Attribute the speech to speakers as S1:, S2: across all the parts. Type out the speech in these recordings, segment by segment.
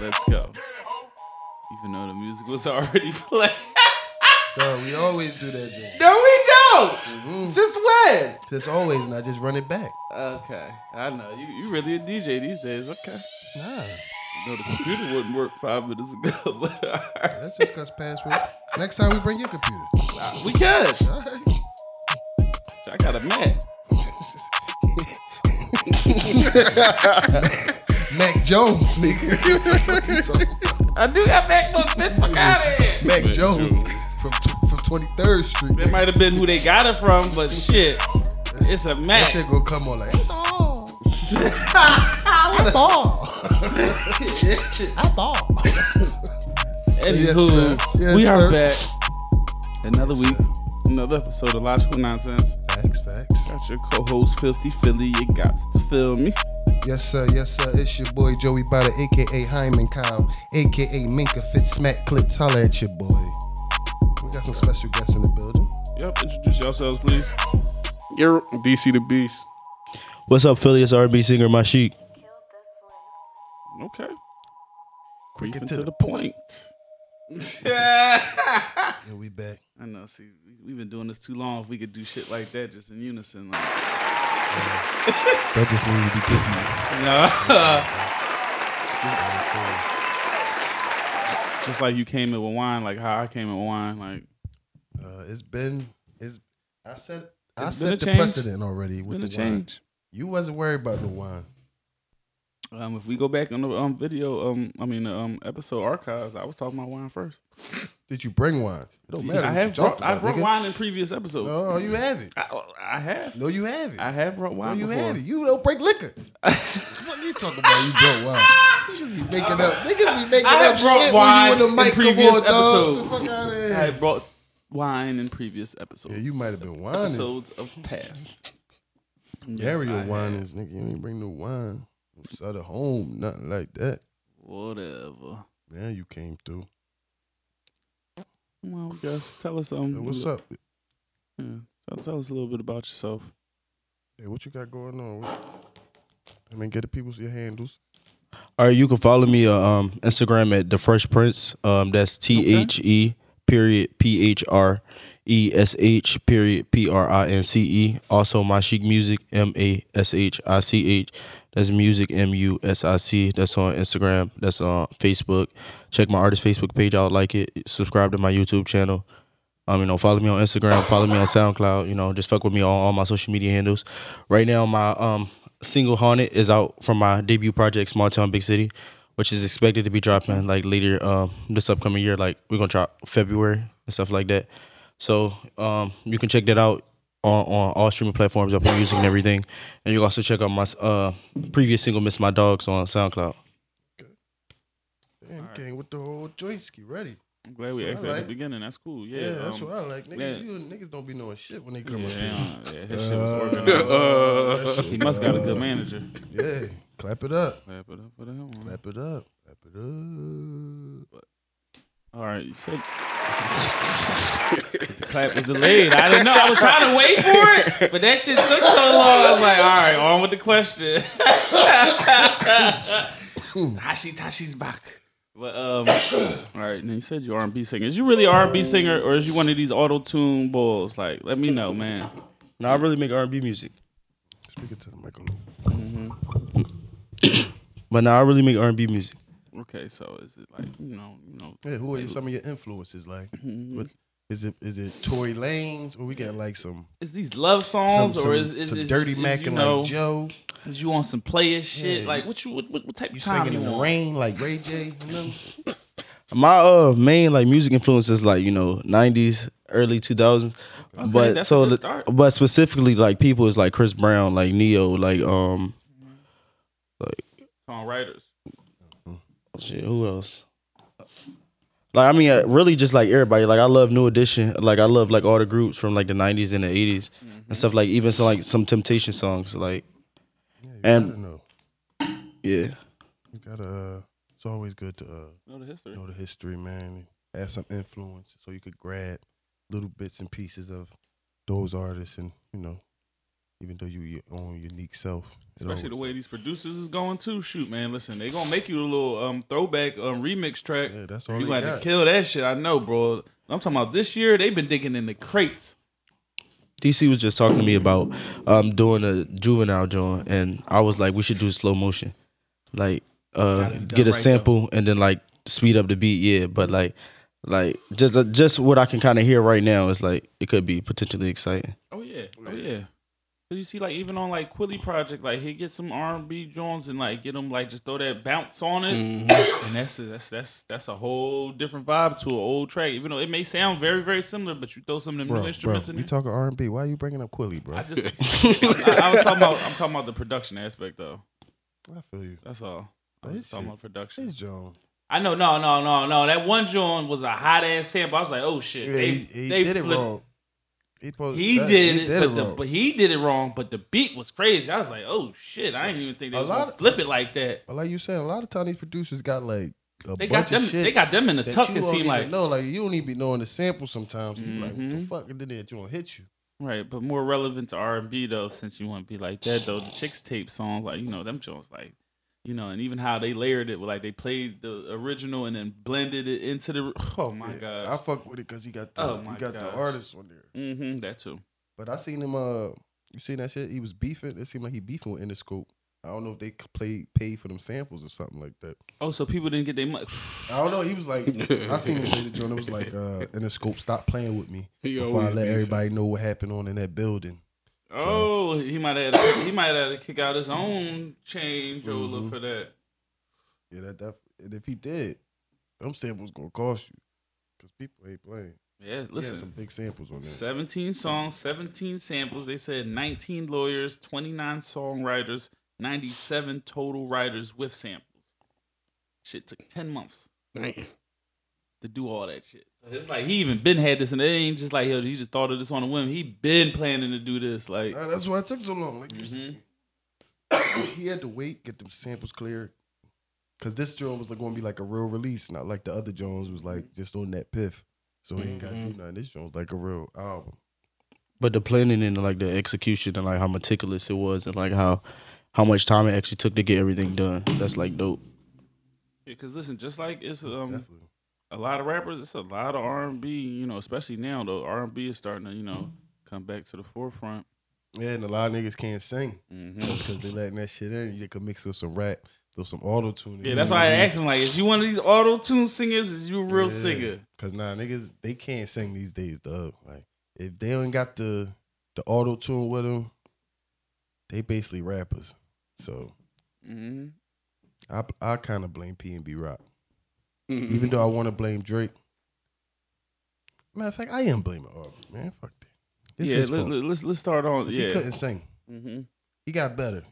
S1: Let's go. Even though the music was already playing.
S2: Dog, we always do that, Jay.
S1: no, we don't.
S2: Mhm.
S1: Since when?
S2: Just always, and I just run it back.
S1: Okay, I know you. You really a DJ these days? Okay.
S2: Nah,
S1: No, the computer wouldn't work five minutes ago, but all right.
S2: that's just cause password. Next time we bring your computer.
S1: we could.
S2: All right.
S1: I got a Mac.
S2: Mac Jones, nigga. So,
S1: I do got MacBook. Bitch, fuck out of here.
S2: Mac
S3: Mac
S2: Jones
S3: Jones.
S2: from tw- from 23rd Street.
S1: It
S2: nigga.
S1: might have been who they got it from, but shit, it's a
S2: That
S1: Mac.
S2: shit gonna come on like. I ball. I ball. Yes, sir.
S1: Anywho,
S2: Yes,
S1: we are
S2: sir.
S1: back. Another week, another episode of Logical Nonsense.
S2: Facts, facts.
S1: Got your co-host Filthy Philly. You got to feel me.
S2: Yes, sir. Yes, sir. It's your boy Joey Bada, aka Hyman Kyle, aka Minka Fitz Smack Clits. Holla at your boy. We got some special guests in the building.
S1: Yep. Introduce yourselves, please.
S3: You're DC the Beast.
S4: What's up, Philly? It's RB singer My Sheik.
S1: Okay.
S2: Quick
S1: Brief
S2: and
S1: and
S2: to
S1: to
S2: the
S1: the point. I
S2: And we back.
S1: know. See, we- we've been doing this too long. If we could do shit like that just in unison, like.
S2: That just means we be getting
S1: No. just, just like you came in with wine, like how I came in with wine, like
S2: Uh, it's been. It's. I said. I
S1: It's been a
S2: set the
S1: change.
S2: precedent already
S1: it's
S2: with
S1: been a
S2: the wine.
S1: change.
S2: You wasn't worried about the wine.
S1: Um, if we go back on the um, video, um, I mean, um, episode archives, I was talking about wine first.
S2: Did you bring wine? It don't matter.
S1: I
S2: what you
S1: have
S2: talked
S1: brought, I
S2: about,
S1: brought
S2: nigga.
S1: wine in previous episodes.
S2: No, you have it.
S1: I, I have,
S2: No, you have it.
S1: I have brought
S2: no,
S1: wine.
S2: you
S1: before.
S2: have it. You don't break liquor. what you talking about? You broke wine. Niggas be making up. Niggas be making
S1: I
S2: up
S1: have brought
S2: shit
S1: wine
S2: when you in
S1: in
S2: the mic
S1: previous
S2: come on, dog. Get the
S1: episodes.
S2: fuck out of
S1: I
S2: here.
S1: have brought wine in previous episodes.
S2: Yeah, you might have been whining.
S1: episodes of past.
S2: Gary
S1: Yes, I
S2: yes,
S1: have.
S2: wine is nigga. You ain't bring no wine. It's out of home, nothing like that.
S1: Whatever.
S2: Yeah, you came through.
S1: Well, Gus, tell us um,
S2: Hey, what's up?
S1: Yeah. Tell, tell us a little bit about yourself.
S2: Hey, what you got going on? What- I mean, get the people's your handles.
S4: All right, you can follow me on um, Instagram at the Fresh Prince. Um, that's T H E period P H R E S H period P R I N C E. Also, my chic music M A S H I C H. That's music M U S I C. That's on Instagram. That's on Facebook. Check my artist Facebook page out. Like it. Subscribe to my YouTube channel. Um, you know, follow me on Instagram, follow me on SoundCloud, you know, just fuck with me on all my social media handles. Right now, my um single Haunted is out from my debut project, Small Town Big City, which is expected to be dropping like later um this upcoming year. Like we're gonna drop February and stuff like that. So um you can check that out on, on all streaming platforms, Apple Music and everything. And you can also check out my uh previous single Miss My Dogs on SoundCloud.
S2: Damn, you came with the whole joyski ready.
S1: I'm glad we asked that at
S2: Alright.
S1: the beginning. That's cool. Yeah,
S2: Yeah, that's
S1: um,
S2: what I like. Nigga,
S1: yeah.
S2: you niggas don't be knowing shit when they come up here.
S1: Yeah, yeah, his shit was
S2: Uh,
S1: working. out.
S2: that
S1: He
S2: shit-
S1: must got a good manager.
S2: Yeah, clap it up.
S1: Clap it up for that one.
S2: Clap it up. Clap it up.
S1: All right, you said. the clap was delayed. I didn't know. I was trying to wait for it, but that shit took so long. I was like, all right, on with the question. Hashi Tashi's back. But um, all right. Now you said you R and B singer. Is you really R and B singer, or is you one of these auto tune bulls? Like, let me know, man.
S4: Now I really make R and B music.
S2: Speak it to the mic a little.
S4: But now I really make R and B music.
S1: Okay, so is it like you know, you know,
S2: Yeah, who are you, some of your influences like?
S1: Mm-hmm.
S2: What is it? Is it Tory Lanez or we got like some
S1: is these love
S2: some,
S1: songs,
S2: some,
S1: or is is,
S2: some
S1: is
S2: Dirty
S1: is,
S2: Mac
S1: you
S2: and
S1: know,
S2: like Joe?
S1: Is you on some player shit?
S2: Yeah.
S1: Like what you what, what, what type
S2: You
S1: of time
S2: singing
S1: you
S2: in the
S1: want?
S2: rain like Ray J? You know?
S4: my uh main like music influence is like you know 90s early 2000s but
S1: that's a
S4: so
S1: good
S4: the-
S1: start.
S4: but specifically like people is like chris brown like neo like um
S1: Songwriters.
S4: shit, who else like i mean uh, really just like everybody like i love new edition like i love like all the groups from like the 90s and the 80s
S1: Mm-hmm.
S4: and stuff like even some like some temptation songs like
S2: I don't
S4: and
S2: know.
S4: yeah
S2: You gotta. Uh, it's always good to uh,
S1: Know the history.
S2: know the history, man. And have some influence so you could grab little bits and pieces of those artists and you know even though you your own unique self. It
S1: Especially the
S2: always-
S1: way these producers is going too. Shoot, man, listen, they gonna make you a little um throwback um remix track.
S2: Yeah, that's all
S1: you
S2: they
S1: gonna have
S2: got.
S1: to kill that shit. I know, bro. I'm talking about this year. They've been digging in the crates.
S4: DC was just talking to me about um doing a juvenile joint, and I was like, we should do slow motion, like uh
S1: Gotta be done
S4: get a
S1: right,
S4: sample and then like speed up the beat, yeah. But like, like just uh, just what I can kind of hear right now is like it could be potentially exciting.
S1: Oh yeah, oh yeah. Cause you see, like even on like Quilly Project, like he get some R and B joints and like get them like just throw that bounce on it,
S2: Mm-hmm.
S1: and that's that's that's that's a whole different vibe to an old track. Even though it may sound very very similar, but you throw some of the
S2: bro,
S1: new
S2: bro,
S1: instruments in
S2: we
S1: there.
S2: talking R and B. Why are you bringing up Quilly, bro?
S1: I
S2: I,
S1: just I, I was talking about I'm talking about the production aspect though.
S2: feel you.
S1: That's all. I
S2: That
S1: was talking
S2: Oh, shit-
S1: about production.
S2: It's John.
S1: I know, no, no, no, no. That one joint was a hot ass sample. I was like, oh shit,
S2: Yeah,
S1: they,
S2: he, he
S1: they
S2: did it
S1: flipped-
S2: wrong. He, posted,
S1: He did it, but, the,
S2: wrong.
S1: but he did it wrong. But the beat was crazy. I was like, oh shit, I didn't even think they
S2: A
S1: was
S2: lot
S1: gonna
S2: of-
S1: flip it like that.
S2: But like you saying, a lot of time these producers got like a
S1: They got
S2: bunch
S1: them.
S2: of shit.
S1: They got them in the
S2: that
S1: tuck.
S2: you
S1: It
S2: don't
S1: seemed
S2: even
S1: like
S2: know, like you don't even be knowing the sample sometimes. You be like, what the
S1: Mhm.
S2: fuck? And then it gonna hit you.
S1: right, but more relevant to R and B though, since you want to be like that though. The chicks tape songs, like you know them joints, like you know, and even how they layered it, like they played the original and then blended it into the. Oh my
S2: Yeah,
S1: god.
S2: I fuck with it because he got the
S1: Oh
S2: he
S1: my
S2: got the
S1: gosh.
S2: artist on there.
S1: Mm-hmm. That too.
S2: But I seen him. Uh, you seen that shit? He was beefing. It seemed like he beefing with Interscope. I don't know if they c- play paid for them samples or something like that.
S1: Oh, so people didn't get their money.
S2: I don't know. He was like, I seen him say the joint. It was like, uh, Interscope, stop playing with me
S3: He
S2: before
S3: always
S2: I let
S3: beefing.
S2: everybody know what happened on in that building.
S1: Oh, he might have had to- he might have had to kick out his own change over for that.
S2: Yeah, that def- and if he did, them samples gonna cost you because people ain't playing.
S1: Yeah,
S2: He had
S1: listen.
S2: some big samples on there.
S1: 17 songs, 17 samples. They said 19 lawyers, 29 songwriters, 97 total writers with samples. Shit took 10 months
S3: Damn.
S1: to do all that shit. So it's like he even been had this, and it ain't just like yo, he just thought of this on a whim. He been planning to do this. Like,
S2: Uh, that's why it took so long. Like you
S1: Mhm.
S2: said, he had to wait, get them samples cleared, because this joint was going to be like a real release, not like the other Jones was like just on that piff. So he ain't got to do
S1: Mm-hmm.
S2: nothing. This Jones like a real album.
S4: But the planning and like the execution and like how meticulous it was and like how how much time it actually took to get everything done. That's like dope.
S1: because listen, just like it's um,
S2: Definitely.
S1: a lot of rappers, it's a lot of R and B. You know, especially now though, R and B is starting to you know come back to the forefront.
S2: Yeah, and a lot of niggas can't sing
S1: Mm-hmm.
S2: because they letting that shit in. You can mix with some rap, throw some auto tune.
S1: Yeah, that's why I asked him like, is you one of these auto tune singers? Is you a real singer?
S2: Cause nah, niggas they can't sing these days, dog. Like if they don't got the the auto tune with them, they basically rappers. So
S1: Mm-hmm.
S2: I I kind of blame P and B Rock,
S1: Mm-hmm.
S3: Mhm.
S2: even though I want to blame Drake. Matter of fact, I am blaming Aubrey, man. Fuck that. This
S1: yeah,
S2: is
S1: let,
S2: fault.
S1: let, let's let's start on
S2: 'Cause
S1: yeah.
S2: He couldn't sing.
S1: Mm-hmm.
S2: He got better.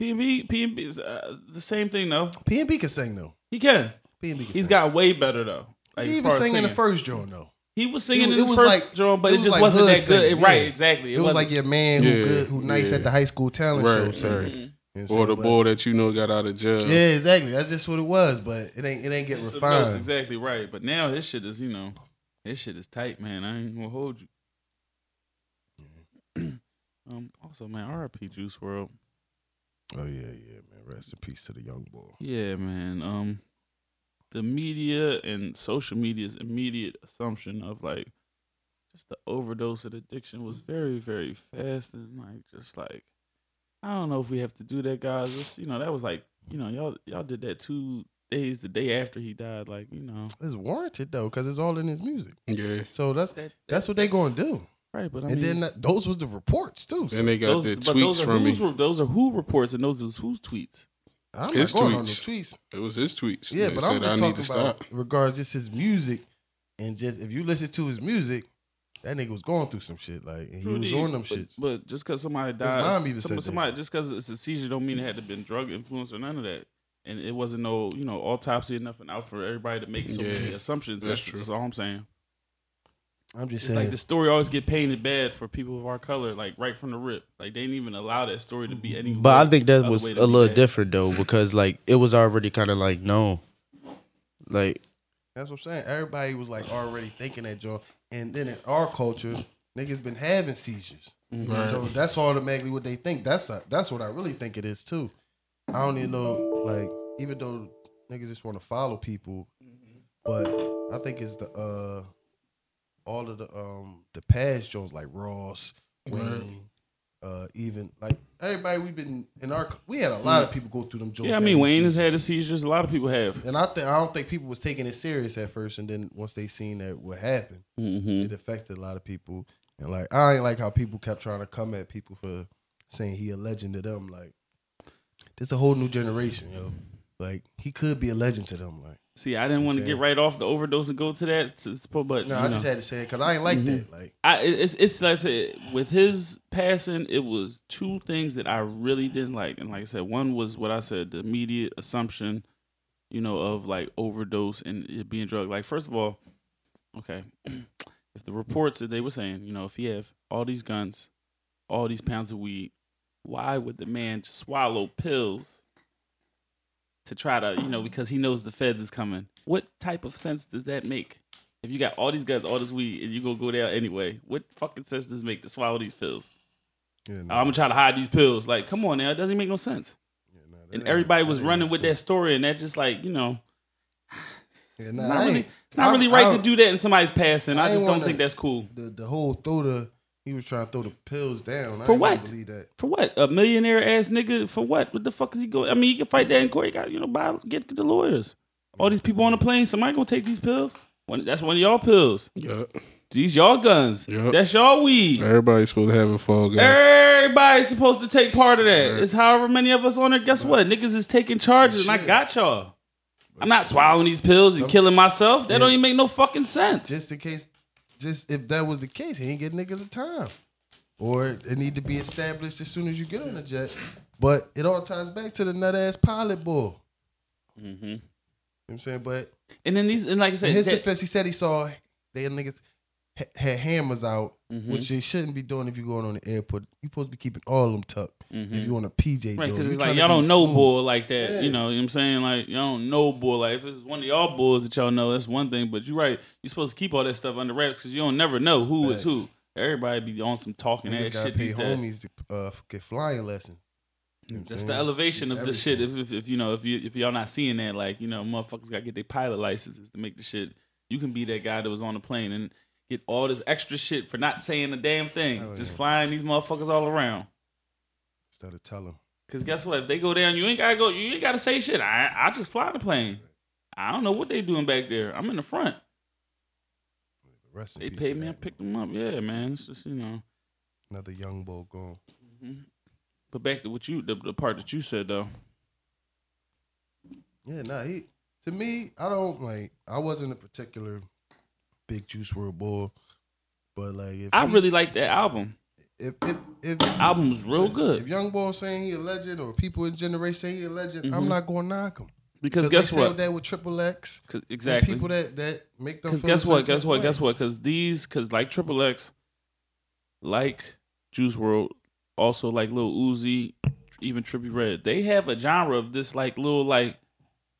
S1: PNB PNB is uh, the same thing though.
S2: P and B can sing though.
S1: He can.
S2: P and B can
S1: He's
S2: sing.
S1: got way better though. Like,
S2: He
S1: as
S2: even
S1: far as
S2: sang in the
S1: singing.
S2: first joint though.
S1: He was singing
S2: It
S1: in his
S2: was
S1: first
S2: like-
S1: drum, but
S2: it
S1: it,
S2: was
S1: just
S2: like
S1: wasn't
S2: hood
S1: that good.
S2: singing,
S1: It- Right,
S2: yeah.
S1: exactly.
S2: It, was like your man who
S3: Yeah,
S2: good, who nice
S3: yeah.
S2: at the high school talent show.
S3: Right,
S2: singing.
S1: Mm-hmm.
S3: right.
S2: You know what I'm
S3: Or
S2: saying?
S3: the
S2: But-
S3: boy that you know got out of jail.
S2: Yeah, exactly. That's just what it was, but it ain't it ain't get
S1: It's- no,
S2: refined.
S1: it's exactly right. But now his shit is you know, his shit is tight, man. I ain't gonna hold you. um. Also, man, R.I.P. Juice World.
S2: Oh yeah, yeah, man. Rest in peace to the young boy.
S1: Yeah, man. Um, the media and social media's immediate assumption of like just the overdose of addiction was very, very fast and like just like I don't know if we have to do that, guys. Just you know, that was like you know y'all y'all did that two days the day after he died. Like you know,
S2: It's warranted though, because it's all in his music.
S3: Yeah.
S2: So that's
S1: That-
S2: that's what they gonna do.
S1: right? But I
S2: and
S1: mean,
S2: then that, those was the reports too. So
S3: Then they got
S1: those,
S3: the
S1: but those
S3: tweets
S1: are
S3: from me.
S1: who's re- those are who reports and those is whose tweets.
S2: I'm not
S3: his
S2: going on the
S3: tweets.
S2: tweets.
S3: It was his tweets.
S2: Yeah,
S3: that
S2: but I'm
S3: said,
S2: just
S3: I need
S2: talking
S3: to
S2: about
S3: stop.
S2: regards just his music and just if you listen to his music, that nigga was going through some shit like and he
S1: True
S2: was
S1: deed,
S2: on them
S1: but-
S2: shits.
S1: But just because somebody died,
S2: mom even said that.
S1: somebody just because it's a seizure, don't mean it had to been drug influence or none of that. And it wasn't no, you know, autopsy and nothing out for everybody to make so many
S3: Yeah,
S1: assumptions. That's,
S3: that's
S1: that's all I'm saying.
S2: I'm just
S1: It's
S2: saying.
S1: like the story always get painted bad for people of our color, like right from the rip. Like they didn't even allow that story to be any.
S4: But I
S1: way-
S4: think that
S1: other
S4: was
S1: way
S4: a
S1: to be
S4: little
S1: bad.
S4: different though because like it was already kind of like known. Like
S2: That's what I'm saying. Everybody was like already thinking that, Joe. And then in our culture, niggas been having seizures.
S1: Mm-hmm.
S3: Right.
S2: So that's automatically what they think. That's a, that's what I really think it is too. I don't even know, like, even though niggas just want to follow people, but I think it's the uh all of the um the past Jones like Ross, Wayne, uh even like everybody we've been in our we had a lot of people go through them Jones.
S1: Mm. Yeah, I mean Wayne has had the seizures. A lot of people have.
S2: and I think I don't think people was taking it serious at first, and then once they seen that what happened
S1: Mm-hmm.
S2: it affected a lot of people. And like I ain't like how people kept trying to come at people for saying he a legend to them. Like there's a whole new generation, yo. Like he could be a legend to them. Like
S1: See, I didn't want to
S2: Okay.
S1: get right off the overdose and go to that, s- s- but
S2: no,
S1: you
S2: I
S1: know.
S2: just had to say it because I ain't like that. Like
S1: I it- it's it's like I said with his passing, it was two things that I really didn't like, and like I said, one was what I said, the immediate assumption, you know, of like overdose and it being drug. Like first of all, okay, if the reports that they were saying, you know, if he have all these guns, all these pounds of weed, why would the man swallow pills? To try to, you know, because he knows the feds is coming. What type of sense does that make? If you got all these guns, all this weed, and you gonna go down anyway, what fucking sense does it make to swallow these pills?
S2: yeah, no,
S1: I'm gonna try to hide these pills. Like, come on now, it doesn't make no sense.
S2: yeah, no, that
S1: And
S2: ain't-
S1: everybody
S2: that
S1: was
S2: ain't
S1: running
S2: no
S1: with that
S2: sense.
S1: story, and that just like, you know,
S2: Yeah,
S1: it's
S2: nah,
S1: not
S2: I
S1: really,
S2: ain't-
S1: it's not
S2: I-
S1: really right
S2: I-
S1: to do that in somebody's passing.
S2: I
S1: I, just
S2: ain't
S1: don't
S2: wanna-
S1: think that's cool.
S2: The the whole throw the he was trying to throw the pills down. I
S1: For
S2: ain't gonna
S1: what?
S2: Believe that.
S1: For what? A millionaire ass nigga? For what? What the fuck is he going? I mean, he can fight that in court. He got you know, buy get the lawyers. All these people on the plane. Somebody gonna take these pills. One, that's one of y'all pills.
S3: Yeah.
S1: These y'all guns.
S3: Yup.
S1: That's y'all weed.
S3: Everybody's supposed to have a fall guy.
S1: Everybody's supposed to take part of that. It's however many of us on there. Guess what? Niggas is taking charges, and I
S2: Shit.
S1: got y'all. I'm not swallowing these pills and killing myself. That
S2: Yeah.
S1: don't even make no fucking sense.
S2: Just in case, just if that was the case, he ain't get niggas a time. Or it need to be established as soon as you get on the jet. But it all ties back to the nut ass pilot bull.
S1: hmm
S2: You know what I'm saying? But
S1: And then these, and like I
S2: in
S1: said,
S2: his
S1: that-
S2: defense, he said he saw they niggas ha- had hammers out,
S1: Mhm.
S2: which they shouldn't be doing if you're going on the airport. You're supposed to be keeping all of them tucked if you're on a PJ.
S1: Mm-hmm. right?
S2: dog.
S1: Because
S2: You
S1: it's
S2: tryna
S1: like y'all
S2: be
S1: don't know
S2: smooth.
S1: bull like that.
S2: Yeah.
S1: You know, what I'm saying like y'all don't know bull. Like if it's one of y'all bulls that y'all know, that's one thing. But you're right. You're supposed to keep all that stuff under wraps because you don't never know who is who. Everybody be on some talking
S2: Niggas
S1: ass
S2: gotta
S1: shit
S2: pay
S1: these days.
S2: homies to uh, get flying lessons. You know what I'm
S1: That's the
S2: saying?
S1: elevation of this shit.
S2: Everything.
S1: If, if, if you know if you if y'all not seeing that, like you know, motherfuckers gotta get their pilot licenses to make the shit. You can be that guy that was on the plane and get all this extra shit for not saying a damn thing,
S2: Oh,
S1: just
S2: yeah.
S1: flying these motherfuckers all around.
S2: Instead of telling.
S1: Cause guess what? If they go down, you ain't gotta go. You ain't gotta say shit. I I just fly the plane. I don't know what they doing back there. I'm in the front.
S2: Rest in
S1: They
S2: peace
S1: paid
S2: to
S1: me. I
S2: that
S1: picked them up. Yeah, man. It's just you know.
S2: nigga. Another young bull gone.
S1: But back to what you the, the part that you said though.
S2: Yeah, nah, he to me, I don't like I wasn't a particular big juice world bull. But like if
S1: I
S2: he-
S1: really liked that album.
S2: if if, if
S1: Album was real
S2: Listen,
S1: good.
S2: If Young Boy saying he a legend or people in generation saying he a legend, I'm not going to knock him.
S1: Because
S2: they
S1: Mm-hmm. guess
S2: said
S1: what?
S2: That with Triple X,
S1: Cause,
S2: and
S1: exactly.
S2: people that that make them.
S1: Because
S2: feel
S1: guess
S2: the
S1: what?
S2: same
S1: Guess
S2: type
S1: what?
S2: way.
S1: Guess what? Because these, because like Triple X, like Juice World, also like Lil Uzi, even Trippy Red, they have a genre of this like little like,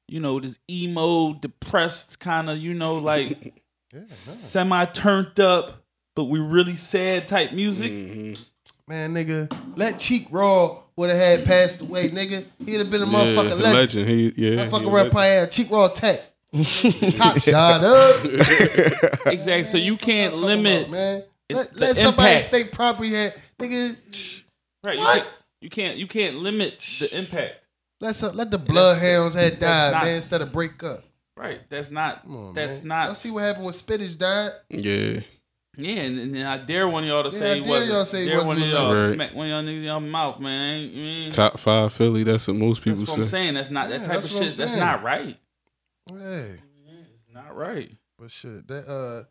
S1: you know, this emo, depressed kind of, you know,
S2: Uh-huh.
S1: like
S2: Yeah, nah.
S1: semi turned up, but we really sad type music.
S2: Mm.
S3: Mhm.
S2: man, nigga, let Cheek Raw would have had passed away, nigga. He'd have been a
S3: Yeah,
S2: motherfucking legend.
S3: legend. He, yeah, he
S2: Motherfucking
S3: a
S2: red pie ass, Cheek Raw tech, top shot up.
S1: Exactly. So you can't
S2: Talking about,
S1: limit.
S2: man.
S1: It's
S2: Let,
S1: the
S2: let somebody
S1: impact.
S2: stay properly had, nigga.
S1: Right, you
S2: What?
S1: can't- You can't. You can't limit the impact.
S2: Let some, let the bloodhounds had die,
S1: That's not-
S2: man, instead of break up.
S1: Right. That's not.
S2: Come on,
S1: that's
S2: man.
S1: not.
S2: Y'all see what happened when Spittage died.
S3: Yeah.
S1: Yeah, and, and then I dare one of y'all to
S2: Yeah, I
S1: say he
S2: dare
S1: wasn't.
S2: y'all say he
S1: dare one
S2: wasn't
S1: of
S2: a
S1: y'all
S3: legend.
S1: smack one of y'all niggas in y'all mouth, man. Ain't- ain't-
S3: Top five Philly. That's what most
S1: That's
S3: people
S1: what I'm
S3: say.
S1: saying. That's not that
S2: Yeah,
S1: type
S2: that's
S1: of
S2: what I'm
S1: shit. That's
S2: saying.
S1: not right.
S2: Hey,
S1: It's not right.
S2: but shit, that uh,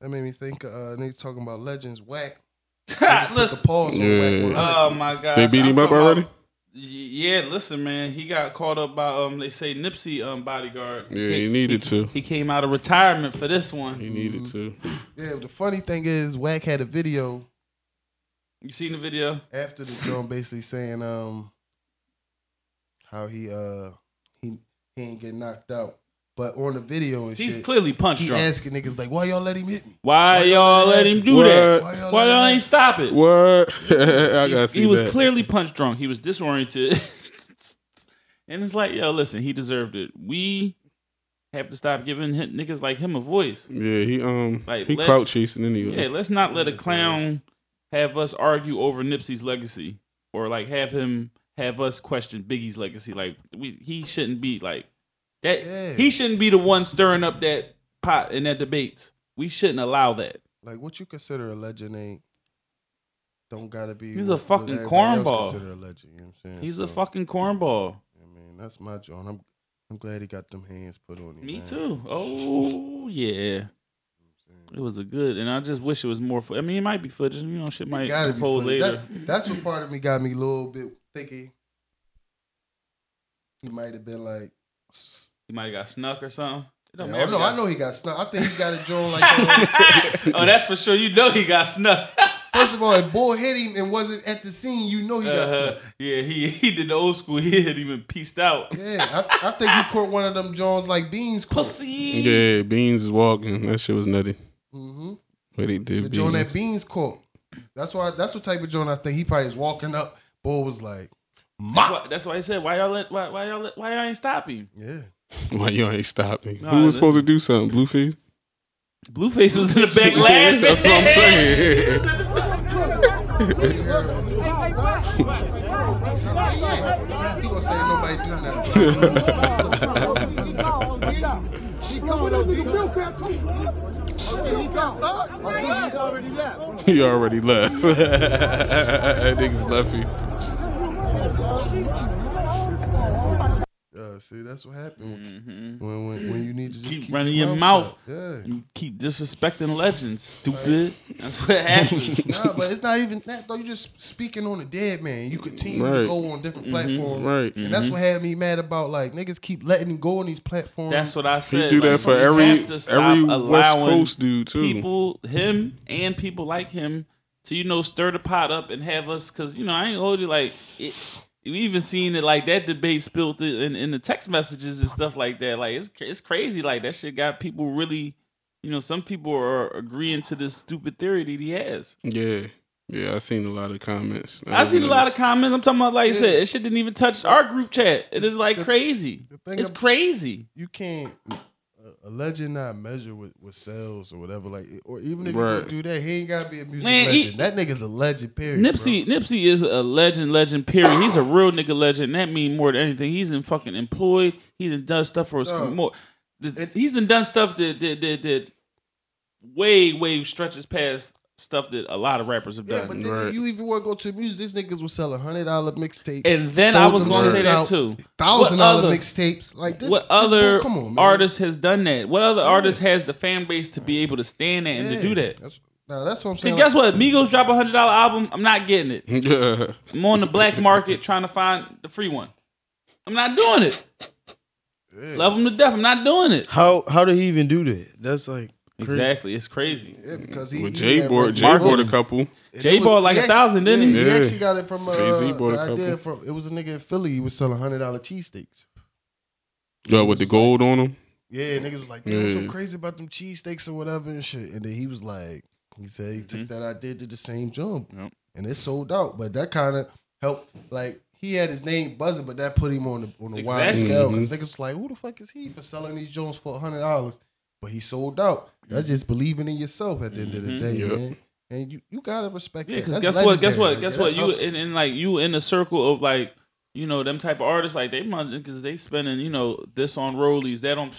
S2: that made me think. Uh, niggas talking about legends, whack. Put the
S1: listen.
S2: pause on
S3: Yeah.
S2: whack.
S1: Oh my god.
S3: They beat him up already.
S1: Yeah, listen, man. He got caught up by um. They say Nipsey um bodyguard.
S3: Yeah, he needed to.
S1: He Mm-hmm. came out of retirement for this one.
S3: He needed to.
S2: yeah, but the funny thing is, whack had a video
S1: You seen the video?
S2: after the drum, basically saying um, how he uh he he ain't get knocked out. But on the video and
S1: He's
S2: shit,
S1: clearly punch
S2: he
S1: drunk.
S2: asking niggas like, "Why y'all let him hit me?
S1: why,
S2: why
S1: y'all
S2: y'all
S1: let him do
S3: What?
S1: that?
S2: Why y'all
S1: Uh, Why
S2: let
S1: y'all
S2: him-
S1: ain't stop it?
S3: What? I gotta
S1: He's-
S3: see
S1: he was
S3: that.
S1: clearly punch drunk. He was disoriented. and it's like, yo, listen, he deserved it. We have to stop giving hit niggas like him a voice.
S3: yeah, he um
S1: Like,
S3: he
S1: let's-
S3: clout chasing anyway.
S1: Yeah, let's not let a clown have us argue over Nipsey's legacy or like have him have us question Biggie's legacy. Like we he shouldn't be like that
S2: Yeah.
S1: he shouldn't be the one stirring up that pot in that debates. We shouldn't allow that.
S2: Like what you consider a legend ain't don't gotta be.
S1: He's
S2: what-
S1: a fucking
S2: what everybody else
S1: cornball.
S2: Consider a legend. You know what I'm saying?
S1: He's a
S2: So,
S1: fucking cornball.
S2: I mean, that's my joint. I'm I'm glad he got them hands put on him.
S1: Me
S2: man.
S1: too. Oh yeah. It was a good, and I just wish it was more. Fo- I mean, it might be footage. You know, shit
S2: It
S1: might
S2: gotta be
S1: unfold
S2: funny.
S1: later.
S2: That- that's what part of me got me a little bit thinking. He might have been like. s-
S1: He might have got snuck or something. It don't
S2: Yeah,
S1: matter.
S2: no, I know he got snuck. I think he got a joint like that.
S1: oh, that's for sure. You know he got snuck.
S2: First of all, if Bull hit him and wasn't at the scene, you know he got
S1: Uh,
S2: snuck.
S1: yeah, he he did the old school. He had even pieced out.
S2: Yeah, I, I think he caught one of them Jones like Beans.
S1: Pussy.
S3: Yeah, Beans is walking. That shit was nutty.
S2: Mm-hmm.
S3: What he
S2: The
S3: did,
S2: joint
S3: Beans.
S2: that Beans caught. That's why. That's what type of joint I think he probably was walking up. Bull was like,
S1: That's
S2: "Ma."
S1: why, that's why I said why y'all let why, why y'all let, why y'all ain't stop him.
S2: Yeah.
S3: Why you ain't stopping?
S1: Nah,
S3: Who was
S1: listen.
S3: supposed to do something? Blueface.
S1: Blueface was in the back
S3: Yeah,
S1: laughing.
S3: that's what I'm saying.
S2: He gonna say nobody do nothing.
S3: he already left. Niggas left you.
S2: Yeah, see, that's what happened
S1: Mhm.
S2: when when, when you need to just
S1: Keep
S2: keep,
S1: running your mouth.
S2: shut. Yeah.
S1: You keep disrespecting legends, stupid. That's what happens.
S2: nah, but it's not even that though. You just speaking on a dead man. You continue
S3: Right.
S2: to go on different
S1: Mm-hmm.
S2: platforms,
S3: Right.
S2: And that's what had me mad about like niggas keep letting him go on these platforms.
S1: That's what I said.
S3: He do that
S1: Like,
S3: for
S1: we
S3: every
S1: have to stop
S3: every West
S1: allowing
S3: Coast dude too.
S1: People, him and people like him, to you know stir the pot up and have us because you know I ain't hold you like it, we even seen it like that debate spilled it in, in the text messages and stuff like that. Like it's cra- it's crazy. Like that shit got people really. You know, some people are agreeing to this stupid theory that he has.
S3: Yeah, yeah. I seen a lot of comments.
S1: I seen a lot of comments. I'm talking about, like I said, it shit didn't even touch our group chat. It is like crazy.
S2: the thing
S1: It's
S2: ab-
S1: crazy.
S2: you can't a- a legend not measure with, with sales or whatever like or even if
S3: Right.
S2: you do that he ain't gotta be a music
S1: Man, he-
S2: legend that nigga's a legend period
S1: Nipsey Nipsey is a legend, legend period. He's a real nigga legend. That mean more than anything. He's in fucking employed. He's done done stuff for his
S2: No.
S1: more. th-
S2: It-
S1: he's done done stuff that that, that that way way stretches past stuff that a lot of rappers have
S2: bro. yeah
S1: done.
S2: but then
S3: Right.
S2: if you even want to go to music these niggas will sell a hundred dollar mixtapes
S1: and then I was going to say that too.
S2: thousand
S1: What
S2: dollar
S1: other-
S2: mixtapes like this
S1: what
S2: this
S1: other
S2: boy- come on man.
S1: artist has done that? What other artist has the fan base to be able to stand that and
S2: Yeah,
S1: to do that?
S2: that's, now that's what I'm
S1: See,
S2: saying
S1: guess what? Migos drop a hundred dollar album. I'm not getting it.
S3: Yeah,
S1: I'm on the black market trying to find the free one. I'm not doing it.
S2: Yeah.
S1: Love him to death. I'm not doing it.
S4: How how did he even do that? That's like
S1: Exactly. It's crazy.
S2: yeah, because he
S3: with
S2: he
S3: Jay
S2: had
S3: bought
S2: Rick
S3: Jay
S2: Martin.
S3: bought a couple.
S2: And
S1: Jay
S2: it was-
S1: bought like
S2: he
S1: a
S2: actually-
S1: thousand, didn't
S2: yeah,
S1: he?
S2: He
S3: Yeah.
S2: actually got it from uh,
S3: Jay-Z bought a
S2: the idea
S3: couple.
S2: from it was a nigga in Philly. He was selling hundred dollar cheesesteaks.
S3: Yeah, with the gold on him.
S2: Yeah, niggas was like, damn, what's so
S3: Yeah.
S2: crazy about them cheesesteaks or whatever and shit. And then he was like, he said he took that idea, did the same jump.
S1: Mm-hmm. Yep.
S2: And it sold out. But that kind of helped, like, he had his name buzzing, but that put him on the on the wider
S1: Exactly. Mm-hmm.
S2: scale. Because niggas was like, who the fuck is he for selling these Jones for hundred dollars? But he sold out. That's
S1: Mm-hmm.
S2: just believing in yourself at the end of the day,
S3: Yep.
S2: man. And you, you gotta respect
S1: Yeah,
S2: that.
S1: because
S2: That's
S1: guess what? Guess
S2: legendary,
S1: what? Guess
S2: nigga.
S1: what?
S2: That's
S1: You
S2: hustle.
S1: and, and like you in the circle of like you know them type of artists like they because they spending you know this on rollies that on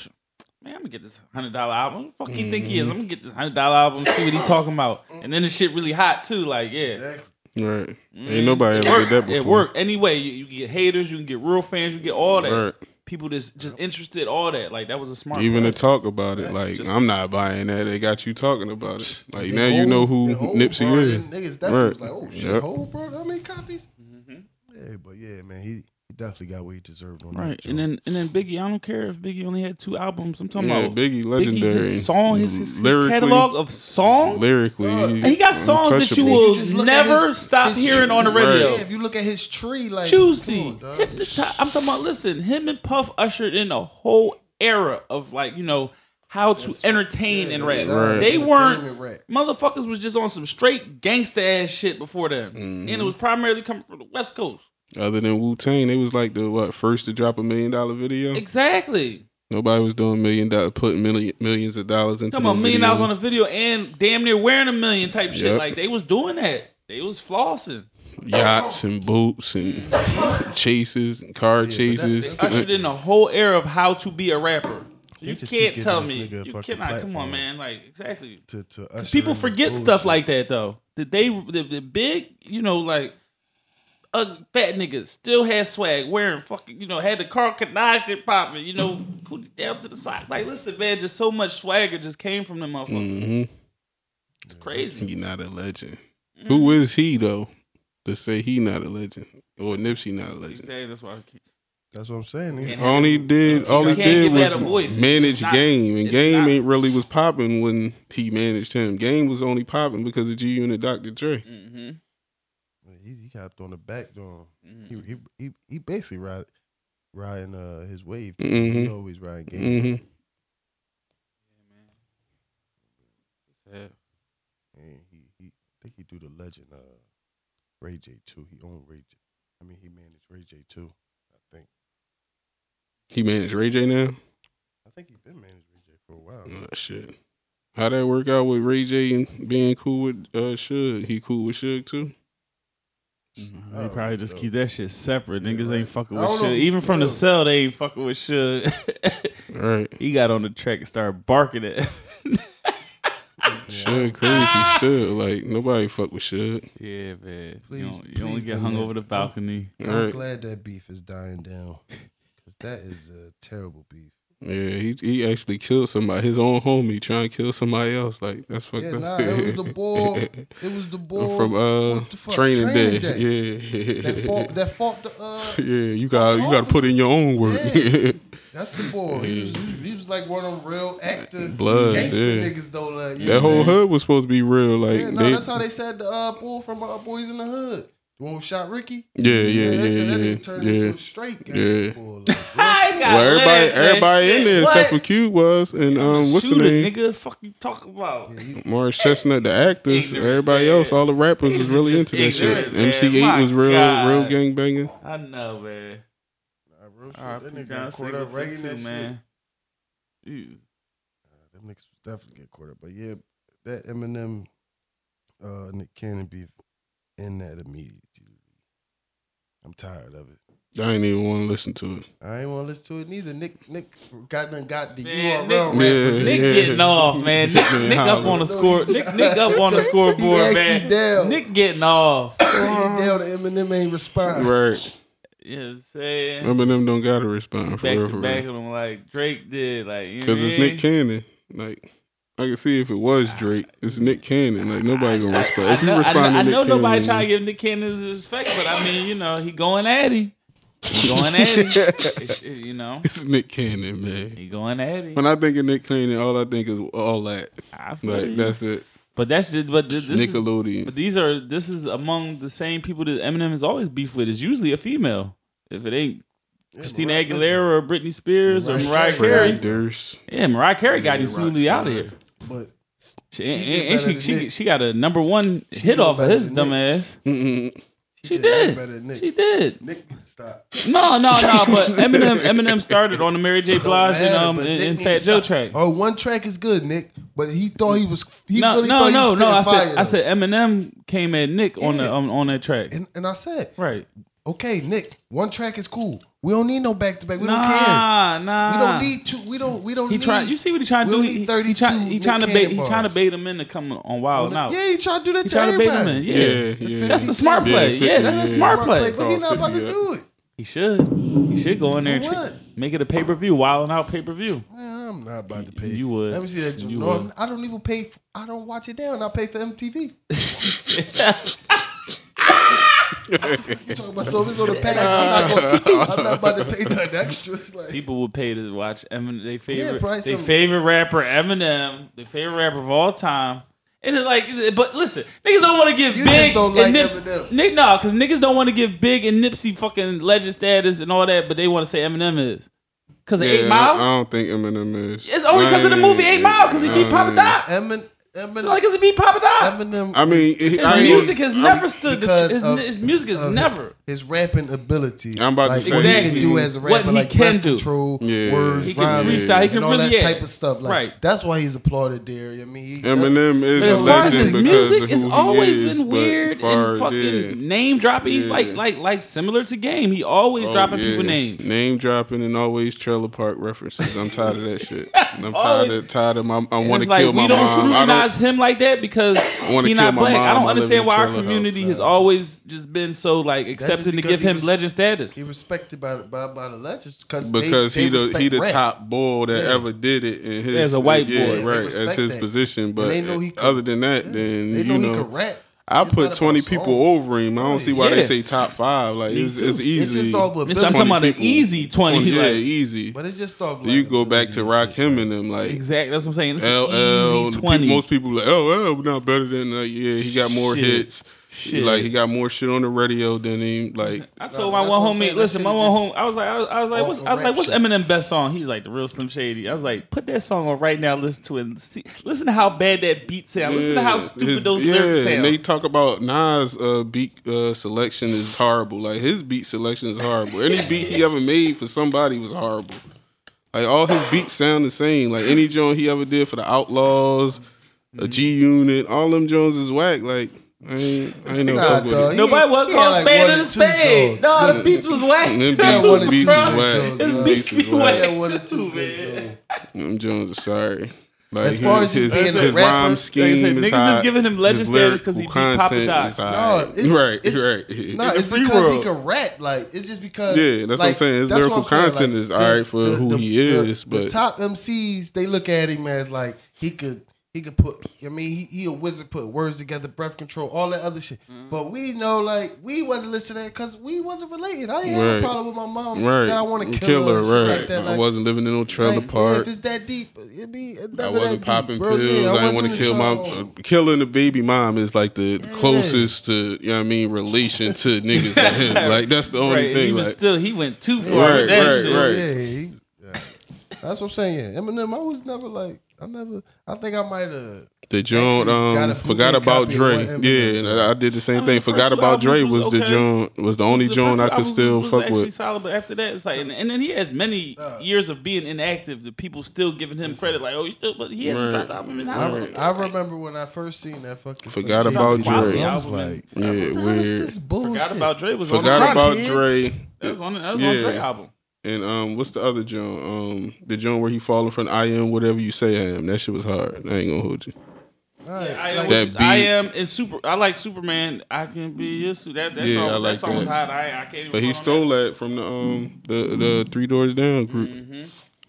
S1: man I'm gonna get this hundred dollar album. Who the fuck you think he is?
S2: Mm-hmm.
S1: I'm gonna get this hundred dollar album. See what he talking about. And then the shit really hot too. Like yeah,
S2: Exactly.
S3: Right. Ain't nobody ever did that before.
S1: Mm-hmm. it worked. Anyway, you, you can get haters, you can get real fans, you can get all that.
S3: Right.
S1: People that's just interested, all that. Like that was a smart.
S3: Even
S1: play.
S3: to talk about it, like
S1: Just-
S3: I'm not buying that. They got you talking about it. Like
S2: That
S3: now you
S2: whole-
S3: know who
S2: that whole
S3: Nipsey
S2: bro,
S3: is.
S2: that Niggas definitely was
S3: Right.
S2: like, oh shit,
S3: Yep.
S2: whole bro, how many copies?
S1: Mm-hmm.
S2: Yeah, but yeah, man, he, he definitely got what he deserved on
S1: Right,
S2: that.
S1: and then and then Biggie. I don't care if Biggie only had two albums. I'm talking
S3: Yeah,
S1: about
S3: Biggie,
S1: Biggie,
S3: legendary.
S1: his song, his, his, his
S3: Lyrically-
S1: catalog of songs.
S3: Lyrically,
S1: And he got songs that you
S3: untouchable.
S1: will
S2: You just look at
S1: never
S2: his-
S1: stop
S2: his
S1: hearing on the
S3: tree.
S1: radio.
S2: Yeah, if you look at his tree, like
S1: Juicy.
S2: come on, dog.
S1: Hit the top. I'm talking about. Listen, him and Puff ushered in a whole era of like you know how to entertain and rap.
S2: Right.
S1: They weren't
S2: Entertainment rap.
S1: motherfuckers was just on some straight gangsta ass shit before them,
S3: Mm-hmm.
S1: and it was primarily coming from the West Coast.
S3: Other than Wu Tang, they was like the what first to drop a million dollar video.
S1: Exactly.
S3: Nobody was doing million dollar putting million, millions of dollars into.
S1: Come
S3: no
S1: on, million
S3: video.
S1: dollars on a video and damn near wearing a million type shit.
S3: Yep.
S1: Like they was doing that. They was flossing.
S3: yachts and boats and chases and car chases.
S1: They ushered in a whole era of how to be a rapper. You
S2: just
S1: can't
S2: keep giving
S1: tell
S2: this
S1: me.
S2: nigga a
S1: You
S2: fucking
S1: cannot. Come on,
S2: platform.
S1: man. Like exactly.
S2: to, to usher
S1: People
S2: in this
S1: forget
S2: bullshit.
S1: stuff like that though. Did they the, the big, you know, like a fat nigga still had swag, wearing fucking, you know, had the Carl Kanai shit popping, you know, cootie down to the side. Like, listen, man, just so much swagger just came from them motherfuckers.
S3: Mhm.
S1: It's crazy. Mm.
S3: He not a legend. Who
S1: Mm-hmm.
S3: is he though to say he not a legend or Nipsey not a legend?
S1: Exactly. That's why I can't.
S2: That's what I'm saying. nigga.
S1: Can't-
S3: All he did, all he
S1: You can't
S3: did
S1: give that a
S3: was
S1: voice.
S3: manage
S1: It's not-
S3: game, and
S1: it's
S3: game
S1: not-
S3: ain't really was popping when he managed him. Game was only popping because of G Unit, Dr. Dre.
S1: Mm-hmm.
S2: He, he hopped on the back door. He,
S1: Mhm.
S2: he he he basically ride, riding uh, his wave. He
S3: Mm-hmm.
S2: always riding game.
S3: hmm
S2: And he, he I think he do the legend uh Ray J too. He owned Ray J. I mean he managed Ray J too. I think.
S3: He managed Ray J now.
S2: I think he been managed Ray J for a while.
S3: Oh, shit. How that work out with Ray J and being cool with uh Suge? He cool with Suge too.
S1: They
S2: Oh,
S1: probably just
S2: so-
S1: keep that shit separate.
S2: Yeah,
S1: Niggas
S2: right.
S1: ain't fucking
S2: I
S1: with
S2: don't know
S1: shit.
S2: if he
S1: Even from the
S2: still-
S1: cell, they ain't fucking with shit.
S3: All right,
S1: he got on the track and started barking it.
S3: Suge crazy still. Like nobody fuck with Suge.
S1: yeah, man.
S2: Please-
S1: you don't- you only
S2: please
S1: get
S2: do
S1: hung
S2: that.
S1: over the balcony.
S2: I'm
S3: All right.
S2: glad that beef is dying down. Cause that is a terrible beef.
S3: Yeah, he he actually killed somebody, his own homie, trying to kill somebody else. Like that's fucked
S2: Yeah,
S3: up.
S2: nah, it was the ball. It was the ball
S3: from uh
S2: what the fuck,
S3: training, day.
S2: Training Day.
S3: Yeah,
S2: that fought that fought the uh
S3: yeah. You got you got to put in your own work.
S2: Yeah. That's the boy. He, was, he was- he was like one of them real actor
S3: Bloods,
S2: gangster
S3: yeah.
S2: niggas though. Like, you know
S3: that
S2: what
S3: whole
S2: I'm saying?
S3: hood was supposed to be real. Like
S2: Yeah, no,
S3: they,
S2: that's how they said the uh, boy from uh, Boys in the Hood. The one who shot Ricky.
S3: yeah, yeah,
S2: they said
S3: yeah,
S2: that
S3: yeah,
S2: nigga turned
S3: yeah.
S2: into a straight
S3: Yeah.
S2: gangster boy. Like,
S1: I got
S3: Well,
S1: lit
S3: everybody,
S1: at that
S3: everybody in
S1: shit.
S3: there except for
S1: What?
S3: Q was, and um, what's the
S1: Shooter,
S3: name?
S1: nigga? Fuck you talk about?
S3: Morris Chestnut, the actors,
S1: ignorant,
S3: everybody
S1: man.
S3: else, all the rappers
S1: Niggas
S3: was
S1: is
S3: really
S1: just
S3: into that shit.
S1: ignorant, man.
S3: MC8
S1: My
S3: was real,
S1: God.
S3: real gang banging.
S1: I know, man.
S2: nah, real shit.
S1: All right,
S2: that nigga
S1: John
S2: got caught up right in
S1: Singleton too,
S2: that man. shit.
S1: man. Ew.
S2: Nah, Them niggas definitely get caught up. But yeah, that Eminem, uh, Nick Cannon beef in that immediately. I'm tired of it.
S3: I ain't even want to listen to it.
S2: I ain't want to listen to it neither. Nick Nick got done got the
S1: Man,
S2: URL.
S1: Nick-
S2: references.
S1: Nick
S3: Yeah.
S1: getting off, man. Nick,
S3: Man,
S1: Nick up
S3: holla.
S1: on the score. Nick, Nick up on the
S2: He
S1: scoreboard,
S2: actually
S1: man.
S2: down.
S1: Nick getting off.
S2: He down. to Eminem ain't respond.
S3: Right.
S1: You know what I'm saying?
S3: Eminem don't gotta respond for
S1: back
S3: real.
S1: to back of them like Drake did. Like you know
S3: Because
S1: what
S3: it's
S1: I mean?
S3: Nick Cannon. Like, I can see if it was Drake, it's Nick Cannon. Like, nobody gonna respond. If
S1: I
S3: you
S1: know, I know,
S3: respond
S1: I
S3: to Nick
S1: know
S3: Cannon.
S1: nobody trying to give Nick Cannon his respect, but I mean, you know, he going at him. He going at him. It's- it- you know,
S3: It's Nick Cannon, man.
S1: he going at him.
S3: When I think of Nick Cannon, all I think is all that.
S1: I feel
S3: Like,
S1: you.
S3: that's it.
S1: but that's just. But th- this is.
S3: Nickelodeon.
S1: But these are. This is among the same people that Eminem has always beef with. Is usually a female. If it ain't
S2: Yeah,
S1: Christina
S2: Mariah-
S1: Aguilera or Britney Spears or
S2: Mariah
S1: Mariah
S3: Freddie
S1: Carey,
S3: Durst.
S1: yeah, Mariah Carey got
S3: Yeah,
S1: him smoothly out of
S3: Rockstar.
S1: here.
S2: But
S1: She,
S2: She
S1: and- and
S2: did better
S1: she
S2: than
S1: she,
S2: Nick.
S1: she got a number one
S2: She
S1: hit
S2: did
S1: off of
S2: better
S1: his
S2: than
S1: dumb
S2: Nick.
S1: ass.
S3: Mm-mm.
S1: She
S2: way
S1: did.
S2: Better than Nick.
S1: She did.
S2: Nick, stop.
S1: No, no, no. But Eminem, Eminem started on the Mary J. Blige and
S2: matter,
S1: um
S2: but
S1: and,
S2: Nick
S1: and
S2: needs
S1: Fat
S2: to
S1: Joe
S2: stop.
S1: track.
S2: Oh, one track is good, Nick. But he thought he was. He
S1: no,
S2: really
S1: no,
S2: thought
S1: no,
S2: he was
S1: no. I
S2: spitting
S1: said,
S2: fire,
S1: I
S2: though.
S1: said Eminem came at Nick on the um,
S2: Yeah.
S1: on, on that track.
S2: And, and I said,
S1: right.
S2: okay, Nick, one track is cool. We don't need no back to back. We don't care.
S1: nah, nah.
S2: We don't need two. We don't. We don't
S1: He
S2: need.
S1: trying. You see what he trying to do?
S2: we only
S1: He, he, he
S2: 32
S1: trying. He
S2: Nick
S1: trying to bait. He
S2: Cannon
S1: trying to
S2: bars.
S1: bait him into coming on Wild and Out.
S2: Yeah, he trying to do that
S1: He
S2: to
S1: trying to bait him
S2: everybody.
S1: in.
S2: yeah.
S1: Yeah.
S3: Yeah,
S2: It's a
S3: yeah.
S2: 50
S1: That's the smart
S3: Yeah,
S1: play. Yeah, that's the
S3: yeah.
S1: smart play.
S2: but he not about to
S3: Yeah.
S2: do it.
S1: He should. He should go in there and
S2: For
S1: tr-
S2: what?
S1: make it a pay per view. Wild and Out pay per view.
S2: Man, I'm not about to pay.
S1: You would.
S2: Let me see that.
S1: You
S2: no,
S1: would.
S2: I don't even pay. f- I don't watch it down. I pay for MTV. you talking about so if it's on the package, I'm not, gonna, I'm not about to pay nothing extra. It's like,
S1: People would pay to watch Eminem. They favorite,
S2: probably
S1: they
S2: some-
S1: favorite rapper Eminem, the favorite rapper of all time. And it's like, but listen, niggas don't want to give
S2: You just
S1: big
S2: don't
S1: and
S2: like
S1: Nipsey.
S2: Eminem.
S1: Nick, no, because niggas don't want to give big and Nipsey fucking legend status and all that, but they want to say Eminem is. Because of
S3: Yeah,
S1: Eight
S3: I,
S1: Mile?
S3: I don't think Eminem is.
S1: It's only because of the
S3: I
S1: movie
S3: ain't-
S1: Eight Mile, because he beat Papa Doc. It's
S2: Emin, Emin,
S1: only because he beat Papa Doc.
S2: Eminem.
S3: I mean, it,
S1: His
S3: I ain't-
S1: music has never stood the. ch-
S2: because
S1: His,
S2: of-
S1: his music is
S2: of
S1: never.
S2: his rapping ability.
S3: I'm about to
S2: like,
S3: say-
S2: what he
S1: Exactly.
S2: can do as a
S1: What
S2: rapper,
S1: he
S2: like
S1: can
S2: breath
S1: do.
S2: control,
S3: Yeah.
S2: words,
S3: He
S1: can
S2: rhyming,
S1: freestyle, he can
S2: and all
S1: really-
S2: that
S1: yeah.
S2: type of stuff. Like,
S1: Right.
S2: That's why he's applauded there. I mean, he,
S3: Eminem is
S1: But as
S3: a
S1: far as
S3: legend
S1: his
S3: because of
S1: music,
S3: who
S1: it's
S3: he
S1: always
S3: is,
S1: been
S3: but
S1: weird
S3: far
S1: and
S3: as-
S1: fucking
S3: yeah.
S1: name dropping. He's
S3: Yeah.
S1: like like like similar to Game. He always
S3: Oh,
S1: dropping
S3: yeah.
S1: people names.
S3: name dropping, and always trailer park references. I'm tired of that shit. I'm tired of tired of my. I
S1: And
S3: want to
S1: it's like
S3: kill my
S1: we don't
S3: mom. I
S1: scrutinize him like that because
S3: wanna
S1: he's
S3: kill
S1: not
S3: my
S1: black.
S3: mom.
S1: I
S3: I
S1: don't
S3: live
S1: understand
S3: in
S1: why our
S3: trailer house.
S1: community has always just been so like
S2: just
S1: accepting to
S2: because
S1: give
S2: he
S1: him
S2: was-
S1: legend status.
S2: he respected by, by by the legends because
S3: because
S2: they,
S3: he
S2: they
S3: the he
S2: respect
S3: the
S2: rap.
S3: top boy that
S2: Yeah.
S3: ever did it in his
S1: As a white
S3: yeah,
S1: boy. They
S3: right as
S2: respect
S3: his
S2: that.
S3: position.
S2: And
S3: But
S2: they know he can-
S3: other than that, then
S2: They know
S3: you
S2: he can
S3: know
S2: rap.
S3: I
S2: It's not
S3: put
S2: about
S3: twenty
S2: songs.
S3: people over him. I don't see why they
S1: Yeah.
S3: say top five. Like it's, it's
S2: It's
S3: easy.
S2: just off of
S1: It's- I'm talking about an
S3: people.
S1: easy twenty.
S3: yeah,
S1: like,
S3: easy.
S2: But it's just off.
S3: You
S2: like,
S3: go back to
S2: ability.
S3: Rakim and them like
S1: Exactly. That's what I'm saying. This is
S3: LL.
S1: easy
S3: the
S1: twenty.
S3: peop- most people like LL not better than like yeah he got more
S1: Shit.
S3: hits.
S1: Shit.
S3: Like he got more shit on the radio than him. Like
S1: I told
S2: Nah,
S1: my one
S2: that's what I'm
S1: homie,
S2: saying.
S1: listen,
S2: That
S1: my
S2: shit
S1: one
S2: is
S1: homie, I was like, I was, I was like,
S2: off
S1: what's,
S2: the
S1: I was like,
S2: rap
S1: what's
S2: sheet.
S1: Eminem's best song? He's like, the real Slim Shady. I was like, put that song on right now. Listen to it. and See, listen to how bad that beat sound. Listen to
S3: yeah,
S1: how stupid
S3: his-
S1: those
S3: yeah,
S1: lyrics
S3: And
S1: sound.
S3: they talk about Nas' uh, beat uh, selection is horrible. Like his beat selection is horrible. Any beat he ever made for somebody was horrible. Like all his beats sound the same. Like any joint he ever did for the Outlaws, a G Unit, all them Jones is whack. Like I ain't, I ain't no
S2: Nah,
S3: fuck with
S2: dog.
S3: it.
S1: Nobody was
S2: He
S1: called
S2: had like
S1: Spade
S2: one
S1: in
S2: or
S1: the
S2: two
S1: Spade.
S2: Joes.
S1: No, the
S2: Good.
S1: beats was whack.
S3: Them
S1: too,
S3: beats-
S2: one or
S3: beats
S2: two
S3: is
S1: bro.
S2: good
S3: whack.
S2: Joes,
S1: His
S2: man.
S1: beats
S3: Beats
S1: be
S3: is whack.
S1: whack
S2: Yeah, one or two
S1: too,
S2: good
S1: man.
S2: Jones.
S3: Them Jones are sorry. Like
S2: As far as just being a rapper, like I
S3: rhyme
S1: said,
S3: scheme
S1: niggas
S3: is
S1: is
S3: hot.
S1: giving him legend
S3: His
S1: status 'cause he
S3: lyrical
S1: beat Papa
S3: content
S1: Doc.
S3: is
S2: No,
S3: hot.
S2: it's,
S3: right,
S2: it's,
S3: right.
S2: No,
S3: It's a
S2: it's
S3: free
S2: because
S3: world.
S2: he can rap. Like it's just because.
S3: Yeah, that's what I'm
S2: like,
S3: saying. His
S2: that's
S3: lyrical
S2: what I'm saying,
S3: content is alright for who he is,
S2: the
S3: but-
S2: top MCs they look at him as like he could he could put. I mean, he, he a wizard. Put words together, breath control, all that other shit.
S1: Mm-hmm.
S2: But we know like we wasn't listening because we wasn't related. I ain't have
S3: Right.
S2: a problem with my mom.
S3: Right.
S2: That I want to
S3: You
S2: kill, her. and shit
S3: right.
S2: Like that.
S3: I
S2: Like,
S3: wasn't living in no trailer
S2: like, yeah,
S3: park.
S2: If it's that deep, it'd be. it'd
S3: I
S2: never that
S3: wasn't
S2: deep,
S3: popping
S2: bro. Yeah,
S3: pills. I, didn't
S2: wasn't
S3: want to
S2: doing
S3: kill my
S2: drugs.
S3: uh, killing the baby mom is like the closest to you know what I mean relation to niggas like him. Like that's the only
S1: Right, and he
S3: thing.
S1: was
S3: Like,
S1: still he went too far
S3: Right,
S1: with that
S3: right,
S1: shit.
S3: right.
S2: Yeah, he- yeah. that's what I'm saying. Yeah. Eminem, I was never like, I never, I think I might have.
S3: the joint
S2: Actually, got
S3: um
S2: a
S3: forgot
S2: bootleg
S3: about
S2: copy of
S3: Dre.
S2: one
S3: Yeah,
S2: Eminem.
S3: and I, I did the same
S1: I mean,
S3: thing.
S1: the
S3: Forgot
S1: first two
S3: about Dre
S1: albums
S3: was,
S1: was
S3: the
S1: okay.
S3: joint was the only
S1: The
S3: joint
S1: first
S3: I
S1: two
S3: could
S1: albums
S3: still
S1: was, was
S3: fuck
S1: actually
S3: with.
S1: Solid, but after that, it's like, and, and then he had many years of being inactive. The people still giving him credit, like, oh, he still, but he hasn't
S3: Right.
S1: dropped an album in
S2: I,
S1: how long?
S2: re- I remember when I first seen that fucking.
S3: Forgot
S2: shit.
S3: about
S2: Wow,
S3: Dre.
S2: I was like,
S3: Yeah,
S2: what the hell is
S3: weird.
S2: this bullshit?
S1: Forgot about Dre was on
S3: Forgot
S1: the
S2: Rock
S3: about
S2: Kids?
S3: Dre.
S1: That was on that was on
S3: Yeah.
S1: Dre album.
S3: And um, what's the other joint? Um, the joint where he falling from I am whatever you say I am. That shit was hard. I ain't gonna hold you.
S2: All right,
S1: I
S2: like,
S1: am,
S3: That
S1: which- I
S3: beat.
S1: am in super. I like Superman. I can be your su- that that
S3: Yeah,
S1: song.
S3: I
S1: that
S3: like
S1: song was hot.
S3: that.
S1: I, I can't even.
S3: But he
S1: front on
S3: stole that from the um the
S2: Mm-hmm.
S3: the Three Doors Down group.
S1: Mm-hmm.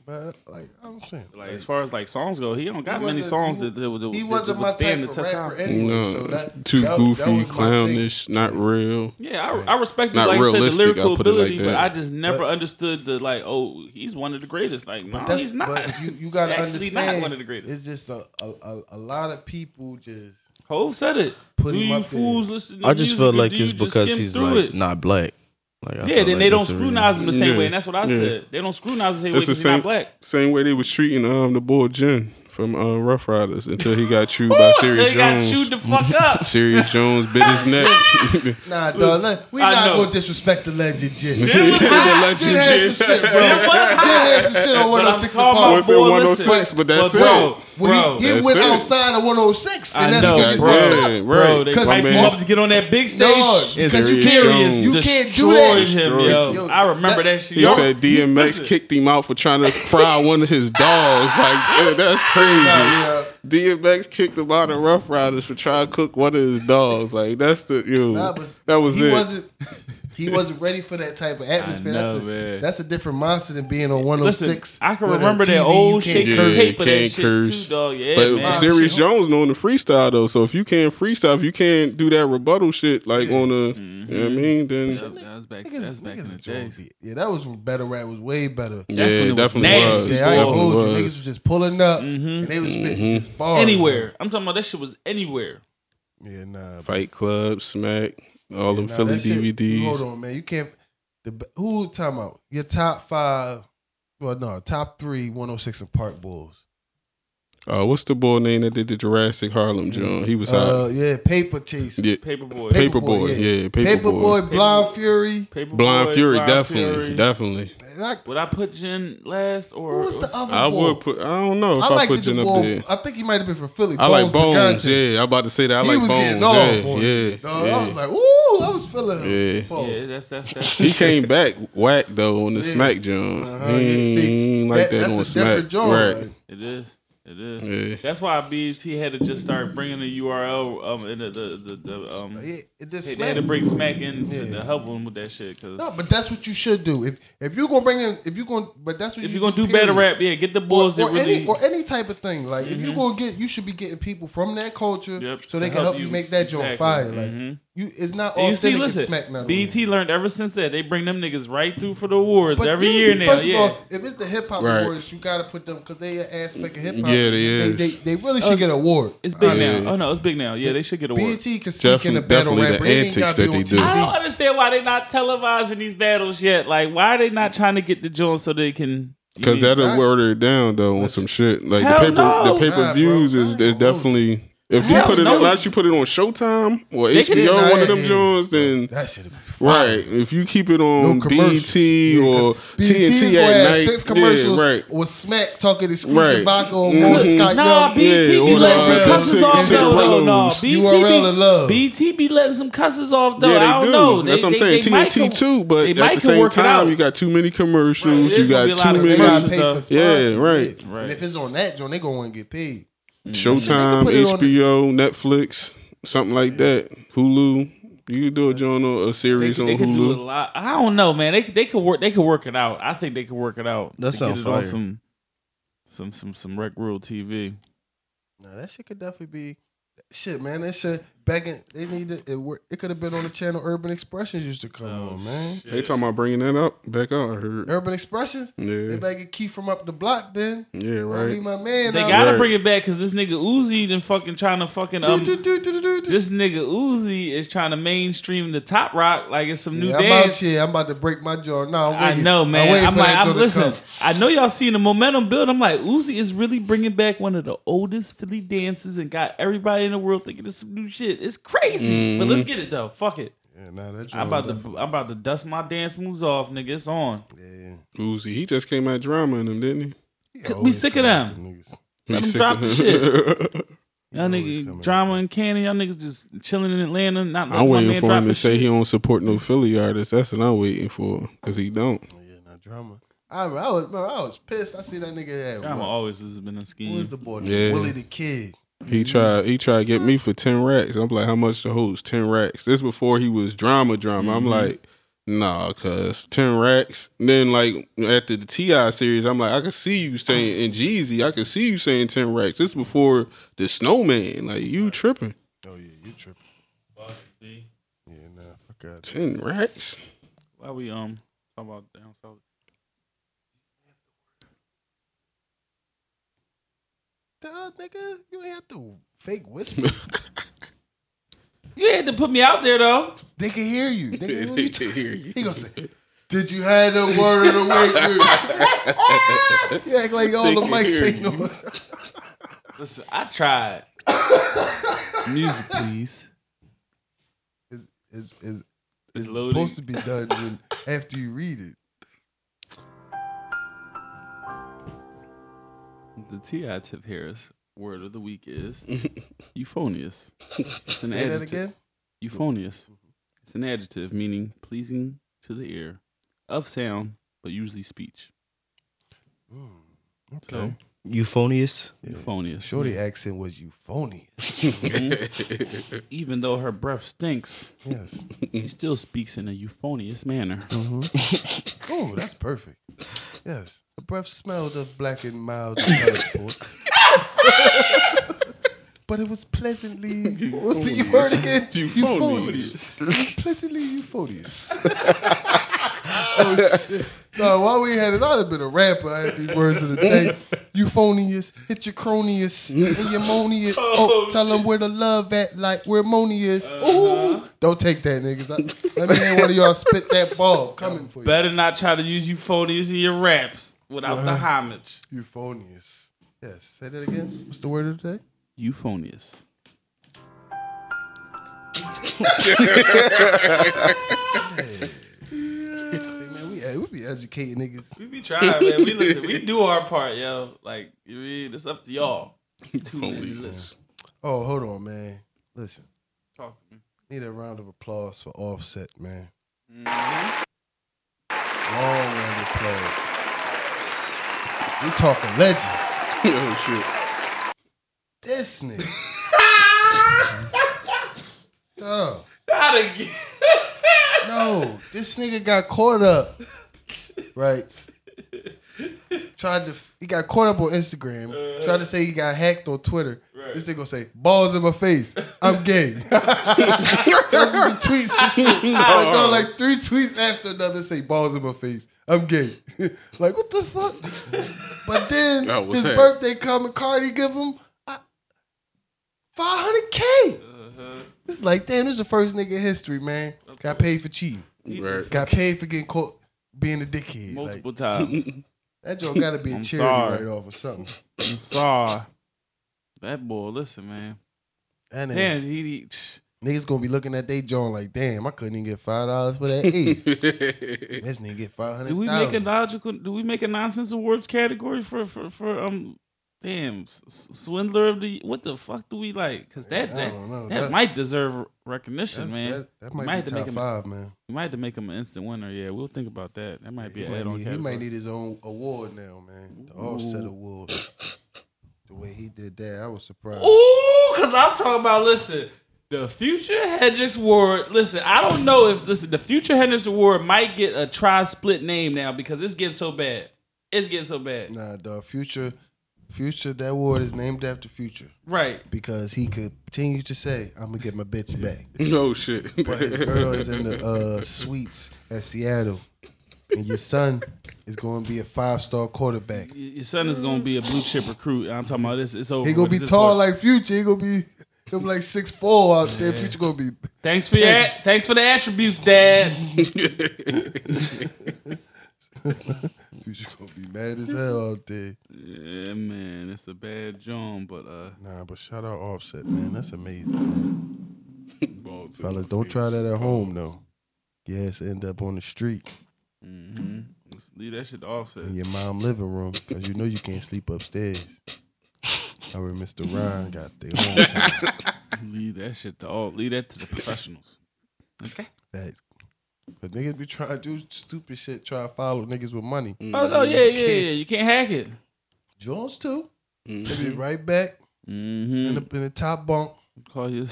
S2: but like I'm saying,
S1: that. Like as far as like songs go, he don't got
S2: he
S1: many
S2: wasn't-
S1: songs
S2: he-
S1: that that would that
S2: he
S1: would
S2: wasn't my
S1: withstand the
S2: type of
S1: test
S2: rapper
S1: out.
S2: anyway.
S3: No,
S2: so that,
S3: too
S2: that- that
S3: goofy,
S2: was my thing.
S3: clownish, not real.
S1: Yeah, I, I respected
S3: Not
S1: like you said the
S3: realistic,
S1: lyrical
S3: I'll put it like
S1: ability, but
S3: that.
S1: I just never
S2: But-
S1: understood the like. Oh, he's one of the greatest. Like, no,
S2: That's-
S1: he's not.
S2: But you, you gotta
S1: he's actually
S2: understand,
S1: not one of the greatest.
S2: It's just a, a, a, a lot of people just
S1: Hove said it.
S2: Put
S1: do
S2: him
S1: you
S2: up there.
S1: fools listen? To
S4: I just
S1: music
S4: feel
S1: or
S4: like
S1: do you
S4: it's
S1: just
S4: because
S1: skim
S4: he's
S1: through
S4: like
S1: it?
S4: not black. Like, I feel
S1: Yeah, then
S4: like
S1: they don't
S4: that's the reason.
S1: scrutinize him the same
S3: Yeah.
S1: way, and that's what I
S3: Yeah.
S1: said. They don't scrutinize him the same way
S3: It's the
S1: because he's not
S3: same
S1: black.
S3: same way they was treating um the boy Jen from uh, Rough Riders until he got chewed by
S1: Until
S3: Serious
S1: he got
S3: Jones.
S1: chewed the fuck up.
S3: Serious Jones bit his neck.
S2: nah, dog. let- We
S1: I
S2: not
S1: know.
S2: gonna disrespect the legend, Jim.
S1: Jim was hot.
S2: Jim had some shit, bro.
S1: Jim
S2: Jim
S1: was hot.
S2: had some shit on
S1: But I'm
S2: 106
S1: talking about
S2: apart.
S3: What's in
S1: boy,
S3: 106?
S1: listen.
S3: But that's
S1: bro,
S3: it.
S1: Bro,
S2: he, he
S3: That's
S2: went
S3: it.
S2: outside of 106, and
S1: I
S2: that's
S1: know,
S2: what you
S1: bro.
S2: brought up.
S1: bro,
S3: Right,
S1: they
S2: Cause
S1: hyped
S2: like
S1: him up
S2: most-
S1: to get on that big stage.
S2: No,
S1: and
S2: because
S3: you
S1: Serious
S3: can't-
S1: Jones
S2: you can't do that.
S1: destroyed him,
S3: Destroyed
S1: yo.
S2: him.
S1: I remember that,
S2: That-
S1: shit.
S3: He
S1: yo.
S3: said DMX
S1: listen.
S3: kicked him out for trying to fry one of his dogs. Like yeah, that's
S2: Yeah.
S3: crazy. DMX kicked him out of Rough Riders for trying to cook one of his dogs. Like that's the you.
S2: Nah, but
S3: that was
S2: he
S3: it.
S2: wasn't he wasn't ready for that type of atmosphere.
S1: know,
S2: that's, a,
S1: man.
S2: that's a different monster than being on 106.
S1: Listen, I can
S2: with a
S1: remember
S2: TV
S1: that
S2: you
S1: old
S2: can't
S1: shit
S3: Yeah,
S2: curse.
S1: tape of that
S3: can't
S1: shit
S3: curse.
S1: too, dog. Yeah,
S3: But
S1: man.
S3: Serious
S2: Shit.
S3: Jones knowing the freestyle though, so if you can't freestyle, if you can't do that rebuttal shit like on a, you
S1: Mm-hmm.
S3: know what I mean, then
S1: That was back.
S2: Niggas-
S1: That's back in
S2: niggas
S1: the
S2: is drunk.
S1: days.
S2: Yeah, that was better rap. Was way better.
S3: yeah,
S1: That's when it was
S3: definitely
S1: nasty,
S3: was.
S1: boy.
S2: Yeah, I ain't gonna
S3: Definitely
S2: hold you. Niggas
S3: was. Mm-hmm.
S2: was just pulling up, and they was spitting just bars.
S1: Anywhere. I'm talking about that shit was anywhere.
S2: Yeah, nah. but-
S3: Fight Club, Smack, all them
S2: uh, nah,
S3: Philly
S2: that shit-
S3: DVDs.
S2: hold on, man. You can't. The, b- who talking about your top five? Well, no, top three 106 and Park Bulls.
S3: Uh, what's the boy name that did the Jurassic Harlem John? He was hot.
S2: Uh, yeah, Paper Chase.
S3: yeah.
S1: Paperboy.
S3: Paperboy, yeah, Paperboy.
S2: Paperboy, Blind Fury.
S1: Paperboy.
S3: Blind Fury,
S1: Blind
S3: definitely,
S1: Fury.
S3: definitely.
S2: And I,
S1: Would I put Jen last or
S2: who was the other
S3: I
S2: boy?
S3: would put. I don't know if
S2: I
S3: I,
S2: like
S3: put
S2: the
S3: Jen up
S2: boy.
S3: there.
S2: I think he might have been from Philly.
S3: I like Bones.
S2: Brigante.
S3: Yeah, I'm about to say that. I
S2: he
S3: like
S2: was
S3: Bones.
S2: getting off. on
S3: yeah,
S2: this, dog.
S3: yeah,
S2: I was like, ooh, I was feeling.
S3: Yeah.
S2: him. Paul.
S1: Yeah, that's that's that's.
S3: he came back whack though on the
S2: Yeah.
S3: Smack John.
S2: Uh-huh,
S3: He
S2: yeah, see,
S3: ain't like
S2: That-
S3: that,
S2: that's
S3: on
S2: a
S3: Smack.
S2: different genre.
S3: Right.
S1: It is. It is.
S3: Yeah.
S1: That's why BET had to just start bringing the URL um in the the, the, the um
S2: Yeah, it
S1: they,
S2: just
S1: they had to
S2: smack.
S1: bring Smack in to,
S2: Yeah.
S1: to help them with that shit because
S2: No, but that's what you should do. If if you're gonna bring in, if you're gonna, but that's what
S1: if
S2: you
S1: you're gonna do
S2: period.
S1: battle rap, yeah, get the
S2: Or,
S1: boys
S2: or
S1: that really Mm-hmm.
S2: any or any type of thing, like if you're gonna get, you should be getting people from that culture,
S1: Yep,
S2: so
S1: to
S2: they can help,
S1: help
S2: you
S1: you.
S2: make that joint
S1: Exactly.
S2: fire. Like
S1: Mhm.
S2: you, it's not
S1: And
S2: all
S1: you see,
S2: smack metal.
S1: listen, E BT learned ever since that they bring them niggas right through for the awards
S2: But
S1: every
S2: then,
S1: year now.
S2: First
S1: yeah,
S2: of all, if it's the hip hop
S3: Right.
S2: awards, you gotta put them because they an aspect of hip hop.
S3: Yeah, they
S2: they,
S3: is.
S2: they they really should get an award.
S1: Uh,
S2: Uh,
S1: it's big
S2: honestly.
S1: now. Oh no, it's big now. Yeah, they should get awards.
S2: BT can speak in
S3: Definitely-
S2: a battle
S3: definitely the
S2: rapper. It ain't
S3: antics
S2: gotta be on
S3: that they do.
S2: TV.
S1: I don't understand why they're not televising these battles yet. Like, why are they not trying to get the joints so they can? you
S3: Because
S1: mean-
S3: that'll
S2: Right.
S3: order it down though on some shit. Like
S1: Hell
S3: the paper,
S1: no.
S3: the pay per views
S2: Nah, bro.
S3: is, is definitely. If you
S1: Hell
S3: put it,
S1: no.
S3: unless you put it on Showtime or
S1: They can-
S3: HBO,
S2: Yeah, nah,
S3: one of
S2: yeah,
S3: them
S2: yeah.
S3: Jones, then
S2: That should have been
S3: right. If you keep it on
S2: No commercial.
S3: BET
S2: Yeah, 'cause
S3: or
S2: BET
S3: TNT
S2: is gonna
S3: at
S2: have
S3: night,
S2: six commercials
S3: yeah, right.
S2: with Smack talking exclusive
S3: Right.
S2: vodka on
S3: Mhm.
S2: Golden Scott
S1: Nah,
S2: Young.
S1: BT
S3: Yeah,
S1: be letting
S3: or the-
S1: some cusses
S3: the
S1: off though. No, no,
S3: Cinderellas,
S1: BT
S2: URL
S1: be,
S2: and love.
S1: BT be letting some cusses off though.
S3: yeah, they
S1: I don't
S3: do.
S1: know.
S3: That's
S1: They-
S3: what I'm
S1: they-
S3: saying.
S1: they might
S3: TNT
S1: can-
S3: too,
S1: they
S3: but at
S1: might
S3: the
S1: can
S3: same
S1: work it out.
S3: time, you got too many commercials.
S1: Right,
S3: you
S1: there's gonna be a
S3: got
S1: lot
S3: too
S1: of
S2: They
S3: many.
S2: gotta
S1: commercials.
S2: pay for
S1: Yeah,
S2: sponsors.
S3: Mm-hmm. right.
S2: yeah. And if it's on that joint, they gonna get paid.
S3: Showtime,
S2: put it on-
S3: HBO, Netflix, something like that. Hulu. You can do a joint on a
S1: They,
S3: series
S1: they
S3: on
S1: can do a
S3: Hulu.
S1: lot. I don't know, man. They could- they could work. They could work it out. I think they could work it out.
S4: That
S1: to
S4: sounds
S1: get it on
S4: fire.
S1: some some some some rec rule TV.
S2: Nah, that shit could definitely be shit, man. That shit back in they need to, it. wor- It could have been on the channel Urban Expressions used to come
S1: Oh,
S2: on, man.
S3: They talking about bringing that up back out. I heard.
S2: Urban Expressions. They
S3: Yeah,
S2: better get Keith from up the block then.
S3: yeah,
S2: Don't leave
S3: right.
S2: my man.
S1: They
S2: out.
S1: gotta
S3: Right.
S1: bring it back because this nigga Uzi then fucking trying to fucking um.
S2: Do, do, do, do, do, do.
S1: This nigga Uzi is trying to mainstream the top rock like it's some new
S2: Yeah, I'm out
S1: dance.
S2: here. I'm about to break my jaw. No, I'm
S1: I
S2: waiting.
S1: know,
S2: I'm
S1: man.
S2: waiting
S1: I'm
S2: for
S1: like,
S2: that
S1: I'm
S2: joint to
S1: listen.
S2: come.
S1: I know y'all seeing the momentum build. I'm like, Uzi is really bringing back one of the oldest Philly dances and got everybody in the world thinking it's some new shit. It's crazy, but
S2: Mm-hmm.
S1: let's get it though. Fuck it.
S2: Yeah, nah, that
S1: I'm about to I'm about to dust my dance moves off, nigga. It's on.
S2: Yeah.
S3: Uzi, he just came out drama in him, didn't
S1: we always sick of come them.
S3: he?
S1: Let him
S3: He sick
S1: drop
S3: of-
S1: the shit. Y'all
S2: always coming
S1: nigga
S2: up
S1: drama in Canada. Y'all niggas just chilling in Atlanta. Not letting
S3: I'm
S1: my
S3: waiting
S1: man
S3: for
S1: drop
S3: him to
S1: his
S3: say
S1: shit.
S3: he don't support no Philly artists. That's what I'm waiting for because he don't.
S2: Yeah, nah, drama. I, remember, I was, remember, I was pissed. I see that nigga had.
S1: Drama
S2: Drama.
S1: always has been a
S2: Who
S1: scheme.
S2: is the boy?
S3: Yeah.
S2: Willie the Kid.
S3: He tried. He tried to get me for ten racks. I'm like, how much the host? Ten racks. This before he was drama drama.
S1: Mm-hmm.
S3: I'm like, nah, cuz ten racks. Then like after the Ti series, I'm like, I could see you saying in Jeezy. I could see you saying ten racks. This before the Snowman. Like you tripping.
S2: Oh yeah, you tripping? Yeah, nah, fuck out.
S3: Ten racks.
S1: Why we um talking about down south?
S2: Duh, nigga, you ain't have to fake whisper.
S1: You had to put me out there though.
S2: they can hear you. Nigga, what
S3: They
S2: you
S3: can hear you.
S2: He gonna say, "Did you have the word of the week?" dude?" you act like all
S3: They
S2: the
S3: can
S2: mics
S3: hear
S2: ain't
S3: you.
S2: no.
S1: Listen, I tried. Music, please.
S2: It's, it's,
S1: It's
S2: it's
S1: loading.
S2: supposed to be done when, after you read it.
S1: The Ti Tip Harris word of the week is euphonious. It's an
S2: Say
S1: adjective.
S2: that again. Mm-hmm.
S1: Euphonious. It's an adjective meaning pleasing to the ear, of sound, but usually speech.
S2: Mm, Okay.
S1: So
S4: Euphonious.
S1: euphonious.
S2: Shorty accent was euphonious.
S1: Even though her breath stinks,
S2: Yes.
S1: she still speaks in a euphonious manner.
S2: Oh, that's perfect. Yes. The breath smelled of black and mild transport. but it was pleasantly. What's the
S3: Euphonious.
S2: you word again?
S3: Euphonious.
S2: Euphonious. It was pleasantly euphonious. oh shit! No, while we had it, I'd have been a rapper. I had these words of the day: euphonious, hit your cronius, and your monius. Oh, Uh-huh. tell them where the love at, like where money is. Ooh, don't take that, niggas. I, let me hear one of y'all spit that ball coming for you.
S5: Better not try to use euphonious in your raps without the
S2: Uh-huh.
S5: homage.
S2: Euphonious. Yes. Say that again. What's the word of the day?
S1: Euphonious.
S2: Say, man, we, eh, we be educating niggas.
S5: We be trying, man. We listen. We do our part, yo. Like you read, it's up to y'all. Two minutes. Listen,
S2: Oh, hold on, man. Listen,
S5: talk to me.
S2: need a round of applause for Offset, man. Long round of applause. We talking legends.
S3: oh
S2: This nigga. Duh.
S5: Not again.
S2: No, this nigga got caught up. Right. Tried to he got caught up on Instagram. tried to say he got hacked on Twitter. This nigga gonna say, balls in my face. I'm gay. That's what he tweets and shit. Like, no, like three tweets after another say balls in my face. I'm gay. like what the fuck? But then
S3: That was
S2: his
S3: it.
S2: birthday come and Cardi give him uh, five hundred K.
S5: Uh-huh.
S2: It's like, damn, this is the first nigga in history, man. Got paid for cheating.
S3: shit! Right.
S2: Got paid for getting caught being a dickhead. Like,
S1: Multiple times.
S2: that joke gotta be a
S1: I'm
S2: charity
S1: sorry.
S2: right off or something.
S1: I'm sorry. That boy, listen, man.
S2: And then
S1: Damn, he, he tch,
S2: niggas gonna be looking at they John like, damn, I couldn't even get five dollars for that eight. this nigga get five hundred.
S1: do we make a logical? Do we make a nonsense awards category for for for um? Damn, s- s- swindler of the what the fuck do we like? Cause that
S2: I
S1: that,
S2: don't know.
S1: that,
S2: That-
S1: might deserve recognition, man.
S2: That's- That, that might,
S1: might have
S2: be
S1: to
S2: top
S1: make him-
S2: five, man.
S1: we might have to make him an instant winner. Yeah, we'll think about that. That might be
S2: He
S1: an
S2: might,
S1: add-on
S2: need, he
S1: category.
S2: might need his own award now, man. The offset award. The way he did that, I was surprised.
S5: Ooh, cause I'm talking about listen. The future Hendrix Award. Listen, I don't know if listen. The future Hendrix Award might get a tri split name now because it's getting so bad. It's getting so bad.
S2: Nah, dog. Future, future. That award is named after Future.
S5: Right.
S2: because he could continue to say, "I'm gonna get my bitch back."
S3: no shit.
S2: But his girl is in the uh, suites at Seattle, and your son is going to be a five star quarterback.
S1: Y- Your son is gonna be a blue chip recruit. I'm talking about this. It's over.
S2: He gonna
S1: with
S2: be
S1: at this
S2: tall
S1: point.
S2: like Future. He gonna be he'll be like six four out there. Future gonna be
S1: Thanks for your
S5: Yeah. Thanks for the attributes, Dad.
S2: Future gonna be mad as hell out there.
S1: Yeah, man, it's a bad John, but uh,
S2: Nah, but shout out Offset, man. That's amazing, man.
S3: Balls in
S2: fellas.
S3: my
S2: Don't
S3: face.
S2: try that at home though. Yes, end up on the street
S1: mhm. Let's leave that shit to offset.
S2: in your mom living room because you know you can't sleep upstairs. Our Mr. Ryan got their home time.
S1: Leave that shit to all. Leave that to the professionals. Okay.
S2: That But niggas be trying to do stupid shit, try to follow niggas with money.
S1: Oh no, yeah, yeah, yeah. You can't hack it.
S2: Jones too.
S1: Mm.
S2: They be right back in,
S1: Mm-hmm.
S2: the, in the top bunk.
S1: Call you.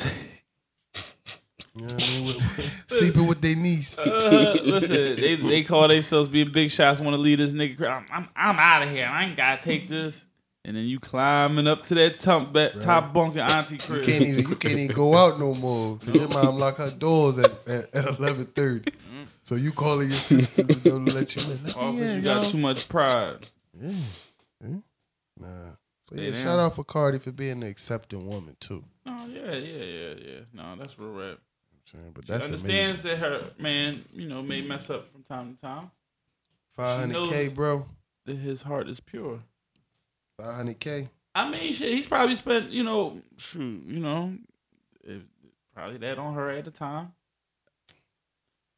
S2: You know what I mean? With- with- sleeping with their niece.
S5: Uh, listen, they, they call themselves being big shots. Want to lead this nigga? cra- I'm I'm, I'm out of here. I ain't gotta take this.
S1: And then you climbing up to that top back, top bunk and auntie crib.
S2: Can't even you can't even go out no more. 'cause Your mom lock her doors at, at, at eleven thirty. So you calling your sisters and don't let you in. Let
S1: Oh, 'cause
S2: me
S1: you
S2: in,
S1: got
S2: y'all.
S1: too much pride.
S2: Yeah. Yeah. Nah. But
S1: Stay
S2: yeah,
S1: down.
S2: shout out for Cardi for being an accepting woman too.
S1: Oh yeah, yeah, yeah, yeah. No, that's real rap.
S2: You know what I'm saying? But
S1: She
S2: that's
S1: understands
S2: amazing.
S1: that her man, you know, may mess up from time to time.
S2: Five hundred K,
S1: knows-
S2: bro.
S1: That his heart is pure.
S2: Five hundred K.
S1: I mean, shit, he's probably spent, you know, shoot, you know, if, probably that on her at the time.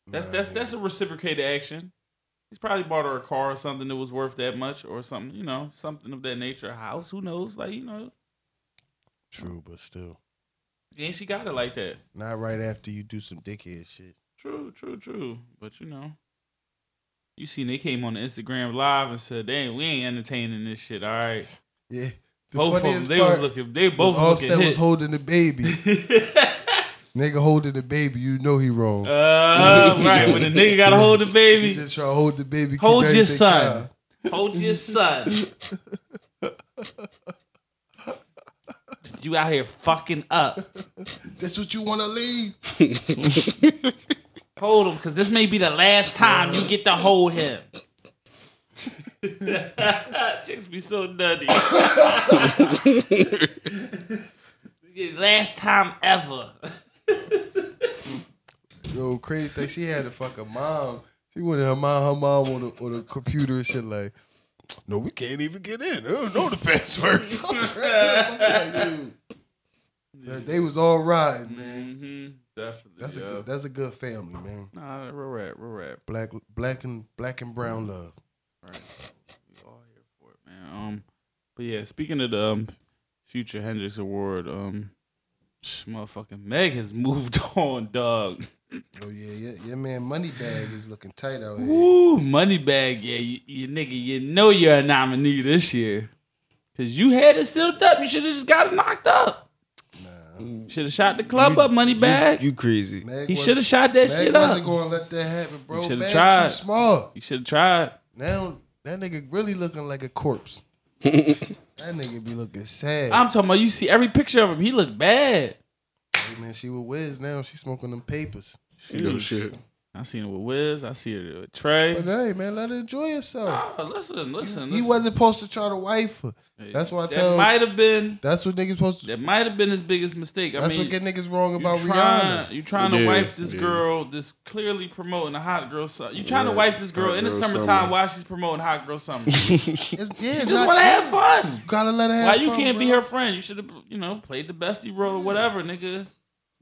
S1: That's that's that's a reciprocated action. He's probably bought her a car or something that was worth that much or something, you know, something of that nature. A house, who knows? Like, you know,
S2: True, but still.
S1: and she got it like that.
S2: Not right after you do some dickhead shit.
S1: True, true, true. But you know, you seen they came on the Instagram live and said, "Damn, we ain't entertaining this shit." All right,
S2: Yeah. The
S1: both of them
S2: funniest
S1: they
S2: part
S1: was looking, they both was
S2: Offset
S1: looking
S2: was
S1: hit.
S2: holding the baby. nigga holding the baby, you know he wrong.
S1: Uh, right when the nigga got to hold the
S2: he
S1: baby,
S2: just try to hold the baby. keep
S5: Hold your
S2: everything
S5: son.
S2: calm.
S5: Hold your son. If you out here fucking up,
S2: That's what you want to leave.
S5: hold him because this may be the last time you get to hold him. Chicks be so nutty. last time ever.
S2: Yo, crazy thing. She had a fucking mom. She wanted her mom, her mom on the on the computer and shit like, no, we can't even get in. Uh, I don't know the passwords. they was all right, man.
S1: Mm-hmm. Definitely.
S2: That's
S1: yeah.
S2: a good, that's a good family, man.
S1: Nah, real rap, real rap.
S2: Black black and black and brown love.
S1: We all here for it, man. Um, but yeah, speaking of the um, future Hendrix Award, um, sh- motherfucking Meg has moved on, dog.
S2: Oh yeah, yeah, yeah, man. Money bag is looking tight out here.
S1: Ooh, Moneybag, yeah, you, you nigga, you know you're a nominee this year. Cause you had it sealed up. You should have just got it knocked up.
S2: Nah,
S1: Should have shot the club up, Moneybag. You,
S4: You crazy.
S2: Meg
S1: he
S2: wasn't-
S1: should have shot that
S2: Meg
S1: shit
S2: wasn't
S1: up.
S2: gonna let that happen, bro.
S1: You should've
S2: Meg
S1: tried.
S2: too small.
S1: you should have tried.
S2: Now that nigga really looking like a corpse. that nigga be looking sad.
S1: I'm talking about you see every picture of him. He looked bad.
S2: Hey, man, she with Wiz now. She smoking them papers.
S3: No
S1: Shoot.
S3: shit.
S1: I seen it with Wiz. I see it with Trey.
S2: But hey, man, let her enjoy herself.
S1: Ah, listen, listen.
S2: He
S1: listen.
S2: wasn't supposed to try to wife her. That's why I
S1: That
S2: tell.
S1: might have been.
S2: that's what niggas supposed to.
S1: That might have been his biggest mistake. I
S2: That's
S1: mean,
S2: what get niggas wrong
S1: you
S2: about
S1: trying,
S2: Rihanna.
S1: You trying to
S3: Yeah,
S1: wife this
S3: yeah.
S1: girl that's clearly promoting a hot girl summer. You trying to
S3: Yeah,
S1: wife this girl
S3: hot
S1: in the
S3: girl
S1: summertime
S3: summer.
S1: while she's promoting hot girl summer. you
S2: It's, yeah,
S1: just want to have fun.
S2: Gotta let her have
S1: Why you
S2: fun,
S1: can't be
S2: bro. Mm.
S1: her friend? You should have, you know, played the bestie role, whatever, nigga.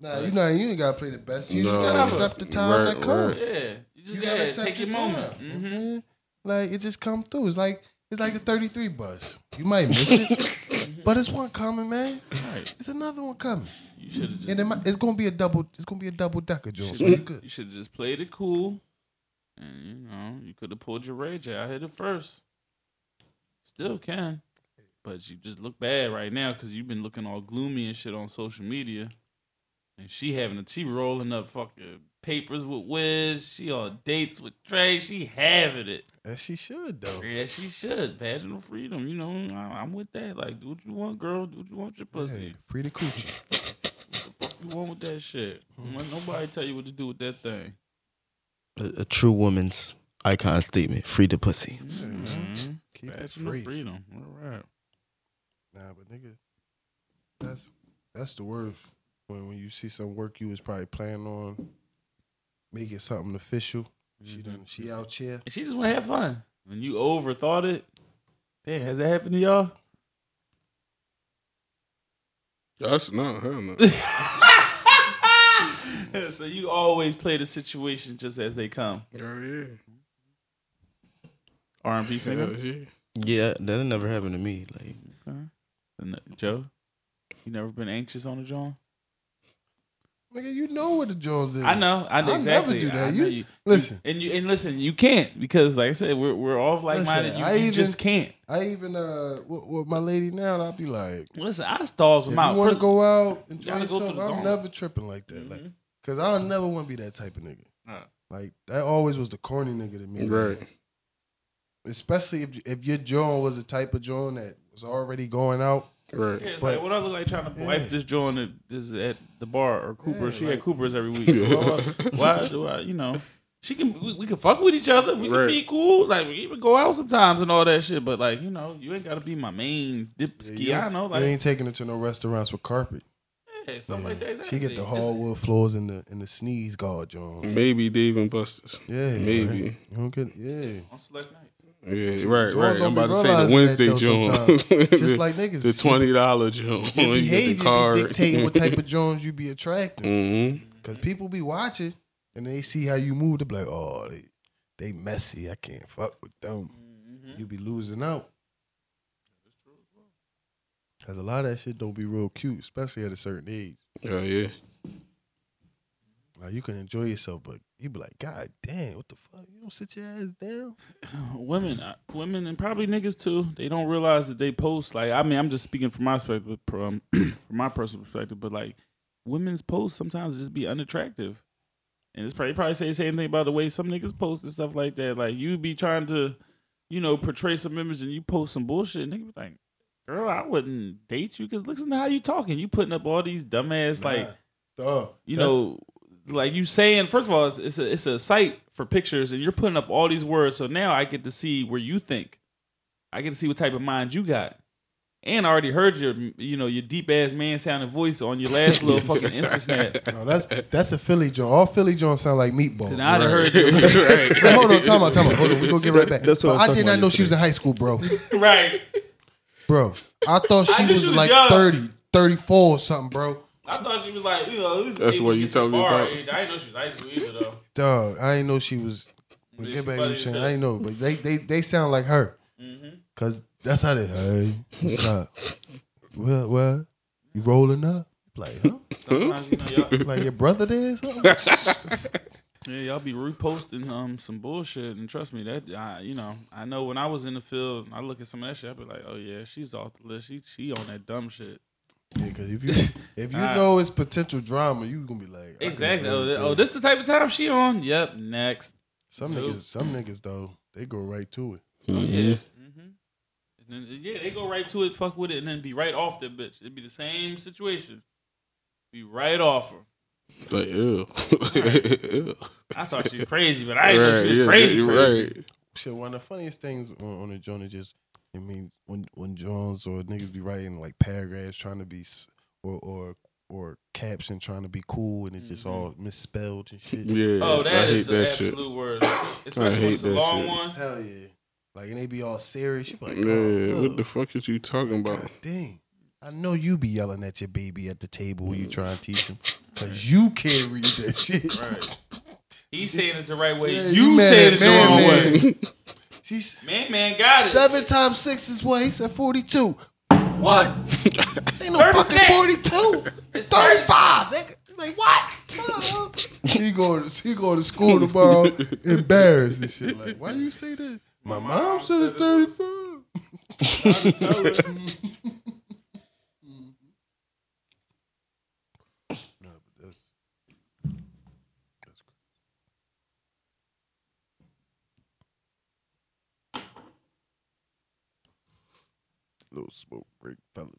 S2: Nah, you know you ain't gotta play the best. You just
S3: No.
S2: gotta accept the time
S3: Right,
S2: that comes.
S3: right.
S1: Yeah, you just
S2: You
S1: gotta
S2: gotta accept
S1: take your
S2: your
S1: moment.
S2: time.
S1: Mhm.
S2: Yeah. Like it just come through. It's like it's like the 33 bus. You might miss
S1: Mm-hmm.
S2: it, but it's one coming, man.
S1: Right.
S2: It's another one coming,
S1: You should have just,
S2: and it might, it's gonna be a double. It's gonna be a double decker, Jones. So you
S1: you
S2: good.
S1: should have just played it cool, and you know, you could have pulled your rage out. Hit it first. Still can, but you just look bad right now because you've been looking all gloomy and shit on social media, and she having a she rolling up fucking papers with Wiz. She on dates with Trey. She having it.
S2: As she should though.
S1: Yeah, she should. Passion of freedom. You know, I, I'm with that. Like, do what you want, girl. Do what you want with your
S2: Hey,
S1: pussy.
S2: free the coochie.
S1: What you want with that shit? Don't let nobody tell you what to do with that thing.
S4: A, a true woman's icon statement. Free the pussy.
S1: Mhm.
S2: Keep it
S1: Passion
S2: free.
S1: of freedom. All right.
S2: Nah, but nigga, that's that's the worst. When when you see some work you was probably planning on making something official. She
S1: Mm-hmm.
S2: done. She out here.
S1: And she just want to have fun. When you overthought it, damn, has that happened to y'all?
S3: That's not hell no.
S1: so you always play the situation just as they come.
S3: Hell yeah.
S1: R&B singer.
S3: Hell yeah.
S4: Yeah, that never happened to me. Like
S1: And, uh, Joe, you never been anxious on a John?
S2: Nigga, you know what the Jones is.
S1: I know. I know
S2: I
S1: exactly.
S2: never do that.
S1: I
S2: you,
S1: know you-
S2: listen.
S1: And you and listen, you can't because, like I said, we're we're all like minded.
S2: Listen,
S1: You,
S2: I
S1: you
S2: even-
S1: just can't.
S2: I even uh with, with my lady now, I'll be like,
S1: Listen, I stalls
S2: if you
S1: them out.
S2: want to
S1: First-
S2: go out, enjoy
S1: gotta go
S2: yourself.
S1: through the
S2: I'm
S1: gauntlet.
S2: never tripping like that, like, cause I don't never want to be that type of nigga.
S1: Nah.
S2: Like that always was the corny nigga to me.
S3: Right.
S2: Especially if if your John was the type of John that was already going out.
S3: Right.
S1: Yeah, it's
S2: but-
S1: like what I look like trying to
S2: Yeah.
S1: wife just joined at this at the bar or Cooper.
S2: Yeah,
S1: she
S2: like-
S1: had Coopers every week. So why, why do I? You know, she can. We, we can fuck with each other. We can
S3: Right.
S1: be cool. Like we even go out sometimes and all that shit. But like you know, you ain't gotta be my main dip
S2: you ain't-
S1: Schiano.
S2: you
S1: Like
S2: ain't taking her to no restaurants with carpet.
S1: yeah, something like
S2: Yeah.
S1: that.
S2: She get the
S1: It's-
S2: hardwood floors and the and the sneeze guard, John.
S3: Maybe Dave and Buster's.
S2: Yeah,
S3: Maybe.
S2: right? You don't get yeah.
S1: on select night.
S3: Yeah, right,
S2: Jones
S3: right.
S2: don't
S3: I'm
S2: be
S3: about to say the
S2: realizing
S3: Wednesday
S2: that though
S3: Jones.
S2: sometimes. Just like niggas.
S3: The twenty dollar Jones.
S2: Your
S3: You get the
S2: behavior
S3: card.
S2: be dictating what type of Jones you be attracting.
S3: hmm
S2: Cause people be watching and they see how you move. They be like, oh, they, they messy. I can't fuck with them.
S1: Mm-hmm.
S2: You be losing out. Cause a lot of that shit don't be real cute, especially at a certain age.
S3: Hell yeah.
S2: Like you can enjoy yourself, but you be like, God damn, what the fuck? You don't sit your ass down.
S1: women, uh, women, and probably niggas too. They don't realize that they post. Like, I mean, I'm just speaking from my perspective, from, from my personal perspective. But like, women's posts sometimes just be unattractive, and it's probably probably say the same thing about the way some niggas post and stuff like that. Like, you be trying to, you know, portray some image and you post some bullshit, and they be like, girl, I wouldn't date you because listen to how you talking. You putting up all these dumbass like
S2: Duh.
S1: you
S2: That's-
S1: know, like you saying. First of all, it's, it's a it's a site for pictures, and you're putting up all these words. So now I get to see where you think. I get to see what type of mind you got. And I already heard your, you know, your deep ass man sounding voice on your last little fucking Insta snap.
S2: no, that's that's a Philly joint. All Philly joints sound like meatball.
S1: And I'd have heard your
S3: right.
S2: Wait, hold on, time out, time out. Hold on, we gonna get right back.
S4: That's what I
S2: But
S4: was
S2: I did
S4: talking
S2: not
S4: about
S2: know she was
S4: yesterday.
S2: in high school, bro.
S5: Right.
S2: Bro, I thought she
S5: I knew
S2: was,
S5: she was
S2: like
S5: young.
S2: 30, 34 or something, bro.
S5: I thought she was like, you know,
S3: That's what you told me
S5: bar
S3: about.
S5: Age. I didn't know she was high school either though.
S2: Dog, I ain't know she was. But
S5: Yeah,
S2: get
S5: she
S2: back, to what
S5: funny
S2: I'm
S5: as
S2: saying
S5: hell.
S2: I ain't know, but they they they sound like her. Cause that's how they. Hey, what's up? Well, well, you rolling up? Like, huh?
S5: Sometimes you know y'all,
S2: Like your brother there? Or something?
S1: Yeah, y'all be reposting um some bullshit, and trust me, that I, you know, I know when I was in the field, I look at some of that shit, I be like, oh yeah, she's off the list. She she on that dumb shit.
S2: yeah, cause if you if you know it's potential drama, you gonna be like I
S1: Exactly.
S2: can't
S1: Oh,
S2: do
S1: th-
S2: it.
S1: oh, this the type of time she on. Yep. Next.
S2: Some
S1: Nope.
S2: niggas, some niggas though, they go right to it.
S1: Oh
S3: Mm-hmm.
S1: yeah. hmm And then yeah, they go right to it, fuck with it, and then be right off that bitch. It'd be the same situation. Be right off her.
S3: Like, ew. Ew.
S1: I thought she was crazy, but I didn't know she was
S3: yeah,
S1: crazy.
S3: you're
S1: crazy.
S3: Right.
S2: Shit, one of the funniest things on, on a joint is just, I mean, when when Jones or niggas be writing like paragraphs trying to be s- or or or caption trying to be cool and it's just all misspelled and shit.
S3: Mm-hmm. Yeah.
S1: Oh,
S3: I
S1: that is
S3: hate
S1: the
S3: that shit.
S1: absolute worst. Especially when
S3: hate
S1: it's a
S3: that
S1: long
S3: shit.
S1: one.
S2: Hell yeah, like and they be all serious. You be like,
S3: Yeah,
S2: oh,
S3: what the fuck is you talking about?
S2: God dang. I know you be yelling at your baby at the table when you try and teach him, cause you can't read that shit.
S1: Right. He's saying it the right way.
S2: Yeah,
S1: you
S2: you mad
S1: saying
S2: at
S1: it the
S2: man,
S1: wrong
S2: man.
S1: way.
S2: She's
S1: Man, man, got it.
S2: seven times six is what he said. Forty-two. What? Ain't no fucking
S5: 36.
S2: forty-two. It's thirty-five. Nigga. He's like what? he going. He going to school tomorrow, embarrassed and shit. Like, why you say that? My mom said it's thirty-five. No, but that's that's cr- little smoke break, fellas.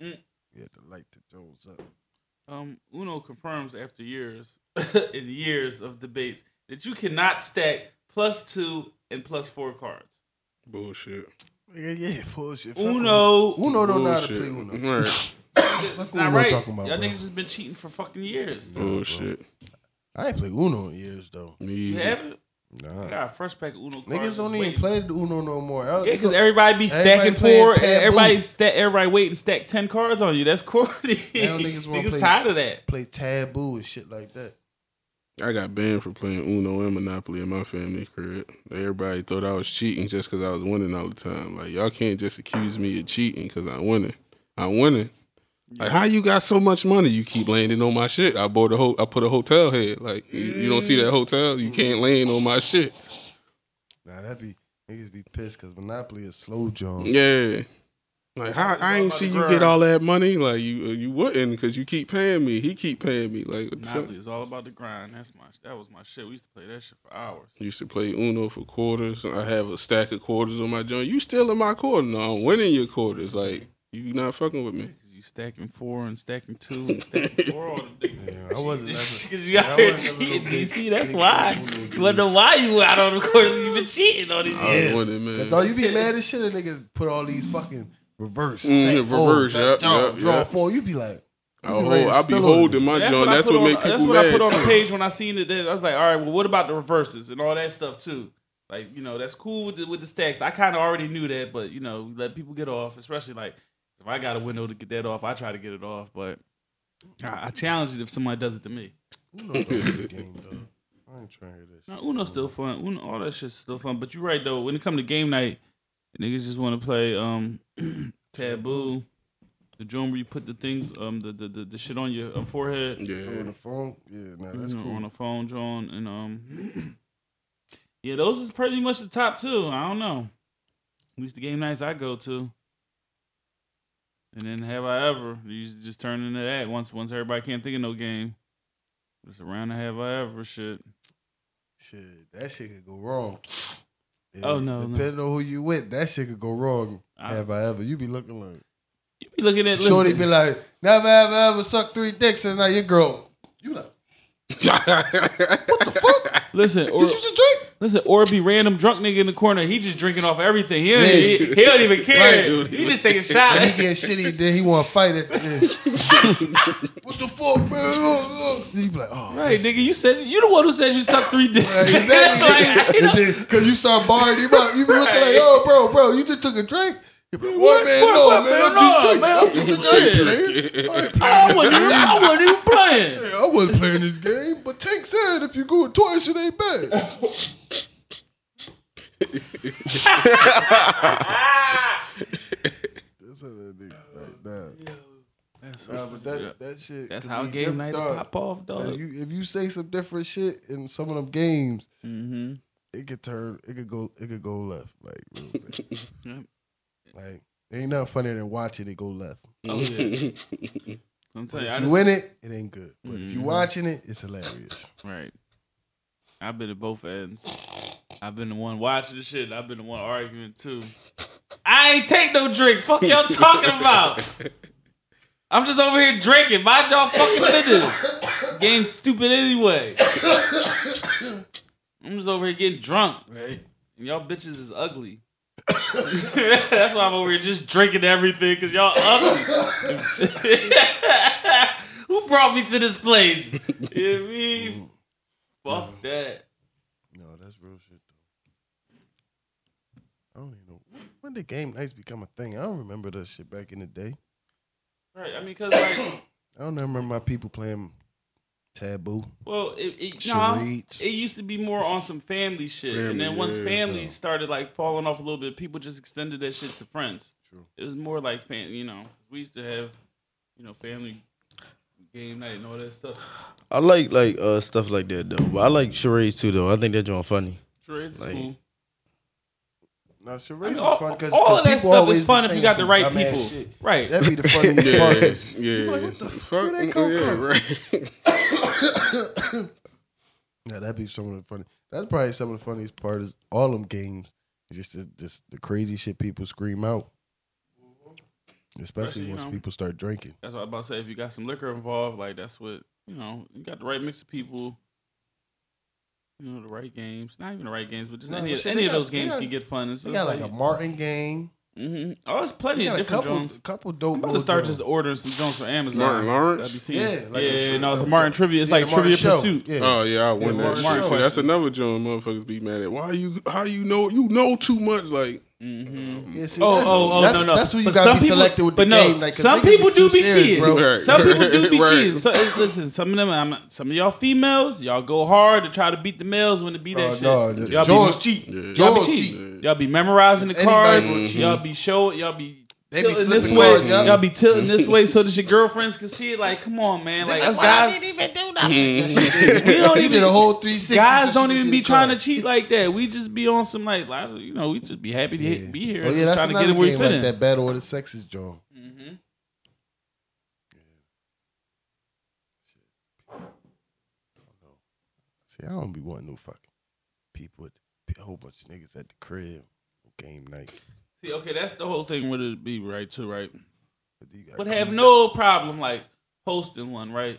S1: Mm.
S2: We had to light the Jones up.
S1: Um, Uno confirms after years and years of debates that you cannot stack plus two and plus four cards.
S3: Bullshit.
S2: Yeah, yeah, bullshit. Fuck
S1: Uno,
S2: Uno don't know how to play
S3: Bullshit.
S2: Uno.
S3: Right.
S1: that's
S2: Fuck
S1: not
S2: Uno
S1: right.
S2: talking about,
S1: Y'all
S2: bro.
S1: niggas just been cheating for fucking years.
S3: Bullshit.
S2: I ain't play Uno in years though.
S3: Me.
S1: You
S3: either.
S1: haven't? I
S2: Nah.
S1: got a fresh pack of Uno cards.
S2: Niggas
S1: just
S2: don't even
S1: waiting.
S2: play the Uno no more. I-
S1: Yeah, because everybody be
S2: Everybody
S1: stacking
S2: playing
S1: four. and
S2: taboo.
S1: Everybody stack. Everybody wait and stack ten cards on you. That's corny.
S2: Now niggas wanna play-
S1: tired of that.
S2: play taboo and shit like that.
S3: I got banned for playing Uno and Monopoly in my family crib. Everybody thought I was cheating just because I was winning all the time. Like y'all can't just accuse me of cheating because I'm winning. I'm winning. Like how you got so much money? You keep landing on my shit. I bought a whole. I put a hotel head. Like you, you don't see that hotel. You can't land on my shit.
S2: Nah, that be niggas be pissed because Monopoly is slow, John.
S3: Yeah. Like how I ain't see you get all that money. Like you you wouldn't because you keep paying me. He keep paying me. Like what the fuck?
S1: Monopoly is all about the grind. That's my. That was my shit. We used to play that shit for hours.
S3: Used to play Uno for quarters. I have a stack of quarters on my joint. You stealing my quarter? No, I'm winning your quarters. Like you not fucking with me.
S1: Cause you stacking four and stacking two and stacking four all the day.
S2: Yeah, I wasn't.
S1: Cause
S2: Never,
S1: you out
S2: I
S1: here
S2: wasn't never
S1: cheating,
S2: no big-
S1: DC. That's
S2: big
S1: why.
S2: Uno dude.
S1: You wonder why you out on the course. You've been cheating all these
S3: I
S1: years.
S3: was winning, man.
S2: Dog, you be mad as shit. A niggas put all these fucking reverse,
S3: Mm,
S2: stack
S3: yeah, reverse,
S2: fold,
S3: yep,
S2: draw,
S3: yep,
S2: draw
S3: yep.
S2: four. You be like,
S3: I'll,
S2: you
S3: hold,
S2: ready to
S3: I'll be
S2: steal on
S3: holding
S2: it.
S3: my
S1: That's
S3: joint.
S1: what I
S3: That's
S1: put
S3: what
S1: on-
S3: make people
S1: That's what I put on
S3: mad.
S1: the page when I seen it. That I was like, all right, well, what about the reverses and all that stuff too? Like, you know, that's cool with the, with the stacks. I kind of already knew that, but you know, we let people get off, especially like if I got a window to get that off, I try to get it off. But I, I challenge it if somebody does it to me.
S2: Uno don't play this game, dog. I ain't trying to hear this.
S1: Now, Uno's still fun. Uno, all that shit's still fun. But you're right though. When it come to game night, niggas just want to play um taboo. The joint where you put the things, um, the the, the, the shit on your um, forehead.
S2: shit. On
S3: Yeah.
S2: the phone, yeah, nah, that's
S1: you know,
S2: cool.
S1: on the phone, John, and um, yeah, those is pretty much the top two. I don't know. At least the game nights I go to. And then have I ever? You should just turn into that once once everybody can't think of no game. It's around the have I ever shit.
S2: Shit, that shit could go wrong.
S1: Oh, no, no.
S2: Depending on who you with, that shit could go wrong.
S1: I-
S2: have I ever? You be looking like
S1: You be looking at listen,
S2: Shorty be like, never ever ever suck three dicks and now your girl. You like,
S1: listen, or,
S2: did you just drink?
S1: listen, or be random drunk nigga in the corner. He just drinking off everything. He don't, he, he don't even care.
S3: Right.
S1: He just taking shots.
S2: He get shitty, then he want to fight it. what the fuck, man? You be like, oh,
S1: Right, nigga, you said you the one who said you sucked three dicks.
S2: Exactly.
S1: Like, I don't-
S2: Because you start barring him up. You be looking
S1: Right.
S2: like, oh, bro, bro, you just took a drink. You be like, What, man?
S1: what-
S2: no,
S1: what,
S2: man. I'm
S1: man?
S2: just
S1: No,
S2: drinking.
S1: man,
S2: I'm just a drink, man.
S1: I wasn't even, I wasn't even playing.
S2: I wasn't playing this game, but Tank said if you go twice, it ain't bad. That's how that nigga like that. Nah, but that, that shit.
S1: That's
S2: could
S1: how
S2: be
S1: game
S2: diff-
S1: night
S2: dog.
S1: pop off,
S2: If
S1: dog.
S2: you if you say some different shit in some of them games,
S1: Mm-hmm.
S2: it could turn, it could go, it could go left. Like, real quick.
S6: Yep.
S2: like ain't nothing funnier than watching it go left.
S1: Oh, yeah. I'm telling you, I
S2: If you
S1: just,
S2: win it, it ain't good. But if you
S6: Mhm.
S2: watching it, it's hilarious.
S6: Right. I've been at both ends. I've been the one watching the shit. and I've been the one arguing too.
S1: I ain't take no drink. Fuck y'all talking about. I'm just over here drinking. Mind y'all fucking business. Game's stupid anyway. I'm just over here getting drunk.
S2: Right.
S1: And y'all bitches is ugly. That's why I'm over here just drinking everything because y'all ugly. Who brought me to this place? You know what I mean? Fuck that.
S2: No, that's real shit though. I don't even know when did game nights become a thing. I don't remember that shit back in the day.
S1: Right. I mean, because, like,
S2: I don't remember my people playing taboo.
S1: well, it, it, nah,
S2: Charades.
S1: it used to be more on some family shit. and
S3: Family,
S1: then once
S3: yeah,
S1: family
S2: yeah.
S1: started, like, falling off a little bit, people just extended that shit to friends.
S2: True.
S1: It was more like, fam- you know, we used to have, you know, family game night and all that stuff.
S4: I like like uh stuff like that though. But I like charades too though. I think that joint funny.
S1: Charades is
S4: Like-
S1: cool.
S2: No,
S1: I mean,
S2: charades is
S1: all,
S2: fun because
S1: all of that stuff is fun if you got the right people. Right.
S2: That'd be the funniest part.
S3: yeah,
S2: 'cause
S3: yeah. Mm,
S2: you be like, what the fuck? Where'd that come
S3: yeah,
S2: from?
S3: Right.
S2: Yeah, that'd be some of the funny. That's probably some of the funniest part is all them games. It's Just the, just the crazy shit people scream out, especially Mm-hmm.
S1: Especially, you
S2: once
S1: know.
S2: people start drinking.
S1: That's what I was about to say. If you got some liquor involved, like that's what you know. You got the right mix of people. You know the right games, not even the right games, but just
S2: No,
S1: any,
S2: but shit,
S1: any
S2: they
S1: of
S2: got-
S1: those
S2: they
S1: games
S2: got-
S1: can get fun. It's
S2: They
S1: just
S2: got
S1: like,
S2: like a Martin game.
S1: hmm oh, it's plenty
S2: They
S1: of
S2: got a
S1: different
S2: couple,
S1: Jones.
S2: couple dope.
S1: I'm about to
S2: little
S1: start
S2: jones.
S1: just ordering some Jones from Amazon.
S3: Martin Lawrence?
S1: I'd be seeing. Yeah,
S2: Yeah, like a-
S1: no, it's
S2: like a-
S1: Martin Trivia. It's
S2: Yeah,
S1: like
S2: the Martin
S1: Trivia
S2: show.
S1: Pursuit.
S2: Yeah.
S3: Oh yeah, I won
S2: Yeah,
S3: that.
S2: Martin
S3: shit. See,
S1: Short.
S3: that's another joint motherfuckers be mad at. Why you? How you know? You know too much. Like
S1: hmm
S2: Yeah, see,
S1: Oh,
S2: that's-
S1: oh, oh,
S2: that's,
S1: no, no.
S2: That's where you
S1: But
S2: gotta
S1: some
S2: be
S1: people-
S2: selective with the
S1: but no,
S2: game. Like, 'cause
S1: some
S2: they get
S1: people
S2: too
S1: do be
S2: serious,
S1: cheating.
S2: bro.
S3: Right.
S1: Some people do be
S3: Right.
S1: cheating. So, uh, listen, some of them, I'm not, some of y'all females, y'all go hard to try to beat the males when to beat that
S2: Oh,
S1: shit.
S2: no,
S1: y'all
S2: the-
S1: be-
S2: Jones cheating.
S1: Y'all be
S2: Jones cheating.
S1: cheating. Y'all be memorizing the
S2: Anybody
S1: cards.
S2: will cheat.
S1: Y'all be showing. Y'all be
S2: They be
S1: tilting this
S2: flipping
S1: way.
S2: cards, y'all.
S1: y'all be tilting this way so that your girlfriends can see it. Like, come on, man. Like us guys, we don't
S2: You did
S1: even.
S2: a whole 360. so
S1: Guys
S2: she
S1: don't
S2: can
S1: even
S2: see
S1: be
S2: the
S1: trying to
S2: card.
S1: cheat like that. We just be on some like, like, you know, we just be happy to hit- be here.
S2: Oh
S1: and
S2: yeah,
S1: just
S2: that's
S1: trying to
S2: another
S1: get in where we
S2: game
S1: fit
S2: like
S1: in.
S2: that Battle of the Sexes, John.
S1: Mhm.
S2: See, I don't be wanting no fucking people with a whole bunch of niggas at the crib on game night.
S1: See, okay, that's the whole thing. Would it be right too, right?
S2: But, you got
S1: But have
S2: clean-
S1: no problem like hosting one, right?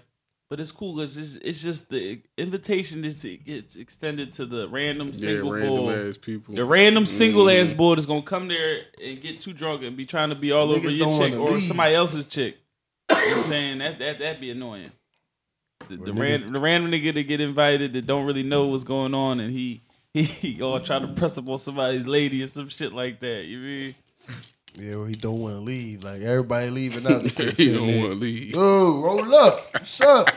S1: But it's cool because it's, it's just the invitation is it gets extended to the random
S3: Yeah,
S1: single
S3: random
S1: bull,
S3: ass people.
S1: the random single ass bull that's gonna come there and get too drunk and be trying to be all
S2: Mm. Niggas
S1: over
S2: don't
S1: your chick
S2: wanna
S1: or
S2: leave.
S1: somebody else's chick. you know what I'm saying that that that'd be annoying. The, the,
S2: Well,
S1: ran, the random nigga that get invited that don't really know what's going on and he he all trying to press up on somebody's lady or some shit like that. You mean?
S2: Yeah, well, he don't want to leave. Like everybody leaving out.
S3: he don't want to leave.
S2: Dude, roll up. What's up?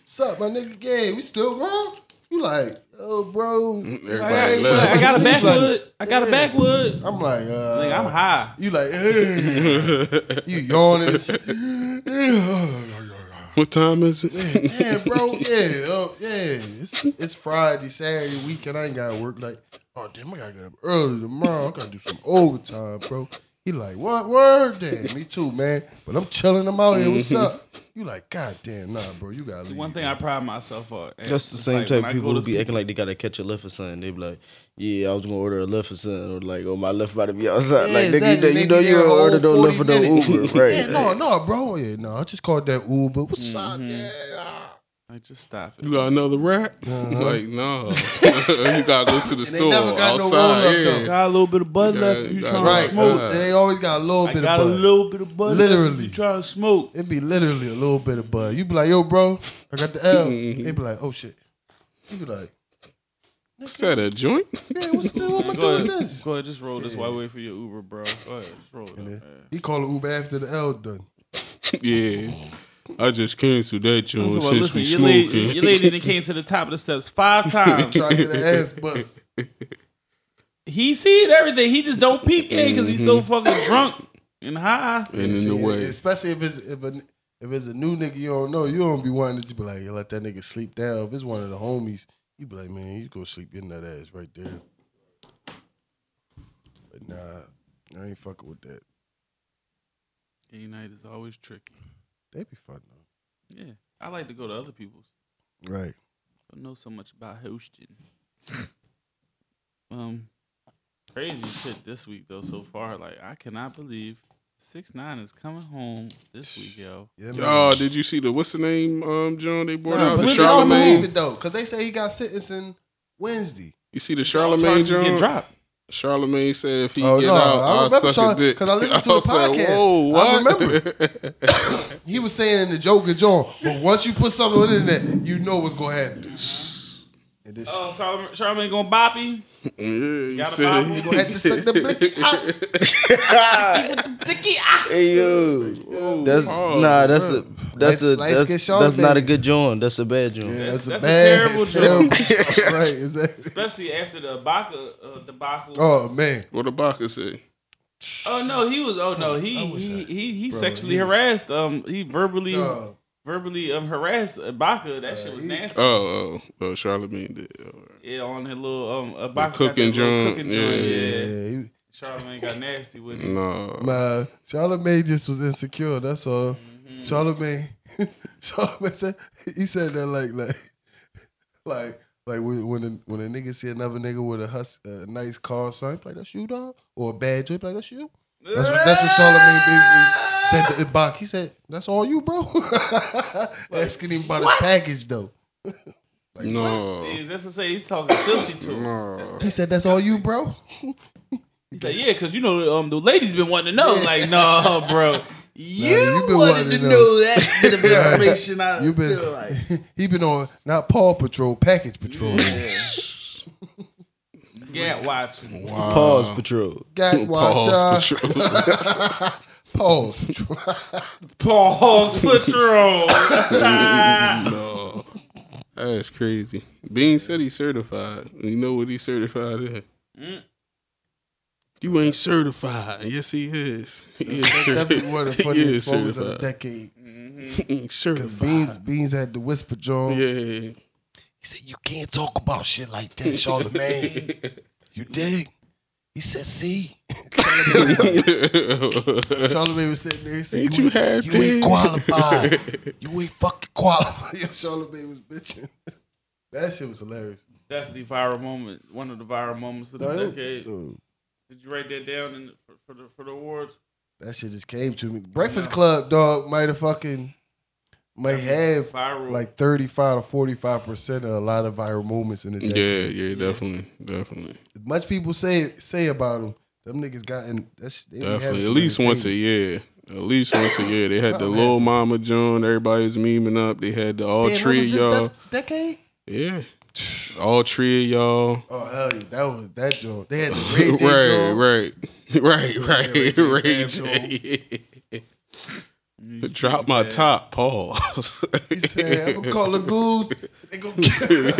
S2: What's up, my nigga? Gang, we still going? You like, oh, bro.
S3: Everybody
S2: Like,
S3: left.
S1: I got a
S2: you like-
S1: backwood. I got a backwood.
S2: I'm like, uh,
S1: Like I'm high.
S2: You like, hey. you yawning. and shit.
S3: What time is it?
S2: Yeah, bro. Yeah, oh, yeah. It's it's Friday, Saturday weekend. I ain't gotta work. Like, oh damn, I gotta get up early tomorrow. I gotta do some overtime, bro. He like, what word? Damn, me too, man. But I'm chilling him out here. What's up? You like, god damn, nah, bro. You gotta leave.
S1: One thing I pride myself on. and
S4: That's the
S1: it's
S4: same
S1: like,
S4: type
S1: when I
S4: of
S1: go
S4: people
S1: to
S4: who be acting like they gotta catch a lift or something. They be like, "Yeah, I was gonna order a lift or something," or like, "Oh, my lift about to be outside."
S2: Yeah,
S4: like, nigga,
S2: exactly.
S4: you,
S2: They
S4: know
S2: be
S4: you
S2: there
S4: don't
S2: a
S4: order no
S2: whole
S4: lift or no
S2: 40 minutes.
S4: Uber, right?
S2: Yeah, no, no, bro. Yeah, no. I just called that Uber. What's up?
S1: Mm-hmm.
S2: Yeah. ah.
S1: Like, just stop it.
S3: You got another rack? Like, no. you gotta go
S2: Uh-huh.
S3: to the
S2: they
S3: store
S2: never got no
S3: outside.
S2: roll-up,
S3: yeah.
S1: Got a little bit of bud
S3: Yeah,
S1: left. If you
S3: yeah,
S1: trying
S2: Right.
S1: to smoke?
S4: Uh,
S2: So they always got a little
S1: I
S2: bit
S1: got a
S2: of bud.
S1: little bit of bud. Literally,
S2: Literally.
S1: you trying to smoke?
S2: It'd be literally a little bit of bud. You'd be like, yo, bro, I got the L. They'd be like, oh shit. You'd be like,
S3: Is that a joint?
S2: yeah, what's this? What am I
S1: Go
S2: doing
S1: ahead,
S2: with this?
S1: go ahead, just roll this. Why wait for your Uber, bro? Go ahead, just roll it. Up,
S2: And then
S1: man.
S2: he called an Uber after the L done.
S3: yeah. I just canceled that joint
S1: Well,
S3: since
S1: listen,
S3: we
S1: your
S3: smoking.
S1: lady, your lady that came to the top of the steps five times.
S2: Try to get an ass bust.
S1: He seen everything. He just don't peep in because he's
S4: Mm-hmm.
S1: so fucking drunk and high.
S3: and in the
S2: See,
S3: way.
S2: Especially if it's if a if it's a new nigga you don't know, you don't be wanting to just be like, yo, let that nigga sleep down. If it's one of the homies, you be like, man, you go sleep in that ass right there. But nah, I ain't fucking with that.
S1: Gay night is always tricky.
S2: They be fun though.
S1: Yeah, I like to go to other people's.
S2: Right.
S1: Don't know so much about hosting. um, crazy shit this week though. So far, like I cannot believe six nine is coming home this week, yo.
S2: Yeah,
S3: Oh, did you see the what's the name um John they brought
S2: Nah,
S3: out?
S2: but
S3: The
S2: they don't believe
S3: Charlemagne.
S2: it though, cause they say he got sentencing Wednesday.
S3: You see the
S1: Charles
S3: Charlemagne
S1: just getting
S3: John?
S1: dropped.
S3: Charlemagne said if he
S2: Oh,
S3: get
S2: no,
S3: out,
S2: I
S3: I will
S2: remember
S3: suck
S2: Charl-
S3: his dick.
S2: 'cause I listened to the
S3: said,
S2: podcast.
S3: Whoa,
S2: I
S3: what?
S2: remember. He was saying in the Joker John, but once you put something on the internet, you know what's gonna happen. And this
S1: Oh, Charlemagne, Charlemagne going boppy.
S3: yeah, you
S1: Got a
S3: said
S1: Bible?
S3: he-
S2: you gonna have to suck the blicky out.
S4: Hey yo, that's
S3: Oh,
S4: nah, that's a that's a
S2: Lights- lights
S4: that's,
S2: get short,
S4: that's not a
S2: baby.
S4: good joint. That's a bad joint.
S2: Yeah, that's,
S1: That's- that's
S2: a,
S1: a
S2: bad-
S1: terrible
S2: terrible- right, exactly.
S1: Especially after the Ibaka uh, debacle. Oh.
S2: Oh man.
S3: What did Baca say?
S1: no, he was. Oh no, he he he, he sexually harassed. Um, he verbally
S2: No.
S1: verbally um harassed Ibaka. That shit was nasty.
S3: Oh, oh, oh Charlemagne did. All right.
S1: Yeah, on that little um Ibaka cooking
S3: cooking
S1: joint.
S3: joint,
S1: Cooking
S3: yeah.
S1: joint. Yeah.
S2: Yeah, he,
S1: Charlemagne got nasty with it.
S3: No,
S2: nah, Charlemagne just was insecure. That's all. Charlemagne, Charlemagne said he said that like like like like when when a, when a nigga see another nigga with a hus a nice car sign, he be like that's you dog, or a bad joint, he be like that's you. That's what that's what Charlemagne basically said to Ibak. He said that's all you, bro. Asking him about his package though.
S3: no,
S1: Yeah, That's to say he's talking filthy to him.
S3: no.
S2: He said that's all you, bro.
S1: He's like, yeah, because you know um the ladies been wanting to know. Like, no, bro. You
S2: you
S1: wanted
S2: been wanting
S1: to
S2: to
S1: know.
S2: know.
S1: that bit of
S2: Yeah.
S1: information. I
S2: You been
S1: feel like.
S2: he been on not Paw Patrol, Package Patrol.
S1: Yeah, watch.
S3: Wow.
S4: Pause patrol.
S2: Got watch
S3: Pause
S2: uh,
S3: patrol.
S2: Paws Patrol.
S1: Paul's Patrol.
S3: no, that's crazy. Bean said he certified. You know what he certified in? You ain't certified. Yes, he is. He is
S2: That's definitely one of the
S3: certified. He is
S2: funniest moments of the
S3: certified.
S2: decade.
S3: He ain't
S2: Cause
S3: certified.
S2: Beans Beans had the whisper John.
S3: Yeah.
S2: He said, You can't talk about shit like that, Charlemagne. you dig? He said, see. Charlemagne was sitting there. He said,
S3: Ain't
S2: you,
S3: you happy?
S2: you ain't qualified. you ain't fucking qualified. Yo, Charlemagne was bitching. That shit was hilarious.
S1: Definitely viral moment. One of the viral moments of the
S2: No, it was-
S1: decade.
S2: dude,
S1: Did you write that down in, for, for the for the awards?
S2: that shit just came to me. Breakfast Club, dog, might have fucking might have
S1: Viral.
S2: like 35 to 45 percent of a lot of viral moments in the
S3: yeah,
S2: day.
S3: yeah, definitely, definitely,
S2: As much people say say about them, them niggas gotten that's they be having
S3: definitely. At
S2: some
S3: least once a
S2: entertainment.
S3: year. At least once a year. They had the
S2: Something
S3: little
S2: happened.
S3: mama John. Everybody was memeing up. They had the all
S2: Damn, that was
S3: tree of
S2: this-
S3: y'all.
S2: that's decade?
S3: Yeah, all tree of y'all.
S2: Oh hell yeah, that was that joint. They had the Ray J joint.
S3: right, right, right, right, Ray
S1: J.
S3: J. Drop my top, Paul.
S2: He said, I'm gonna call the goons. They gonna get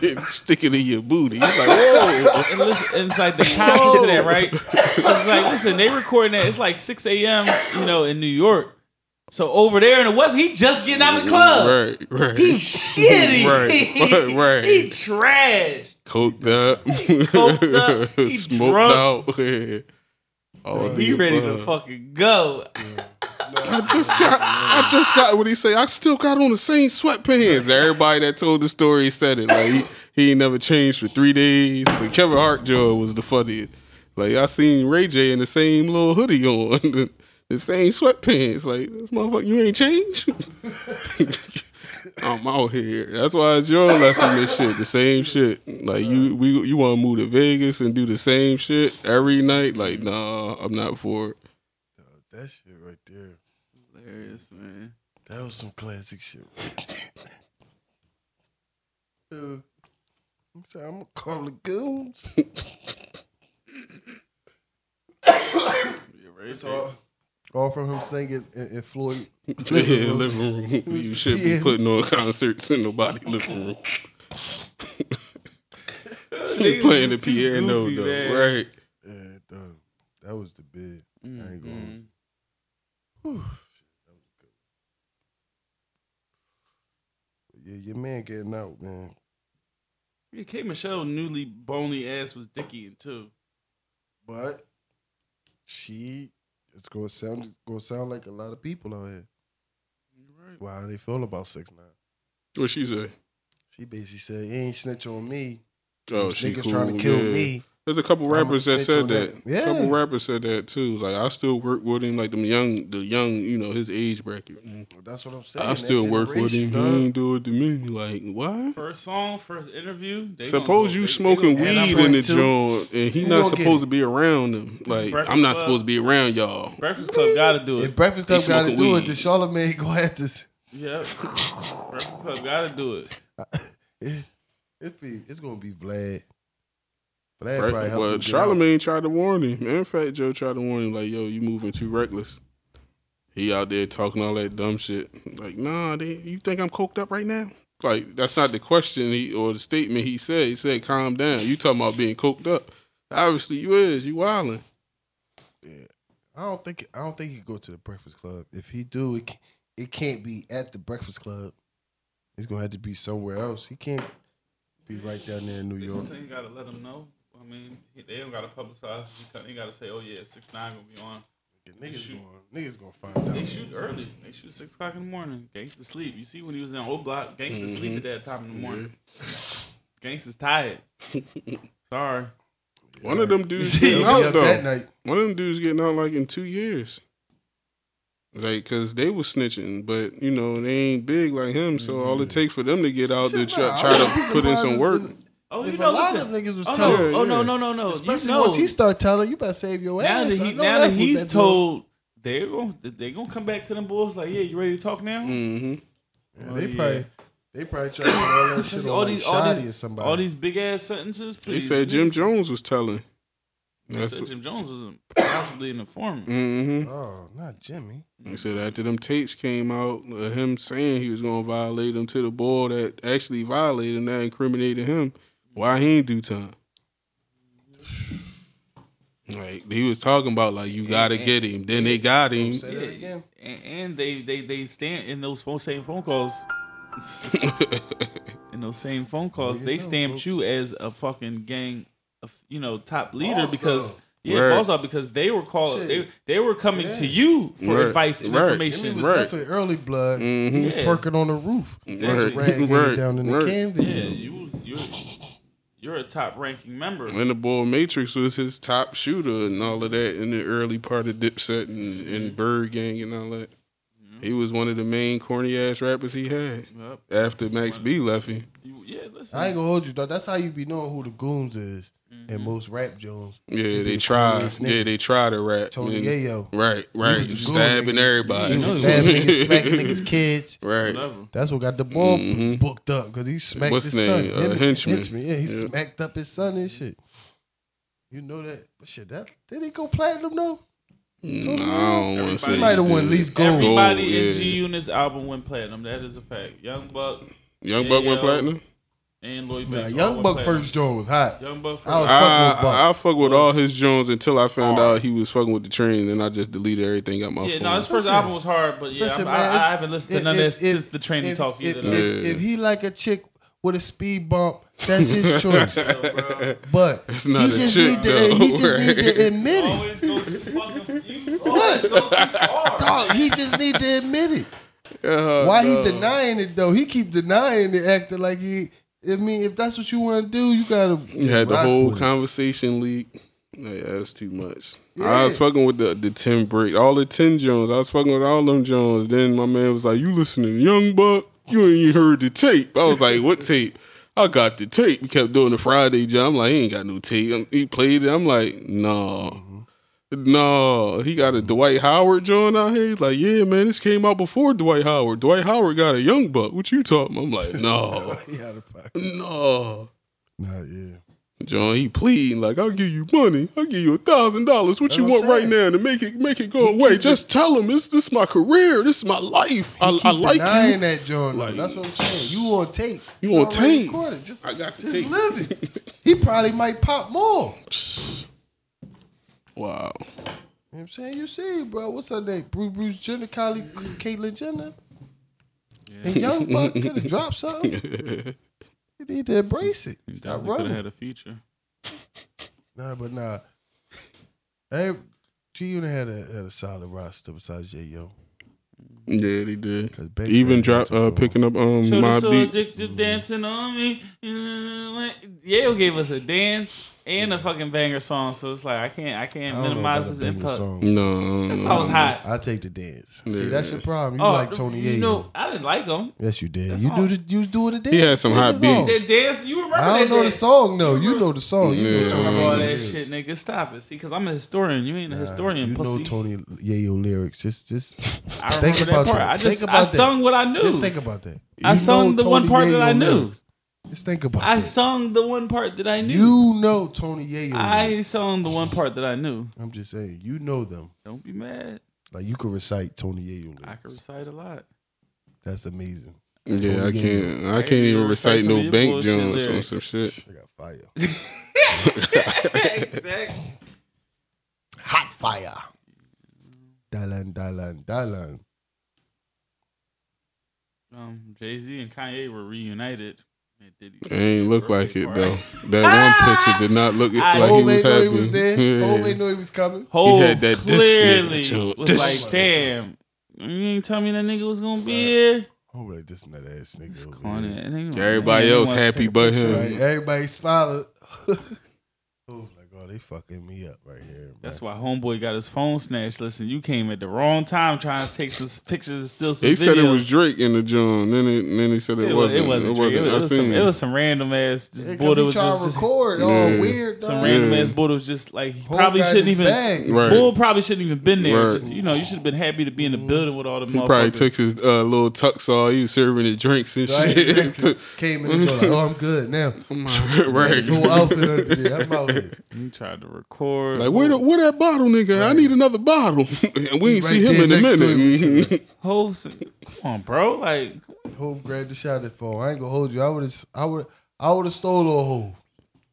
S3: they gonna stick it in your booty. You're like, whoa.
S1: and listen, and it's like the context of that, right? It's like, listen, they recording that. It's like 6 a.m., you know, in New York. So over there in the West, he just getting out of the club.
S3: Right, right.
S1: He's shitty.
S3: Right, right, right.
S1: he trash.
S3: Coked up.
S1: Coked up. He
S3: Smoked
S1: drunk.
S3: out. Yeah. Oh,
S5: He ready to fucking go.
S3: I just got, I just got what he say. I still got on the same sweatpants. Everybody that told the story said it. Like he, he ain't never changed for three days. The Kevin Hart joke was the funniest. Like I seen Ray J in the same little hoodie on, the, the same sweatpants. Like this motherfucker, you ain't changed. I'm out here. That's why it's your left in this shit. The same shit. Like you, we, you want to move to Vegas and do the same shit every night? Like nah, I'm not for it.
S2: That shit right there.
S1: Hilarious, man.
S2: That was some classic shit. Uh, I'm sorry, I'm gonna call the goons.
S1: You're right
S2: It's
S1: there.
S2: all, all from him singing in, in Floyd.
S3: Yeah, living room. You should be
S2: Yeah.
S3: putting on concerts in nobody living room.
S5: Niggas is
S3: Playing the
S5: too
S3: piano
S5: goofy,
S3: though,
S5: man.
S3: right?
S2: Yeah, dog. That was the bid. I ain't going.
S1: Mm.
S2: Yeah, your man getting out, man.
S1: Yeah, K Michelle newly bony ass was Dickie in two.
S2: But she, it's gonna sound it's gonna sound like a lot of people out here. Well, how they feel about six nine?
S3: What she say?
S2: She basically said, "You ain't snitch on me.
S3: Oh,
S2: These
S3: she
S2: niggas
S3: cool.
S2: trying to kill
S3: yeah.
S2: me."
S3: There's a couple
S2: I'ma
S3: rappers that
S2: snitch
S3: said
S2: on
S3: that.
S2: that. Yeah.
S3: couple rappers said that too. It's Like I still work with him. Like them young, the young, you know, his age bracket.
S2: That's what I'm saying.
S3: I
S2: that
S3: still work with
S2: generation,
S3: him. He
S2: dog.
S3: ain't do it to me. Like why?
S1: First song, first interview. they gonna
S3: Suppose
S1: go- they-
S3: you
S1: they
S3: smoking
S1: gonna-
S2: And I'm
S3: weed in the
S2: 22.
S3: joint, and he
S2: You
S3: not
S2: gonna get
S3: supposed
S2: it.
S3: to be around them. Like I'm not
S1: Breakfast
S3: supposed to be around y'all.
S1: Breakfast Club gotta do
S2: If
S1: it.
S2: Breakfast Club
S3: He
S2: got to
S3: smoking
S2: do it,
S3: weed.
S2: then Charlamagne go have to. s-
S1: Yep. Breakfast Club gotta do it.
S2: It, it be, it's gonna be Vlad. Vlad probably
S3: Right.
S2: helped
S3: Well,
S2: him get out.
S3: Charlemagne tried to warn him. In fact, Joe tried to warn him, like, yo, you moving too reckless. He out there talking all that dumb shit. Like, nah, they, you think I'm coked up right now? Like, that's not the question he or the statement he said. He said, calm down. You talking about being coked up. Obviously, you is. You wilding.
S2: I don't think I don't think he go to the Breakfast Club. If he do, it ca- it can't be at the Breakfast Club. It's gonna have to be somewhere else. He can't be right down there in New
S1: They
S2: York.
S1: just ain't gotta let them know. I mean, he- they don't gotta publicize. it. They gotta say, "Oh yeah, six nine gonna be on."
S2: Niggas
S1: shoot.
S2: going, niggas gonna find out.
S1: They shoot early. They shoot six o'clock in the morning. Gangsta sleep. You see when he was in old block,
S3: Mm-hmm.
S1: gangsta sleep at that time in the morning. Gangsta's tired. Sorry.
S3: One of them dudes
S2: They'll
S3: getting
S2: be
S3: out,
S2: up that
S3: though.
S2: night.
S3: One of them dudes getting out, like, in two years. Like, because they was snitching, but, you know, they ain't big like him. So all it takes for them to get out to
S2: Mm. Shit,
S3: try,
S2: nah,
S3: try
S2: I wouldn't be
S3: to put in
S2: surprised
S3: some
S2: if-
S3: work.
S1: Oh,
S2: If
S1: you
S2: a
S1: know,
S2: lot
S1: listen.
S2: of niggas was
S1: oh,
S2: told,
S1: no, oh
S3: Yeah,
S1: no,
S3: yeah.
S1: no, no, no.
S2: especially
S1: you know,
S2: once he start telling, you better save your
S1: now that
S2: ass.
S1: he
S2: I
S1: now
S2: know that's
S1: that
S2: what
S1: he's
S2: that
S1: told, they going they gonna come back to them boys like, yeah, you ready to talk now?
S3: hmm
S2: do. Yeah,
S1: Oh,
S2: they
S1: yeah.
S2: probably they probably trying to do all that shit on
S1: all
S2: like
S1: these, all
S2: Shoddy or
S1: these,
S2: somebody.
S1: all these big ass sentences.
S3: They
S1: Please.
S3: said Jim
S1: please.
S3: Jones was telling.
S1: They
S3: That's
S1: said
S3: what,
S1: Jim Jones was possibly an informant.
S3: hmm
S2: oh, not Jimmy.
S3: They said after them tapes came out, uh, him saying he was going to violate him to the ball that actually violated him, that incriminated him. Why he ain't do time? Like he was talking about, like you gotta
S1: and-
S3: get him. Then they got him.
S2: Say that again.
S1: And, and they, they they stand in those phone same phone calls. in those same phone calls,
S2: you
S1: they
S2: know,
S1: stamped
S2: folks.
S1: you as a fucking gang, of, you know, top leader
S2: Boss
S1: because
S2: dog.
S1: yeah,
S3: Right.
S1: boss dog, because they were calling they
S2: Shit.
S1: they were coming to
S2: Yeah.
S1: you for
S3: Right.
S1: advice and
S3: Right.
S2: Jimmy
S1: information.
S2: was
S3: Right.
S2: definitely early blood. He
S3: Mhm.
S2: was
S1: Yeah.
S2: twerking on the roof.
S3: Exactly.
S2: Like the rag hanging
S3: Right.
S2: down in the
S3: Right.
S2: can
S1: yeah,
S2: video.
S1: you was you're you're a top ranking member.
S3: And the ball Matrix was his top shooter and all of that in the early part of Dipset and, and Bird Gang and all that.
S2: Mm-hmm.
S3: He was one of the main corny ass rappers he had.
S1: Yep.
S3: after Max B left him.
S1: You, yeah, listen.
S2: I ain't gonna hold you, though. That's how you be knowing who the goons is
S1: Mm-hmm.
S2: and most rap Jones.
S3: Yeah, they
S2: the
S3: tried.
S2: corniest nigga.
S3: Yeah, they tried to rap.
S2: Tony
S3: And-
S2: Yayo.
S3: Right, right.
S2: the good
S3: Stabbing
S2: nigga.
S3: everybody.
S2: He
S1: know
S2: was
S1: he
S2: stabbing niggas, smacking niggas' kids.
S3: Right.
S1: Whatever.
S2: That's what got the ball booked up because he smacked
S3: Mm-hmm. What's
S2: his
S3: his
S2: son.
S3: name? Uh, Henchman.
S2: Yeah, he
S3: Yeah.
S2: smacked up his son and shit. You know that. But shit, that did he go platinum though?
S3: Nah, I don't want to say.
S2: He might have
S3: he
S2: won at
S3: did.
S2: least gold.
S1: Everybody
S3: Gold,
S1: in
S3: yeah.
S1: G Unit's album went platinum. That is a fact. Young Buck
S3: Young Buck went
S1: Ayo.
S3: platinum.
S1: and Lloyd
S2: Nah,
S1: Banks. all
S2: Young
S1: went
S2: Buck
S1: platinum.
S2: first joint was hot.
S1: Young Buck
S2: I was
S1: first.
S2: fucking with
S3: I,
S2: Buck.
S3: I fuck with all his Jones until I found out he was fucking with the train, and I just deleted everything out my
S1: Yeah,
S3: phone.
S1: no, his first
S2: Listen.
S1: album was hard, but yeah,
S2: Listen,
S1: I'm-
S2: man,
S1: I, I
S2: if-
S1: haven't listened to
S2: if-
S1: none of
S2: if-
S1: that since
S2: if-
S1: the training
S2: if-
S1: talk
S2: if-
S1: either. though.
S2: If, if he like a chick with a speed bump, that's his choice.
S1: So, bro,
S2: But
S3: It's
S2: he
S3: not a
S2: just
S3: chick,
S2: need to he
S3: though,
S2: just need
S3: right?
S2: to admit it.
S1: always go fuck
S2: What? Dog, he just need to admit it. Why he denying it though? He keep denying it, acting like he. I mean, if that's what you want to do, you gotta.
S3: You had the
S2: rock
S3: whole
S2: with it.
S3: conversation leak. Like, that's too much. I
S2: Yeah.
S3: was fucking with the the ten brick, all the ten Jones. I was fucking with all them Jones. Then my man was like, "You listening to Young Buck? You ain't even heard the tape." I was like, "What tape?" I got the tape. We kept doing the Friday job. I'm like, "He ain't got no tape." Um, He played it. I'm like, "No."
S2: Mm-hmm.
S3: No, he got a Dwight Howard joint out here. He's like, yeah, man, this came out before Dwight Howard. Dwight Howard got a young buck. What you talking? I'm like, no,
S2: He out of pocket.
S3: no.
S2: Nah, yeah.
S3: John, he pleading like, "I'll give you money. I'll give you a thousand dollars. What you
S2: what
S3: want
S2: I'm
S3: right
S2: saying.
S3: now to make it make it go away? Just tell him this. This is my career. This is my life. I, I
S2: Keep
S3: like
S2: denying
S3: you.
S2: that, John. though. that's what I'm saying. You on tape?
S3: You
S2: It's
S3: on
S2: already
S3: tape.
S2: recorded. Just,
S3: I got the
S2: just
S3: tape.
S2: live it. He probably might pop more.
S3: Wow.
S2: You know what I'm saying you see, bro. What's her name? Bruce, Bruce Jenner, Kylie, Caitlyn Jenner, and Young Buck could have dropped something. you need to embrace it.
S7: He definitely
S2: Stop
S7: could have
S2: running.
S7: had a feature.
S2: Nah, but nah. Hey, G Unit had a had a solid roster besides J Yo.
S3: Yeah, they did.
S2: 'Cause Big
S3: Even
S2: Red
S3: drop
S2: Hot took
S3: uh,
S2: off.
S3: picking up um
S1: Children
S3: my
S1: so
S3: beat.
S1: addicted dancing on me. Yale gave us a dance and a fucking banger song, so it's like I can't I
S2: I
S1: can't
S2: don't know
S1: minimize
S2: about
S1: his
S2: a banger
S1: input.
S2: song.
S3: No,
S1: That song was hot.
S2: I take the dance. See,
S3: Yeah.
S2: that's your problem. You
S1: oh,
S2: like Tony
S1: you
S2: A.
S1: know I didn't like him.
S2: yes, you did.
S1: That's
S2: You
S1: all.
S2: do the you was doing the dance.
S3: He had some
S2: Sing
S3: hot
S2: the song.
S3: beats.
S1: That dance, you remember
S2: Oh. I don't
S1: that
S2: know the
S1: dance?
S2: song though. You know the song. You
S3: Yeah.
S2: know Tony
S1: Remember all that
S2: Yayo lyrics.
S1: shit, nigga. Stop it. See, because I'm a historian. You ain't a historian,
S2: You
S1: pussy.
S2: know Tony Yayo lyrics. Just just
S1: I remember
S2: think
S1: that
S2: about
S1: part.
S2: that.
S1: I just
S2: Think
S1: I
S2: about that.
S1: sung what I knew.
S2: just think about that.
S1: I
S2: You
S1: sung
S2: know
S1: the one
S2: Tony
S1: part that I
S2: Yayo
S1: knew.
S2: lyrics. Just think about
S1: I
S2: that.
S1: sung the one part that I knew.
S2: you know Tony Yayo. lyrics.
S1: I sung the one part that I knew.
S2: I'm just saying, you know them.
S1: Don't be mad.
S2: Like you could recite Tony Yayo.
S1: I can
S2: lyrics.
S1: recite a lot.
S2: That's amazing.
S3: Yeah, I
S2: Tony
S3: can't. I can't
S1: you
S3: even
S1: gonna recite
S3: recite
S1: some of
S3: no
S1: your
S3: bank
S1: bullshit
S3: joints or
S1: lyrics.
S3: some shit.
S2: I got fire.
S1: exactly.
S2: Hot fire. Dalan, dalan, dalan.
S1: Um, Jay Z and Kanye were reunited. at Diddy's
S3: It ain't look like it
S1: birthday
S3: though.
S1: party.
S3: That one picture did not look it-
S1: I-
S3: like he
S2: Hove
S3: was
S2: knew
S3: happy.
S2: Oh, he was there.
S3: Yeah.
S2: Hove knew he was coming.
S1: Hove
S3: had that this nigga
S1: clearly
S3: joint.
S1: was
S3: This-
S1: like, "Damn, you ain't tell me that nigga was gonna be here."
S2: Hove like Oh, this and that ass nigga.
S1: It's
S2: over
S1: corny.
S2: here.
S1: And they- and
S3: Oh, Everybody
S1: they
S3: else
S1: wanted to
S3: happy
S1: take a
S3: but
S1: picture.
S3: him.
S2: Right, everybody smiling. oh like, oh, they fucking me up right here.
S1: That's
S2: man.
S1: why homeboy got his phone snatched. Listen, you came at the wrong time trying to take some s- pictures and still some
S3: They
S1: videos.
S3: said it was Drake in the joint. Then it, then they said it,
S1: It wa-
S3: wasn't.
S1: It wasn't. Drake. It was, it was
S3: I
S1: some.
S3: seen
S1: It was some random ass. Just
S2: Yeah, 'cause
S1: boy that
S2: he
S1: was
S2: trying
S1: just,
S2: to record. all
S3: Yeah.
S2: weird.
S1: some
S2: dog.
S1: random
S3: Yeah.
S1: ass bull that was just like he
S2: Hove
S1: probably
S2: got
S1: shouldn't
S2: his
S1: even.
S2: bag.
S3: Right.
S1: Bull probably shouldn't even been there.
S3: Right.
S1: Just you know, you should have been happy to be in the
S2: Mm.
S1: building with all the
S3: He
S1: motherfuckers.
S3: probably took his uh, little tux off. He was serving the drinks and
S2: Right,
S3: shit.
S2: exactly.
S3: Took-
S2: Came in the door like, oh, I'm good now.
S3: right.
S2: His whole outfit under there. I'm out here.
S1: He tried to record.
S3: Like where, the, where that bottle, nigga? I need another bottle. and we ain't see
S2: right
S3: him in
S2: there
S3: a
S2: next to
S3: minute. Mhm.
S1: Hov said, come on, bro. Like
S2: Hove grabbed the shot at phone. I ain't gonna hold you. I would have. I would. I would have stole a Hove.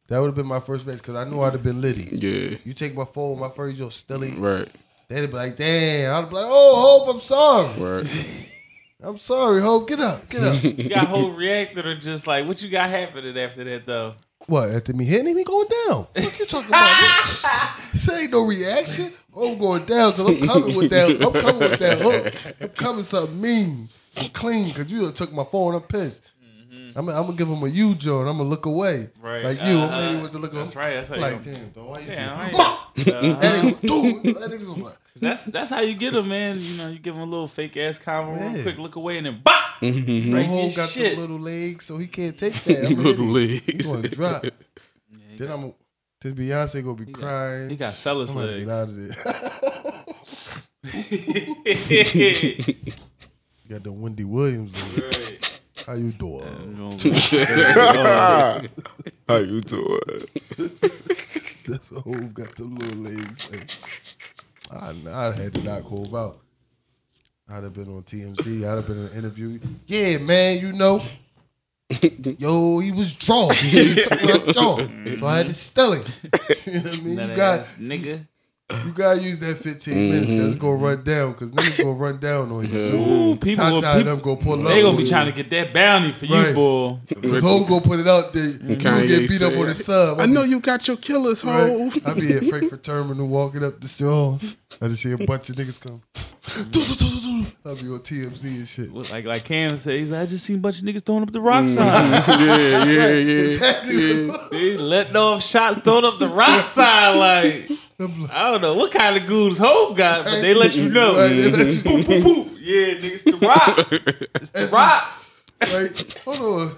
S2: That would have been my first race because I knew I'd have been litty.
S3: yeah,
S2: You take my phone, my first yo stilly.
S3: right,
S2: They'd be like, damn. I'd be like, oh, Hove, I'm sorry.
S3: right.
S2: I'm sorry, Hove. Get up, get up.
S1: you got whole reacted or just like what you got happening after that though.
S2: what? After me hitting him, he going down. What you talking about? this ain't no reaction. Oh, I'm going down because I'm coming with that. I'm coming with that hook. I'm coming something mean, and clean. Because you done took my phone. I'm pissed. I'm, I'm gonna give him a you, Joe, and I'm gonna look away.
S1: Mm-hmm. Right,
S2: Like you,
S1: uh-huh.
S2: I'm ready with the look.
S1: That's right, that's how you
S2: Like,
S1: gonna-
S2: damn, dog, why you
S1: Yeah,
S2: doing-
S1: I ain't-
S2: That
S1: Uh-huh.
S2: nigga, dude, that nigga was like,
S1: that's that's how you get them, man. You know, you give them a little fake ass convo, real
S2: Yeah.
S1: quick look away, and then bop.
S3: Mhm.
S1: Right,
S2: Hov
S1: this
S2: got
S1: shit.
S2: the little legs, so he can't take that. I'm
S3: Little
S2: little
S3: league.
S2: He gonna drop. then I'm, then Beyonce gonna be crying.
S1: He got sellers
S2: I'm gonna
S1: legs.
S2: get out of there.
S1: Right.
S2: you got the Wendy Williams. Legs. How you doing?
S3: How you doing?
S2: That's what Hov got the little legs. Like, I, I had to knock Hov out. I'd have been on TMZ. I'd have been in an interview. Yeah, man, you know. Yo, he was drawn.
S1: Mm-hmm.
S2: He took my jaw. So I had to steal it. You know what I mean?
S1: Nut
S2: you got
S1: ass nigga.
S2: You gotta use that 15 minutes because it's gonna run down because niggas gonna run down on you. soon.
S1: Ooh, people will-
S2: Tata and
S1: people-
S2: them gonna pull up.
S1: They gonna be trying to get that bounty for you,
S2: Right.
S1: boy.
S2: Because Hov gonna put it out there. You gonna
S3: Kanye
S2: get beat up
S3: said,
S2: on the sub.
S3: I know you got your killers, ho.
S2: I be at Frankfurt Terminal walking up the show. I just see a bunch of niggas come. Do, do, do, do, do. I be on TMZ and shit.
S1: Like like Cam said, he's like, I just seen a bunch of niggas throwing up the rock side.
S3: yeah, yeah, yeah.
S2: Exactly. what's up.
S1: They letting off shots throwing up the rock side. Like
S2: I'm like,
S1: I don't know what kind of goons Hope got, but they let you know.
S2: Right, they let you-
S1: Boop, boop, boop. Yeah, nigga, it's the rock. It's the rock.
S2: Like, hold on.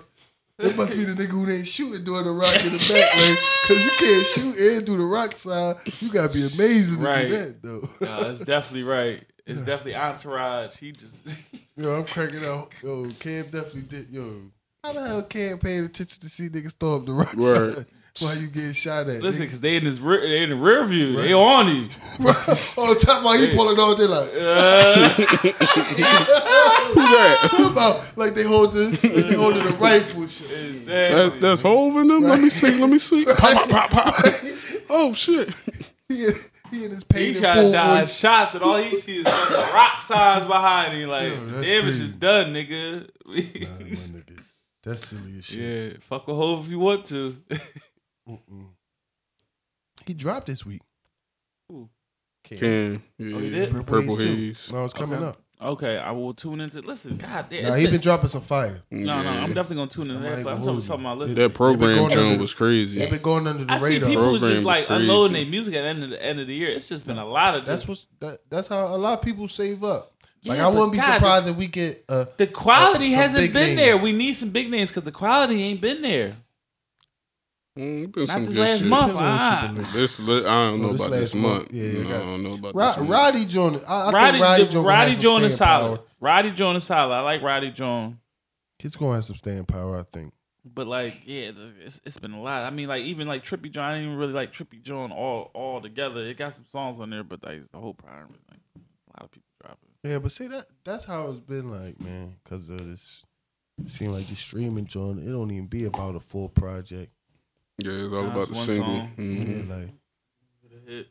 S2: It must be the nigga who ain't shooting doing the rock in the back, like, cause you can't shoot and do the rock side. You gotta be amazing to
S1: Right.
S2: do that, though.
S1: No, that's definitely right. It's definitely entourage. He just
S2: Yo, I'm cracking out. Yo, Cam definitely did. Yo, how the hell Cam paying attention to see niggas throw up the rock
S3: Word.
S2: side while you getting shot at?
S1: listen because they in his rear, they in the rear view. They on you.
S2: nigga? on top while you pulling all day like
S3: Who that?
S2: talking about like they hold the they holding the rifle and shit.
S1: Exactly.
S3: That's, that's Hov in them. Let me see. Let me see. Pop, pop, pop, pop. Oh shit.
S2: He, he in his
S1: He
S2: pain and
S1: trying to
S2: full
S1: dodge
S2: voice.
S1: shots, and all he sees is fucking rock signs behind him. Like
S2: Yo, that's
S1: damage
S2: crazy.
S1: is done, nigga.
S2: Nah, my nigga, That's silly as shit.
S1: yeah, fuck with Hove if you want to.
S2: He dropped this week.
S1: Who?
S2: Cam.
S3: Can yeah.
S1: he Oh, did?
S3: Purple
S2: Haze, too.
S3: Haze.
S2: No, it's coming
S1: Okay.
S2: up.
S1: okay, I will tune into. Listen, God damn,
S2: Nah,
S1: it's
S2: he
S1: been-
S2: been dropping some fire.
S1: No, no,
S3: Yeah.
S1: I'm definitely gonna tune in
S2: I'm oh,
S1: there.
S2: not
S1: But I'm
S2: even
S1: talking
S2: holding
S1: about
S2: you.
S1: listen.
S3: that
S2: They been
S3: program
S2: going
S3: John
S2: to-
S3: was
S2: He
S3: crazy.
S2: been going under the
S1: I see
S2: radar.
S1: people was
S3: Program
S1: just
S3: is
S1: like
S3: crazy.
S1: unloading their music at the end of the end of the year. It's just been a lot of
S2: That's
S1: just
S2: what's that, that's how a lot of people save up. Like
S1: Yeah,
S2: I
S1: but
S2: wouldn't be
S1: God,
S2: surprised if we get uh
S1: the quality
S2: some
S1: hasn't
S2: big
S1: been there.
S2: names.
S1: We need some big names because the quality ain't been there.
S3: Mm, been
S1: Not
S3: some
S1: this
S3: good
S1: last
S3: shit.
S1: month.
S2: Depends on what you
S1: Ah.
S2: can listen
S3: This li- I don't know
S2: Oh, this
S3: about this
S2: last month.
S3: month.
S2: Yeah, you
S3: No,
S2: got-
S3: I don't know about
S2: Rod,
S3: this month.
S2: Roddy Jordan. I,
S1: Roddy,
S2: I think Roddy
S1: Roddy,
S2: Jordan.
S1: Roddy
S2: has some
S1: John is
S2: staying power.
S1: solid. Roddy John is solid. I like Roddy John,
S2: He's gonna have some staying power, I think.
S1: but like, yeah, th- it's, it's been a lot. I mean, like even like Trippy John. I didn't even really like Trippy John all all together. It got some songs on there, but like the whole problem is like a lot of people dropping.
S2: Yeah, but see that that's how it's been like, man, because of this. It seemed like the streaming Jordan. It don't even be about a full project.
S3: Yeah, it's all
S1: Nah, it's
S3: about the
S1: one
S3: single.
S1: song.
S3: Mhm.
S2: Yeah, like
S1: The hit.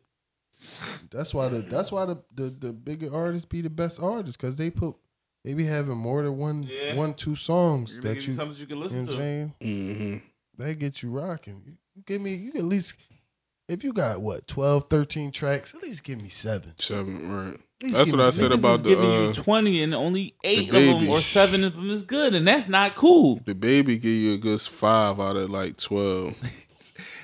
S2: that's why the that's why the, the the bigger artists be the best artists because they put they be having more than one
S1: Yeah.
S2: one two songs
S1: You're gonna
S2: that
S1: give
S2: you,
S1: me
S2: you know
S1: something you can
S2: what I'm
S1: listen to.
S2: saying
S3: Mhm.
S2: they get you rocking. You, you give me you can at least if you got what 12, 13 tracks at least give me seven.
S3: Seven, right?
S2: At least
S3: That's
S2: give
S3: what
S2: me
S3: I said
S2: seven.
S3: about
S1: is
S3: the
S1: giving
S3: uh,
S1: you 20 and only eight of them
S3: baby.
S1: or seven of them is good, and that's not cool.
S3: the baby. Give you a good five out of like twelve.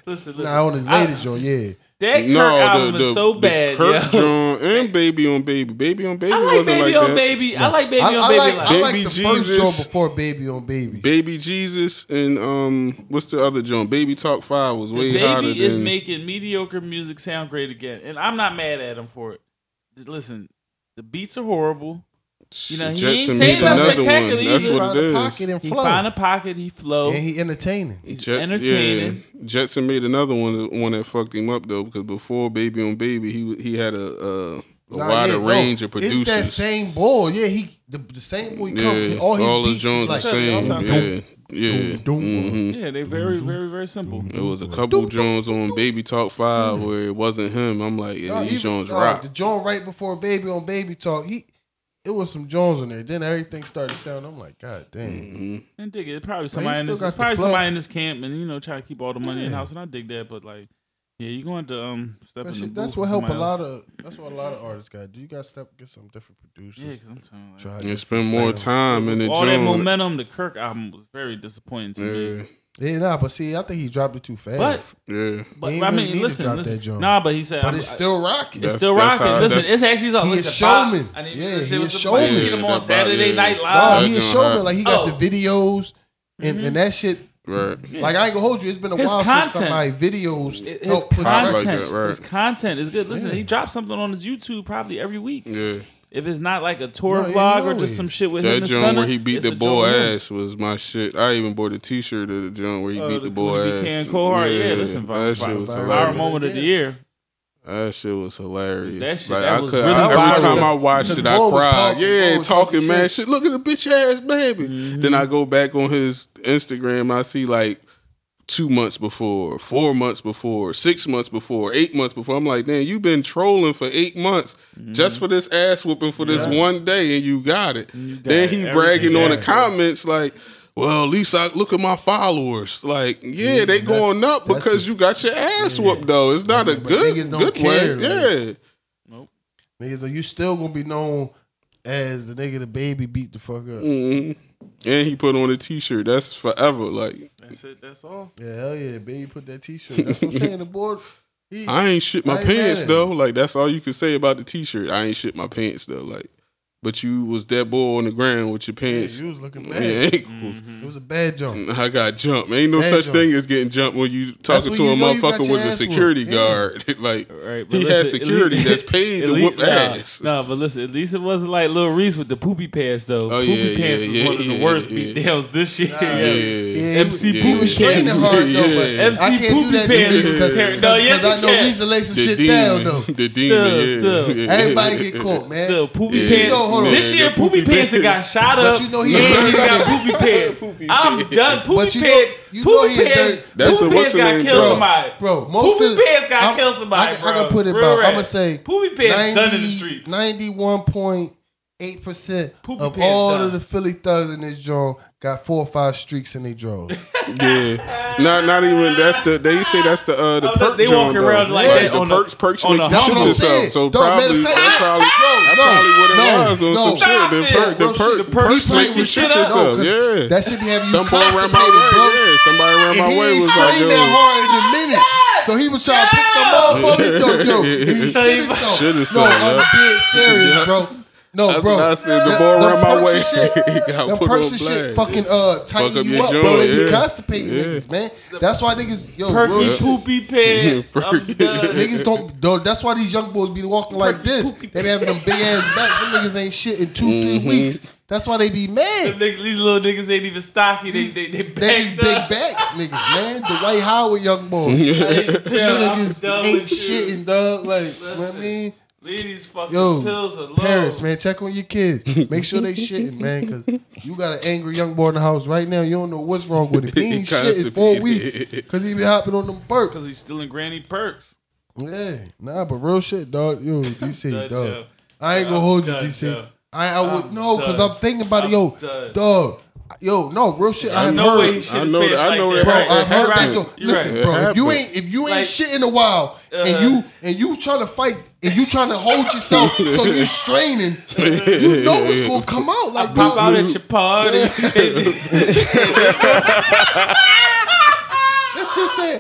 S1: Listen, listen.
S2: Nah, on his
S1: I-
S2: latest Jordan, yeah.
S1: that Kirk album is so bad.
S3: Kirk
S1: yo.
S3: John and Baby on Baby, Baby on Baby
S1: I like
S3: wasn't
S1: Baby
S3: like
S1: on
S3: that.
S1: Baby. I like Baby
S2: I,
S1: on
S2: I
S1: Baby.
S2: like
S1: like-
S2: I like
S3: Baby
S2: the first
S3: Jesus.
S2: Jordan before Baby on Baby.
S3: Baby Jesus and um, what's the other John? Baby Talk Five was way
S1: the
S3: hotter
S1: baby is
S3: than.
S1: making mediocre music sound great again, and I'm not mad at him for it. Listen, the beats are horrible. you know, he ain't
S3: Jetson
S1: saying
S3: made
S1: nothing
S3: another one.
S1: spectacular
S3: That's
S1: either.
S3: what
S2: Find
S3: it
S2: a
S3: is.
S2: pocket and
S1: He
S2: flow.
S1: find a pocket, he flow.
S2: and he entertaining.
S1: he's entertaining.
S3: Yeah. Jetson made another one, the one that fucked him up though, because before Baby on Baby, he he had a, a, a
S2: Nah,
S3: wider
S2: yeah, no,
S3: range of
S2: It's that
S3: producers.
S2: same boy. Yeah, he the, the same boy. He
S3: yeah,
S2: come, he- all his
S3: all the
S2: beats is
S3: Jones
S2: like
S3: the same.
S1: All
S3: Yeah, yeah.
S2: Doom, doom.
S3: Mhm.
S1: Yeah, they very,
S2: Mm-hmm.
S1: very, very simple.
S3: It was a couple Jones on Baby Talk Five where it wasn't him. I'm like, yeah,
S2: Mm-hmm. Nah,
S3: these
S2: even-
S3: Jones
S2: nah,
S3: rock.
S2: The Jones right before Baby on Baby Talk. He it was some Jones in there. Then everything started sounding. I'm like, God damn.
S3: Mhm.
S1: And dig it. Probably somebody
S2: still
S1: in this
S2: got the
S1: probably
S2: flow.
S1: somebody in this camp and you know try to keep all the money in
S2: Yeah.
S1: house and I dig that, but like yeah, you're going to um step in
S2: That
S1: the
S2: shit, that's
S1: booth
S2: what
S1: with
S2: help a
S1: somebody
S2: lot
S1: else.
S2: of. That's what a lot of artists got. Do you got to step get some different producers?
S1: Yeah, because I'm telling you, like,
S2: Try
S3: And
S2: different
S3: spend more
S2: sounds.
S3: time in the
S1: all that
S3: Jones.
S1: momentum, the Kirk album was very disappointing to me.
S3: Yeah,
S2: Yeah, nah, but see, I think he dropped it too fast.
S1: But
S3: yeah.
S1: but
S2: He ain't
S1: I
S2: really
S1: mean,
S2: need to
S1: listen,
S2: drop
S1: listen.
S2: that joint.
S1: Nah, but he said,
S2: but
S3: um,
S1: I'm-
S2: it's
S1: I-
S2: still rocking.
S1: it's
S3: That's-
S1: still
S3: that's
S1: rocking.
S3: how-
S1: listen,
S3: that's-
S1: it's actually something.
S2: He a
S1: listen, Bob-
S2: showman.
S1: I need
S2: Yeah,
S1: to
S2: he
S1: listen
S2: a
S1: to some
S2: showman.
S1: see them on
S3: Yeah,
S1: Saturday
S3: yeah.
S1: Night
S2: Oh,
S3: That
S1: Live.
S2: he a
S3: joint
S2: showman.
S3: hot.
S2: Like he got
S1: Oh.
S2: the videos and,
S3: Mm-hmm.
S2: and that shit.
S3: Right.
S2: Like I ain't gonna hold you. It's been a
S1: His
S2: while
S1: content.
S2: since somebody videos
S1: His
S2: helped push it.
S3: content.
S2: Right.
S3: Like
S1: content,
S3: that, right.
S1: his content is good. Listen, he drops something on his YouTube probably every week.
S3: Yeah.
S1: If it's not like a tour
S2: No, ain't
S1: vlog or
S2: no
S1: just
S2: way.
S1: some shit with him,
S3: That
S1: and
S3: joint
S1: Stunna,
S3: where he beat
S1: it's
S3: the
S1: a joint
S3: boy
S1: with him.
S3: ass was my shit. I even bought a t shirt of the joint where he
S1: Oh,
S3: beat
S1: the-
S3: the boy
S1: when he
S3: ass.
S1: beat Cam Cohart? Yeah, listen, vi-
S3: that
S1: vi-
S3: shit was
S2: viral
S1: Viral
S3: hilarious.
S1: moment of the
S2: Yeah.
S1: year.
S3: That shit was hilarious.
S1: That shit-
S3: like,
S1: that
S3: I
S1: was
S3: could,
S1: really
S3: I,
S1: viral.
S3: every time I watched
S2: The
S3: it, I
S2: boy was
S3: cried.
S2: talking, the boy
S3: yeah,
S2: was
S3: talking
S2: talking
S3: mad
S2: shit.
S3: shit. Look at the bitch ass baby. Then I go back on his Instagram. I see like two months before, four months before, six months before, eight months before. I'm like, man, you've been trolling for eight months just for this ass whooping for this one day, and you got it. then he bragging on the comments like. Well, at least I look at my followers. Like, yeah,
S2: Yeah,
S3: they
S2: that's-
S3: going up
S2: that's
S3: because
S2: just-
S3: you got your ass whooped though. It's not a
S2: But
S3: good,
S2: niggas don't
S3: good
S2: care,
S3: way.
S2: like-
S3: yeah,
S2: Niggas, so you still gonna be known as the nigga the baby beat the fuck up.
S3: Mhm. And he put on a T-shirt. That's forever. Like
S8: That's it. That's all.
S2: Yeah, hell yeah, baby put that t-shirt. That's what I'm saying. The board, he,
S3: I ain't shit
S2: I
S3: my
S2: ain't mad
S3: pants
S2: at
S3: though. Like that's all you can say about the T-shirt. I ain't shit my pants though. Like, but you was that boy on the ground with your
S2: yeah,
S3: pants
S2: you was looking
S3: and
S2: bad.
S3: your ankles.
S2: It was a bad jump.
S3: I got jumped. Ain't no
S2: Bad
S3: such
S2: jump.
S3: thing as getting jumped when you
S2: That's
S3: talking
S2: when
S3: to
S2: you
S3: a
S2: know you got
S3: motherfucker
S2: your
S3: with a
S2: ass whooped.
S3: security
S2: Yeah.
S3: guard. like
S1: Right, but
S3: he
S1: listen,
S3: has security
S1: at
S3: that's
S1: least-
S3: paid
S1: at
S3: to
S1: least-
S3: whoop
S1: nah,
S3: ass.
S1: No, but listen, at least it wasn't like Lil Reese with the poopy pants though.
S3: Oh,
S1: poopy
S3: yeah,
S1: pants
S3: yeah,
S1: was
S3: yeah,
S1: one of the
S3: yeah,
S1: worst
S3: yeah.
S1: beat downs this year.
S3: Yeah,
S1: MC
S2: he,
S1: Poopy
S2: he was training
S1: Pants.
S2: hard
S3: Yeah.
S2: though, but
S1: MC
S2: I can't
S1: Poopy
S2: do that
S1: Pants
S2: to
S1: is
S2: Reese because
S1: terrible. No, yes,
S2: I
S1: you
S2: know
S1: can.
S2: Reese will lay some
S3: The
S2: shit
S3: demon,
S2: down though.
S3: the demon,
S1: Still,
S3: yeah.
S1: still.
S3: Yeah.
S2: Everybody get caught, man.
S1: Still, poopy
S3: Yeah.
S1: pants.
S2: Yo, hold on.
S1: This year,
S3: Yeah,
S1: poopy,
S3: poopy
S1: pants that got
S3: pants.
S1: shot
S2: But
S1: up.
S2: you know he-
S1: and he got poopy pants.
S3: Poopy
S1: I'm done. Poopy
S2: But you know-
S1: pants.
S2: you know
S1: poopy
S2: he a
S1: pants.
S2: dirty-
S3: That's
S1: poopy
S3: a- what's
S1: pants
S3: the
S1: got
S3: name,
S1: killed
S3: bro?
S1: somebody.
S2: Bro, most
S1: poopy
S2: of the-
S1: pants got
S2: I'm-
S1: killed somebody.
S2: I, can-
S1: bro.
S2: I can put it
S1: Real
S2: about.
S1: rap.
S2: I'm gonna say
S1: poopy pants done in the streets.
S2: Ninety-one point eight percent
S1: Poopy
S2: of
S1: pants
S2: all
S1: done.
S2: of the Philly thugs in this joint got four or five streaks in their drawers.
S3: Yeah, not not even that's the they say that's the uh the
S1: Oh,
S3: perk
S1: they walk
S3: joint, though.
S1: around like that
S3: the
S1: on a-
S3: perks perks
S1: on
S3: make
S1: a
S3: you
S1: That's
S3: shit
S1: what I'm
S3: yourself.
S2: saying.
S3: So
S2: Dog, matter of
S3: probably
S2: fact-
S3: that's probably that's probably what it
S2: no,
S3: was on
S2: no.
S3: some shit. The
S1: Stop
S3: perk
S1: it.
S3: the
S2: Bro,
S3: perk
S2: shit,
S3: the
S2: the
S3: perks
S1: perks
S3: make
S1: make
S3: you
S1: you
S3: shit
S1: shit up.
S3: yourself.
S2: No, 'cause
S3: Yeah,
S2: That should have you
S3: some boy around my
S2: constipated,
S3: way.
S2: bro.
S3: Yeah, somebody around
S2: And
S3: my
S2: he
S3: way
S2: ain't
S3: was like
S2: strained that
S3: yo.
S2: hard in a minute. So he was trying to pick them up for me, yo, yo. And he shit himself.
S3: Shit himself,
S2: no,
S3: yeah.
S2: I'm dead serious,
S3: Yeah.
S2: bro. No,
S3: That's
S2: bro.
S3: what I said. The
S2: That-
S3: boy
S2: them
S3: around my
S2: perks
S3: way
S2: and shit-
S3: got
S2: them
S3: put
S2: perks
S3: on
S2: and shit
S3: blast.
S2: fucking uh, tighten
S3: up
S2: you
S3: your
S2: up, bro. They
S3: joint,
S2: be
S3: yeah.
S2: constipating
S3: Yeah.
S2: niggas, man. That's why niggas, yo, real
S1: Perky
S2: shit.
S1: poopy pants. I'm
S3: Perky-
S1: done.
S2: Niggas don't. though, That's why these young boys be walking like this. They be having them big ass backs. Them niggas ain't shit in 2
S3: Mm-hmm.
S2: three weeks. That's why they be mad.
S1: Niggas- These little niggas ain't even stocky. They
S2: These-
S1: they they
S2: They be
S1: backed
S2: big
S1: up.
S2: backs, niggas, man. The White Howard young boy.
S1: Yo,
S2: These
S1: I'm
S2: niggas
S1: done
S2: ain't
S1: with you.
S2: shitting, dog. Like, you know what I
S1: Listen.
S2: mean?
S1: Leave these fucking
S2: Yo,
S1: pills alone.
S2: Parents, man, check on your kids. Make sure they shitting, man, because you got an angry young boy in the house right now. You don't know what's wrong with him. He ain't shitting four weeks because he be hopping on them burps.
S1: Cause he's stealing granny perks.
S2: Yeah, nah, but real shit, dog. Yo, DC,
S1: done,
S2: dog.
S1: Joe.
S2: I ain't gonna
S1: I'm
S2: hold you,
S1: done,
S2: DC.
S1: Joe.
S2: I, I would
S1: I'm
S2: no, cause
S1: done.
S2: I'm thinking about it,
S1: I'm
S2: yo,
S1: done.
S2: dog. Yo, no, real shit. I have
S1: No
S2: heard,
S1: way he shit
S3: I
S1: his
S3: know
S1: pants
S3: that- I
S1: like
S3: know
S1: that.
S3: that
S2: bro.
S3: Right,
S2: I've
S3: that
S2: heard that.
S3: happened.
S2: Joke.
S1: You're
S2: Listen,
S1: right.
S2: bro, if you
S3: It
S2: ain't if you ain't
S1: Like- uh-huh.
S2: shit in a while, and you and you trying to fight and you trying to hold yourself, so you straining. You know what's gonna come out, like
S1: Pop
S2: bro,
S1: out at your party.
S2: That shit said.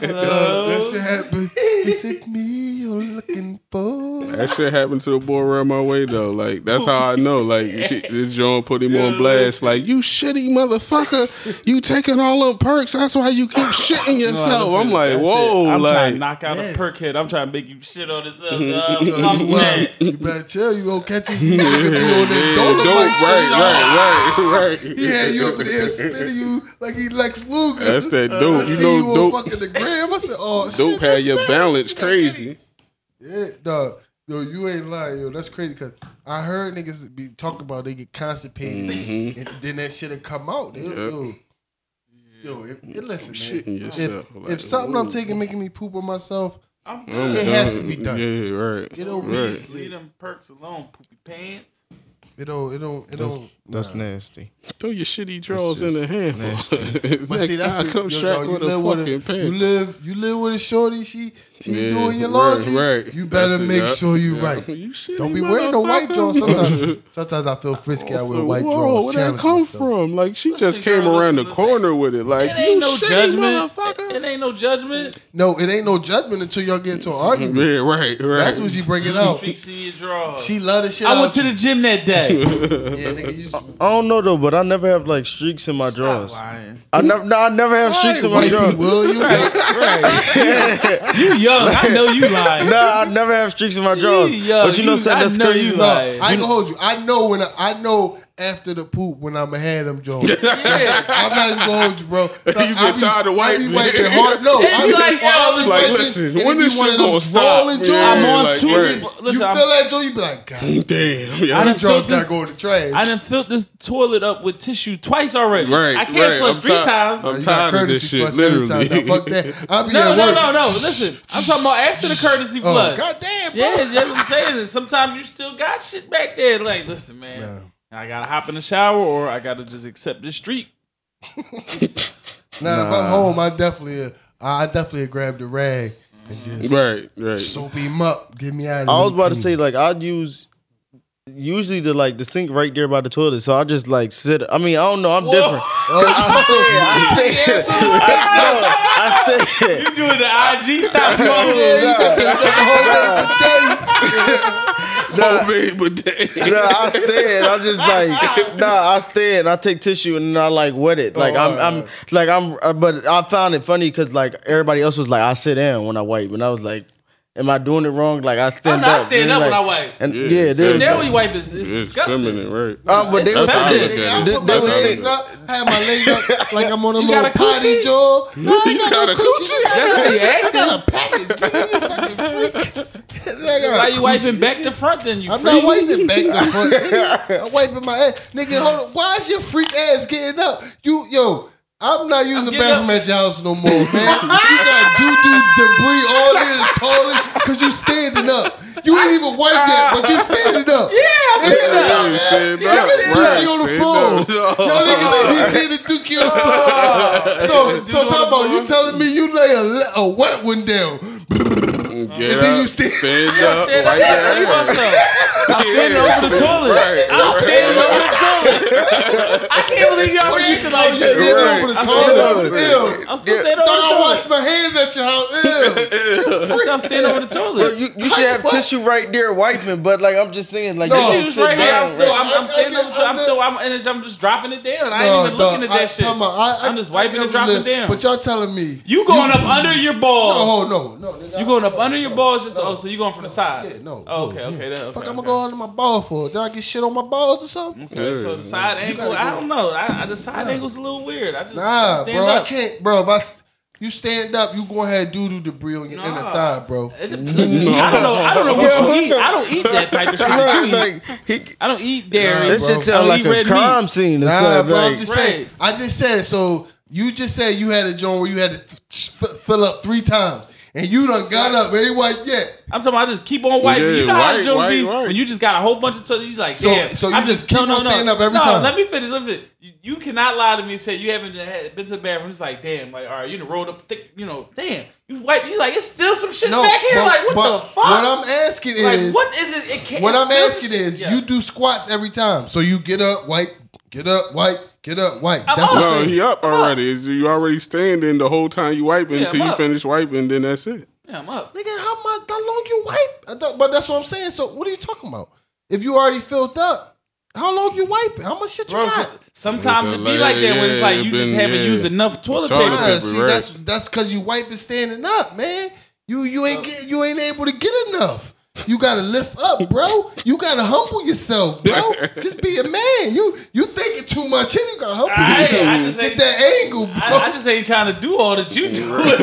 S2: Hello. that shit happened. Is it me you're looking for?
S3: That shit happened to the boy around my way though. Like that's how I know. Like she, this John put him on blast. Like you shitty motherfucker. You taking all them perks. That's why you keep shitting yourself. I'm like,
S1: That's it.
S3: whoa.
S1: I'm trying
S3: like
S1: to knock out a perk head. I'm trying to make you shit on this. Up,
S2: you, uh, you better chill. You won't catch it. You nigga be on that
S3: dope,
S2: dolomite
S3: right,
S2: street.
S3: right, right, right.
S2: He had you up in there spinning you like he Lex Luger.
S3: That's that
S2: I
S3: dope. you
S2: see
S3: know,
S2: you on
S3: dope.
S2: fucking the gram. I said, oh, shit.
S3: dope had
S2: that's
S3: your
S2: bad.
S3: balance crazy.
S2: Yeah, dog. Yo, you ain't lying. Yo, that's crazy because I heard niggas be talking about they get constipated
S3: Mm-hmm.
S2: and then that shit'll come out. They- Yo, yo, if,
S3: Mm,
S2: it- listen, man.
S3: Shitting yourself.
S2: If,
S3: Like,
S2: if something I'm
S3: whoa.
S2: taking making me poop on myself,
S1: I'm
S3: I'm
S1: done.
S2: it has to be done.
S3: Yeah, right.
S2: it don't
S3: right.
S2: really-
S1: Leave them perks alone, poopy pants.
S2: it don't, it don't, it don't.
S4: That's nasty.
S3: Throw your shitty drawers in the
S4: just
S3: hamper. Next
S2: But see, that's
S3: time,
S2: the,
S3: come
S2: yo,
S3: strapped
S2: dog, you
S3: with a
S2: live with
S3: fucking
S2: a, you
S3: pants.
S2: live you live with a shorty. She she's
S3: Yeah,
S2: doing your
S3: right,
S2: laundry.
S3: right.
S2: You better
S3: That's it,
S2: make
S3: yeah.
S2: sure you
S3: Yeah.
S2: right.
S3: You shitty
S2: Don't be wearing no white
S3: motherfucker.
S2: drawers. Sometimes sometimes I feel frisky. I wear
S3: So,
S2: white
S3: whoa,
S2: drawers.
S3: Where that
S2: challenge
S3: come
S2: myself.
S3: from? Like she just
S1: Listen,
S3: came
S1: girl, listen,
S3: around the
S1: listen.
S3: corner with it. Like
S1: It
S3: you
S1: ain't no
S3: shitty
S1: judgment.
S3: motherfucker.
S1: It ain't no judgment.
S2: No, it ain't no judgment until y'all get into an argument.
S3: yeah, right, right.
S2: That's when she bring it out.
S1: Streaks in your drawers.
S2: She love the shit.
S1: I
S2: out
S1: went to the
S2: you.
S1: gym that day.
S2: yeah, nigga. You, just-
S4: I don't know though, but I never have like streaks in my drawers.
S1: Stop lying.
S4: I never, no, I never have streaks in my
S2: White Pete
S4: drawers.
S2: Williams.
S1: You young. I know you lying.
S4: Nah, I never have streaks in my drawers.
S1: Yo,
S4: but you know
S1: you-
S4: something
S1: I
S4: that's
S1: know
S4: crazy?
S1: you
S2: No,
S1: Like,
S2: I ain't gonna hold you. I know when I, I know after the poop when I'm ahead them Jones. I'm not even gonna hold you, bro. So
S3: You get
S2: I be-
S3: tired of
S2: I be
S3: wiping.
S2: wiping hard. No,
S1: It's
S2: I be,
S1: like,
S2: or I be
S1: yo, it's
S3: like,
S2: wiping,
S3: listen,
S2: and it
S3: when
S2: be
S3: this
S2: one
S3: shit
S2: of them
S3: gonna stop?
S2: rolling
S3: Yeah,
S2: joints.
S1: I'm on
S3: like,
S1: two.
S3: word.
S2: you
S1: Listen,
S2: feel
S1: I'm-
S2: that Joe? You be like, God,
S3: Damn. Yeah.
S1: done
S2: them Jones
S1: filled this-
S2: gotta go in the trash.
S1: I done filled this toilet up with tissue twice already.
S3: Right,
S1: I can't
S3: right.
S1: flush
S3: I'm
S1: three
S3: tired.
S1: times.
S3: I'm
S2: You got
S3: tired of this
S2: courtesy
S3: shit,
S2: flush every time.
S3: literally.
S2: Now, fuck that. I'll be
S1: No,
S2: at
S1: no,
S2: work.
S1: no, no. Listen, I'm talking about after the courtesy
S2: Oh,
S1: flush.
S2: God damn, bro.
S1: Yeah, that's what I'm saying. And sometimes you still got shit back there. Like, listen, man, I gotta hop in the shower or I gotta just accept this streak.
S2: Now, if I'm home, I definitely, uh, I definitely grabbed a rag and just
S3: Right, right.
S2: soap him up. Get me out of here.
S4: I was about to say like I'd use usually the like the sink right there by the toilet. So I just like sit. I mean I don't know. I'm different.
S2: Oh, I stay, I stay,
S4: I stay.
S1: You doing the IG thought mode.
S3: Homemade bidet.
S4: Nah, I stand. I just like nah. I stand. I take tissue and then I like wet it. Like I'm, I'm,
S2: Oh.
S4: like I'm. uh, But I found it funny because like everybody else was like, I sit down when I wipe, and I was like, Am I doing it wrong? Like I stand
S1: no, I
S4: up.
S1: stand
S4: and,
S1: up when
S4: like-
S1: I wipe.
S4: And yeah,
S3: Yeah,
S4: yeah
S3: so-
S4: there's-
S1: There we wipe is it's
S3: It's
S1: disgusting.
S3: feminine, right?
S4: um, but they
S1: That's
S4: was
S1: how I look at
S4: saying-
S3: it.
S2: I
S4: they-
S2: put my
S4: they was saying-
S2: legs up, have my legs up like I'm on a
S1: got
S2: little
S1: a coochie?
S2: potty, Joe. No, I ain't
S3: got
S2: got no
S3: a
S2: coochie.
S1: That's how you
S2: I
S1: acting.
S2: got a package. nigga. You fucking freak. uh, Man, I got a
S1: Why you
S2: coochie.
S1: wiping back to front then? You
S2: I'm
S1: freak?
S2: not wiping back the front. nigga. I'm wiping my ass. Nigga, hold on. Why is your freak ass getting up? You yo, I'm not using the
S1: getting
S2: bathroom at your house no more, man. you got doo doo debris all in the toilet because you standing up. You ain't even wiped yet, but you standing up. Yeah,
S3: Yeah, stand up. Oh,
S2: Niggas dookie on the
S3: Stand
S2: floor.
S3: up.
S2: Y'all niggas ain't seen the dookie on the floor. So, so talk about you telling me you lay a, le- a wet one down.
S3: Get
S2: And then you
S3: up,
S2: stand-
S3: stand
S1: I
S3: up.
S1: stand up there,
S3: wipe your
S1: I leave
S3: ass.
S1: myself. I'm standing
S3: Yeah.
S1: over the toilet.
S3: Right,
S1: I'm
S3: right.
S1: standing over the toilet. I can't believe y'all
S2: Are you,
S1: reacting
S2: are
S1: like
S2: you
S1: this.
S2: standing
S3: Right.
S2: over the
S1: I stand
S2: toilet?
S1: over
S3: the
S2: Ew.
S1: I'm still standing over
S2: Dog, I
S1: the
S2: wash
S1: toilet.
S2: my hands at your house. Ew.
S1: I said I'm standing over the
S4: Bro,
S1: toilet.
S4: you, you should have tissue right there wiping, but like I'm just saying, like
S2: No.
S4: you should
S1: Shoes
S4: sit
S1: right here.
S4: down,
S1: I'm still.
S4: right?
S1: I'm, I'm standing over the toilet. I'm still. I'm and it's, I'm just dropping it down. I ain't even looking at that
S2: I,
S1: shit.
S2: talking about- I,
S1: I'm just wiping
S2: I
S1: and dropping
S2: live-
S1: down.
S2: But y'all telling me
S1: You going up under your
S2: Oh
S1: balls?
S2: no, no, nigga.
S1: You going up under your balls? Just
S2: no,
S1: oh, so you going from the side?
S2: Yeah, no.
S1: Oh,
S2: no,
S1: okay,
S2: yeah.
S1: okay, that, okay.
S2: Fuck, I'm
S1: okay.
S2: gonna go under my ball for. Did I get shit on my balls or something?
S1: Okay, so the side angle.
S2: gotta
S1: I
S2: go.
S1: don't know. I, I the side angle's a little weird. I just
S2: Nah,
S1: stand
S2: bro,
S1: up.
S2: I can't, bro. If I s- you stand up, you gonna have doo doo debris on your inner
S1: Nah.
S2: thigh, bro.
S1: It dep- listen, I don't know. I don't know what
S4: Yo,
S1: you
S4: what
S1: eat.
S4: the-
S1: I don't eat that type of shit. that
S4: Right,
S1: you eat.
S4: like, he,
S1: I don't eat dairy.
S4: this
S2: bro.
S4: should
S1: I don't
S4: sound like
S1: eat red
S4: a
S1: meat.
S4: crime scene. or
S2: Nah,
S4: something,
S2: bro. I'm
S4: like-
S2: just
S1: Right.
S2: saying. I just said so. You just said you had a joint where you had to th- f- fill up three times, and you done got up. Ain't wiped yet.
S1: I'm talking. About I just keep on wiping.
S3: Yeah,
S1: you know how
S3: wipe,
S1: the jokes
S3: wipe,
S1: be
S3: wipe.
S1: when you just got a whole bunch of toilet. You like,
S2: So-
S1: damn.
S2: so you
S1: I'm
S2: just keep on standing up every
S1: no,
S2: time.
S1: Let me finish. Let me finish. You, you cannot lie to me and say you haven't had- been to the bathroom. It's like, damn. Like, all right, you done rolled up. Thick, you know, damn. You wipe. You like, it's still some shit
S2: No,
S1: back here.
S2: but-
S1: like, what
S2: but
S1: the fuck?
S2: What I'm asking
S1: like,
S2: is,
S1: what is it? it can't,
S2: What
S1: it's
S2: I'm
S1: still
S2: asking
S1: some shit-
S2: is,
S1: Yes.
S2: you do squats every time, so you get up, wipe, get up, wipe, get up, wipe.
S1: I'm
S2: That's
S1: up.
S2: what
S3: No,
S2: I'm saying.
S3: he up already. It's- You already standing the whole time you wiping
S1: Yeah,
S3: until
S1: I'm
S3: you
S1: up.
S3: finish wiping. Then that's it.
S1: Yeah, I'm up.
S2: Nigga, how much? How long you wipe? I thought- but that's what I'm saying. So what are you talking about? If you already filled up, how long you wiping? How much shit you
S1: Bro, so-
S2: got?
S1: sometimes
S3: It's
S1: it
S3: a
S1: be like that when it's
S3: layer,
S1: like you just
S3: been-
S1: haven't
S3: yeah.
S1: used enough toilet
S3: Toilet
S1: paper.
S2: Nah,
S3: paper,
S2: see,
S3: right.
S2: that's that's because you wiping standing up, man. You you ain't get, you ain't able to get enough. You gotta lift up, bro. You gotta humble yourself, bro. Just be a man. You you thinking too much. You gotta humble
S1: I-
S2: yourself.
S1: I just
S2: get
S1: ain't-
S2: that angle, bro.
S1: I, I just ain't trying to do all that you do. That's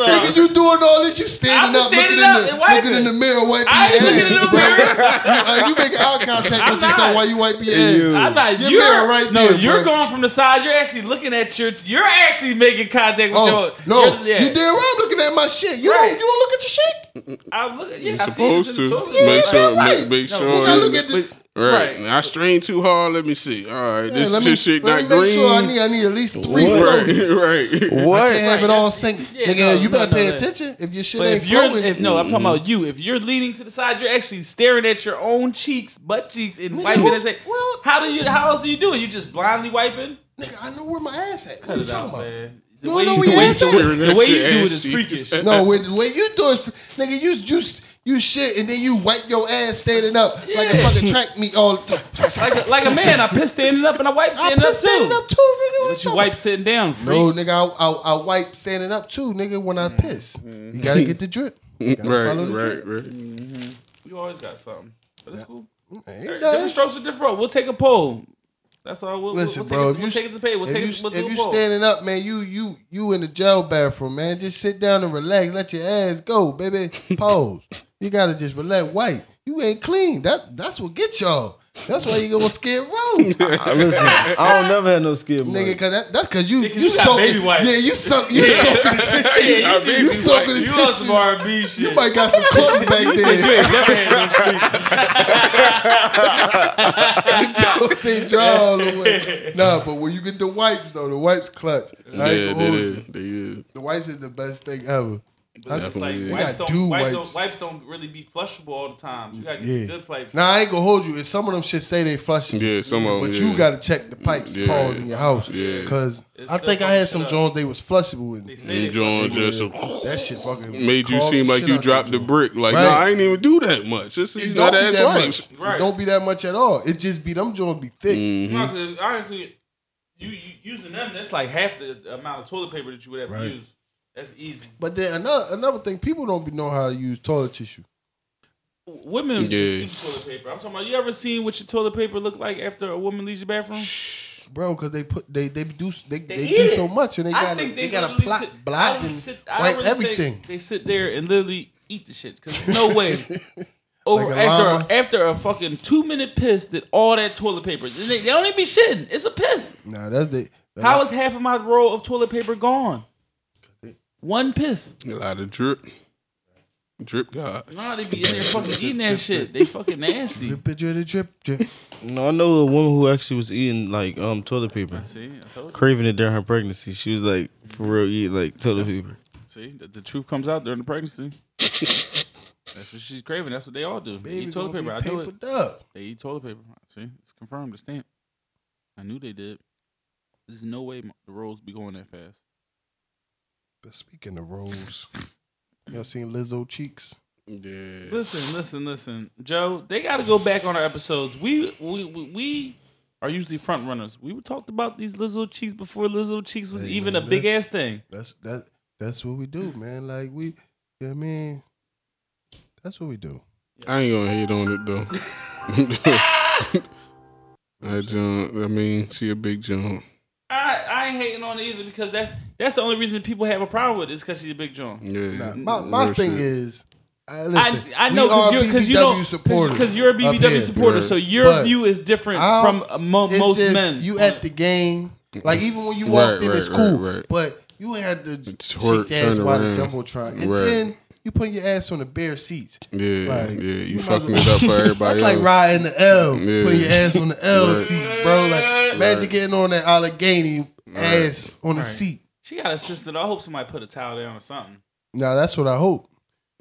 S1: all.
S2: Nigga, you doing all this? You standing
S1: I'm just
S2: up, looking,
S1: standing up
S2: in
S1: and
S2: the,
S1: wiping.
S2: looking in the mirror, wiping
S1: I ain't
S2: your
S1: looking in
S2: ass,
S1: the
S2: bro.
S1: mirror.
S2: you, uh, you making eye contact
S1: I'm
S2: with yourself
S1: not.
S2: while you wipe your ass.
S4: You.
S1: I'm not.
S2: Your
S1: You're
S2: mirror right
S1: no.
S2: there,
S1: you're
S2: bro.
S1: going from the side. You're actually looking at your. You're actually making contact with
S2: Oh
S1: your.
S2: no,
S1: your- yeah.
S2: you damn right. I'm looking at my shit. You
S1: Right.
S2: don't. You don't look at your shit.
S1: I'm looking. Yeah,
S3: You're
S1: I see
S3: supposed
S1: this in
S3: to
S1: the toilet.
S3: make
S2: Yeah,
S3: sure.
S2: right.
S3: Make, make
S1: No,
S3: sure.
S1: but
S2: Bitch, I look at the.
S1: But-
S3: right.
S1: Right.
S3: I strain too hard. Let me see. All right.
S2: Yeah,
S3: This,
S2: let me,
S3: this shit
S2: let me
S3: not
S2: make
S3: green.
S2: sure I need. I need at least three floaties.
S3: right. Right.
S2: I
S4: what?
S2: can't have it all sink.
S1: Yeah,
S2: nigga,
S1: no,
S2: you
S1: no,
S2: better
S1: no,
S2: pay
S1: no.
S2: attention. If your shit
S1: But
S2: ain't
S1: if you're,
S2: floating,
S1: if no, I'm talking
S3: Mm-hmm.
S1: about you. If you're leaning to the side, you're actually staring at your own cheeks, butt cheeks, and
S2: Nigga,
S1: wiping. And
S2: who's-
S1: say,
S2: well-
S1: how do you? How else do you do it? You just blindly wiping?
S2: nigga, I know where my ass at. What
S1: Cut
S2: you
S1: it out,
S2: talking about?
S1: man. The
S2: You
S1: way
S2: don't
S1: you
S2: know
S1: the way
S2: where your
S1: you
S2: ass
S1: do
S2: is?
S1: it, the way you
S3: Ass
S1: do it is
S3: cheeks.
S1: freakish.
S2: No, with the way you do it, nigga, you you you shit and then you wipe your ass standing up like a
S1: Yeah.
S2: fucking track meet all the time.
S1: Like a, like a man, I piss standing up and I wipe
S2: I
S1: standing
S2: put
S1: up
S2: standing
S1: too.
S2: up too, nigga. What
S1: But you
S2: talking
S1: wipe sitting down, freak.
S2: about? Mm. No, nigga, I, I I wipe standing up too, nigga. When I piss, you gotta get the drip.
S3: Right.
S2: follow the
S3: Right.
S2: drip.
S3: Right.
S1: You always got something. But it's cool.
S2: Ain't
S1: Different
S2: nothing.
S1: strokes for different. We'll take a poll. That's all. We'll,
S2: Listen,
S1: we'll,
S2: bro.
S1: we'll take it, we'll take it
S2: if you,
S1: to pay. We'll
S2: if
S1: take
S2: you,
S1: it. We'll do
S2: if
S1: a
S2: you
S1: poll.
S2: standing up, man, you you you in the jail bathroom, man. Just sit down and relax. Let your ass go, baby. Pause. you gotta just relax. White, you ain't clean. That that's what get y'all. That's why you go on skid row,
S4: I- Listen, I don't never had no skid mark.
S2: nigga. Cause that, that's cause you
S1: Because
S2: you
S1: you got
S2: soaking.
S1: baby wipes.
S2: Yeah, you soak. You soaking the tissue.
S1: Yeah, you-
S2: you soaking the
S1: You on
S2: tissue.
S1: some R&B shit.
S2: You might got some clubs back there. Jokes ain't dry all the way. Nah, but when you get the wipes though, the wipes clutch. I ain't
S3: Yeah,
S2: gonna
S3: they
S2: hold you.
S3: is. They is.
S2: The whites is the best thing ever. That's
S1: It's like
S3: Yeah.
S1: wipes
S2: got
S1: don't,
S2: dude
S1: wipes,
S2: wipes.
S1: Don't, wipes don't really be flushable all the time. So you gotta get
S2: Yeah.
S1: good wipes.
S2: Now I ain't gonna hold you. If some of them shit say they flushing,
S3: Yeah, some of 'em,
S2: but
S3: yeah.
S2: you gotta check the pipes
S3: Yeah.
S2: pause in your house,
S3: Yeah.
S2: Cause
S1: It's
S2: I
S1: still
S2: think I had
S1: fucking
S2: some
S1: shit
S2: Jones they was flushable
S1: They
S2: with.
S1: say they
S3: John
S1: flushable.
S3: just
S2: That shit fucking
S3: made you
S2: clogged
S3: seem
S2: the
S3: like
S2: shit
S3: you
S2: out that
S3: dropped the
S2: joint.
S3: brick. Like,
S2: Right.
S3: no, I ain't even do that much. This
S2: It
S3: is
S2: don't
S3: not
S2: be
S3: ass
S2: that
S3: wipes. Mm.
S2: much. It
S1: Right.
S2: Don't be that much at all. It just be them Jones be thick.
S1: No, 'cause honestly, you, you using them, that's like half the amount of toilet paper that you would have
S2: Right.
S1: used. That's easy.
S2: But then another another thing, people don't be know how to use toilet tissue.
S1: Women
S3: Yeah.
S1: just use toilet paper. I'm talking about. You ever seen what your toilet paper look like after a woman leaves your bathroom?
S2: Bro, cause they put they they do they, they,
S1: eat
S2: do
S1: it.
S2: so much and they
S1: I
S2: got
S1: think
S2: they,
S1: they,
S2: got a
S1: literally
S2: plot
S1: sit- I
S2: blot
S1: don't
S2: and
S1: sit- I
S2: wipe
S1: don't really think
S2: everything.
S1: They sit there and literally eat the shit because no way. Over
S2: Like a llama.
S1: after after a fucking two minute piss, that all that toilet paper. They, they don't even be shitting. It's a piss.
S2: Nah, that's the
S1: How is half of my roll of toilet paper gone? One piss.
S3: A lot of drip. Drip guys.
S1: Nah, they be in there fucking eating that shit. They fucking nasty.
S2: picture of the drip drip.
S4: No, I know a woman who actually was eating like um toilet paper,
S1: See, I told you.
S4: craving it during her pregnancy. She was like for real eat like toilet paper.
S1: See, the, the truth comes out during the pregnancy. That's what she's craving. That's what they all do. They
S2: Baby
S1: eat toilet
S2: gonna
S1: paper. I
S2: be
S1: do it.
S2: papered up.
S1: They eat toilet paper. See, it's confirmed. It's stamped. I knew they did. There's no way my- the rolls be going that fast.
S2: But speaking of rolls, y'all seen Lizzo cheeks?
S3: Yeah.
S1: Listen, listen, listen, Joe. They got to go back on our episodes. We we we. we are usually front runners. We talked about these Lizzo cheeks before Lizzo cheeks was
S2: Hey,
S1: even
S2: man,
S1: a big
S2: that-
S1: ass thing.
S2: That's that. That's what we do, man. Like we, you know what I mean, that's what we do.
S3: I ain't gonna hate on it though. I jump. I mean, she a big jump.
S1: I, I ain't hating on it either because that's that's the only reason people have a problem with it is because she's a big John.
S3: Yeah.
S2: Nah, my my
S3: Real
S2: thing
S3: shit.
S2: is, I, listen,
S1: I, I
S2: we
S1: know
S2: are
S1: because you're because you don't
S2: BBW supporters
S1: because you're a
S2: up here.
S1: BBW supporter, so your
S2: But
S1: view is different
S2: I'll-
S1: from uh, mo-
S2: It's
S1: most
S2: just,
S1: men.
S2: You at the game, like even when you
S3: Right,
S2: walked in,
S3: right,
S2: it's cool,
S3: right, right.
S2: but you ain't had to
S3: Twerk,
S2: shake your ass
S3: turn
S2: while the
S3: around.
S2: jumbotron, and
S3: Right.
S2: then you put your ass on the bare seats.
S3: Yeah,
S2: Like,
S3: yeah. You
S2: might
S3: fucking
S2: as
S3: it up for everybody.
S2: That's like
S3: else.
S2: riding the L.
S3: Yeah.
S2: Put your ass on the L
S3: Right.
S2: seats, bro. Like imagine
S3: Right.
S2: getting on that Allegheny ass on the seat.
S1: she got assisted. I hope somebody put a towel down or something.
S2: Now that's what I hope.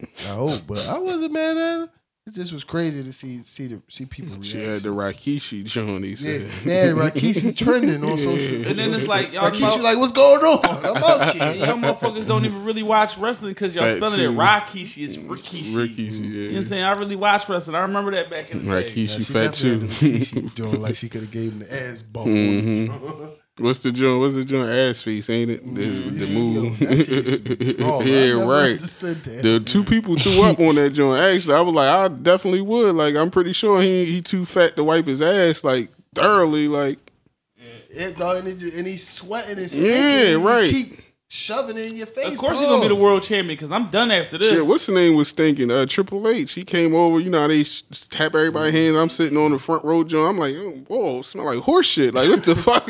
S2: I hope, but I wasn't mad at it. It just was crazy to see see the see people.
S3: She
S2: reaction.
S3: had the Rakishi joint. He
S2: Yeah,
S3: said.
S2: yeah, Rakishi trending on social.
S1: And then it's like y'all,
S2: Rakishi
S1: mo-
S2: like, what's going on? I'm out here.
S1: y'all motherfuckers don't even really watch wrestling because y'all
S3: Fat
S1: spelling it
S3: too. Mm,
S1: Rakishi. It's Rikishi. You know what I'm
S3: Rikishi, yeah.
S1: saying? I really watched wrestling. I remember that back in the day.
S2: Yeah,
S3: Rakishi,
S2: she
S3: fat
S2: definitely
S3: too.
S2: had the Rikishi doing like she could have gave him the ass bump.
S3: Mm-hmm. What's the joint? What's the joint? Ass face, ain't it? The, the move.
S2: Mm. Yo, that shit used to be raw, bro. I
S3: yeah,
S2: never
S3: right.
S2: understood that.
S3: The two people threw up on that joint. Actually, I was like, I definitely would. Like, I'm pretty sure he he too fat to wipe his ass like thoroughly. Like,
S2: It, dog, and, it just, and he's sweating and stinking.
S3: Yeah,
S2: and he just
S3: right.
S2: Keep shoving it in your face.
S1: Of course,
S2: bro.
S1: he's gonna be the world champion because I'm done after this.
S3: shit. What's the name was thinking? Uh, Triple H. He came over. You know how they sh- tap everybody
S2: Mm-hmm.
S3: hands. I'm sitting on the front row joint. I'm like, oh, whoa, smell like horse shit. Like, what the fuck?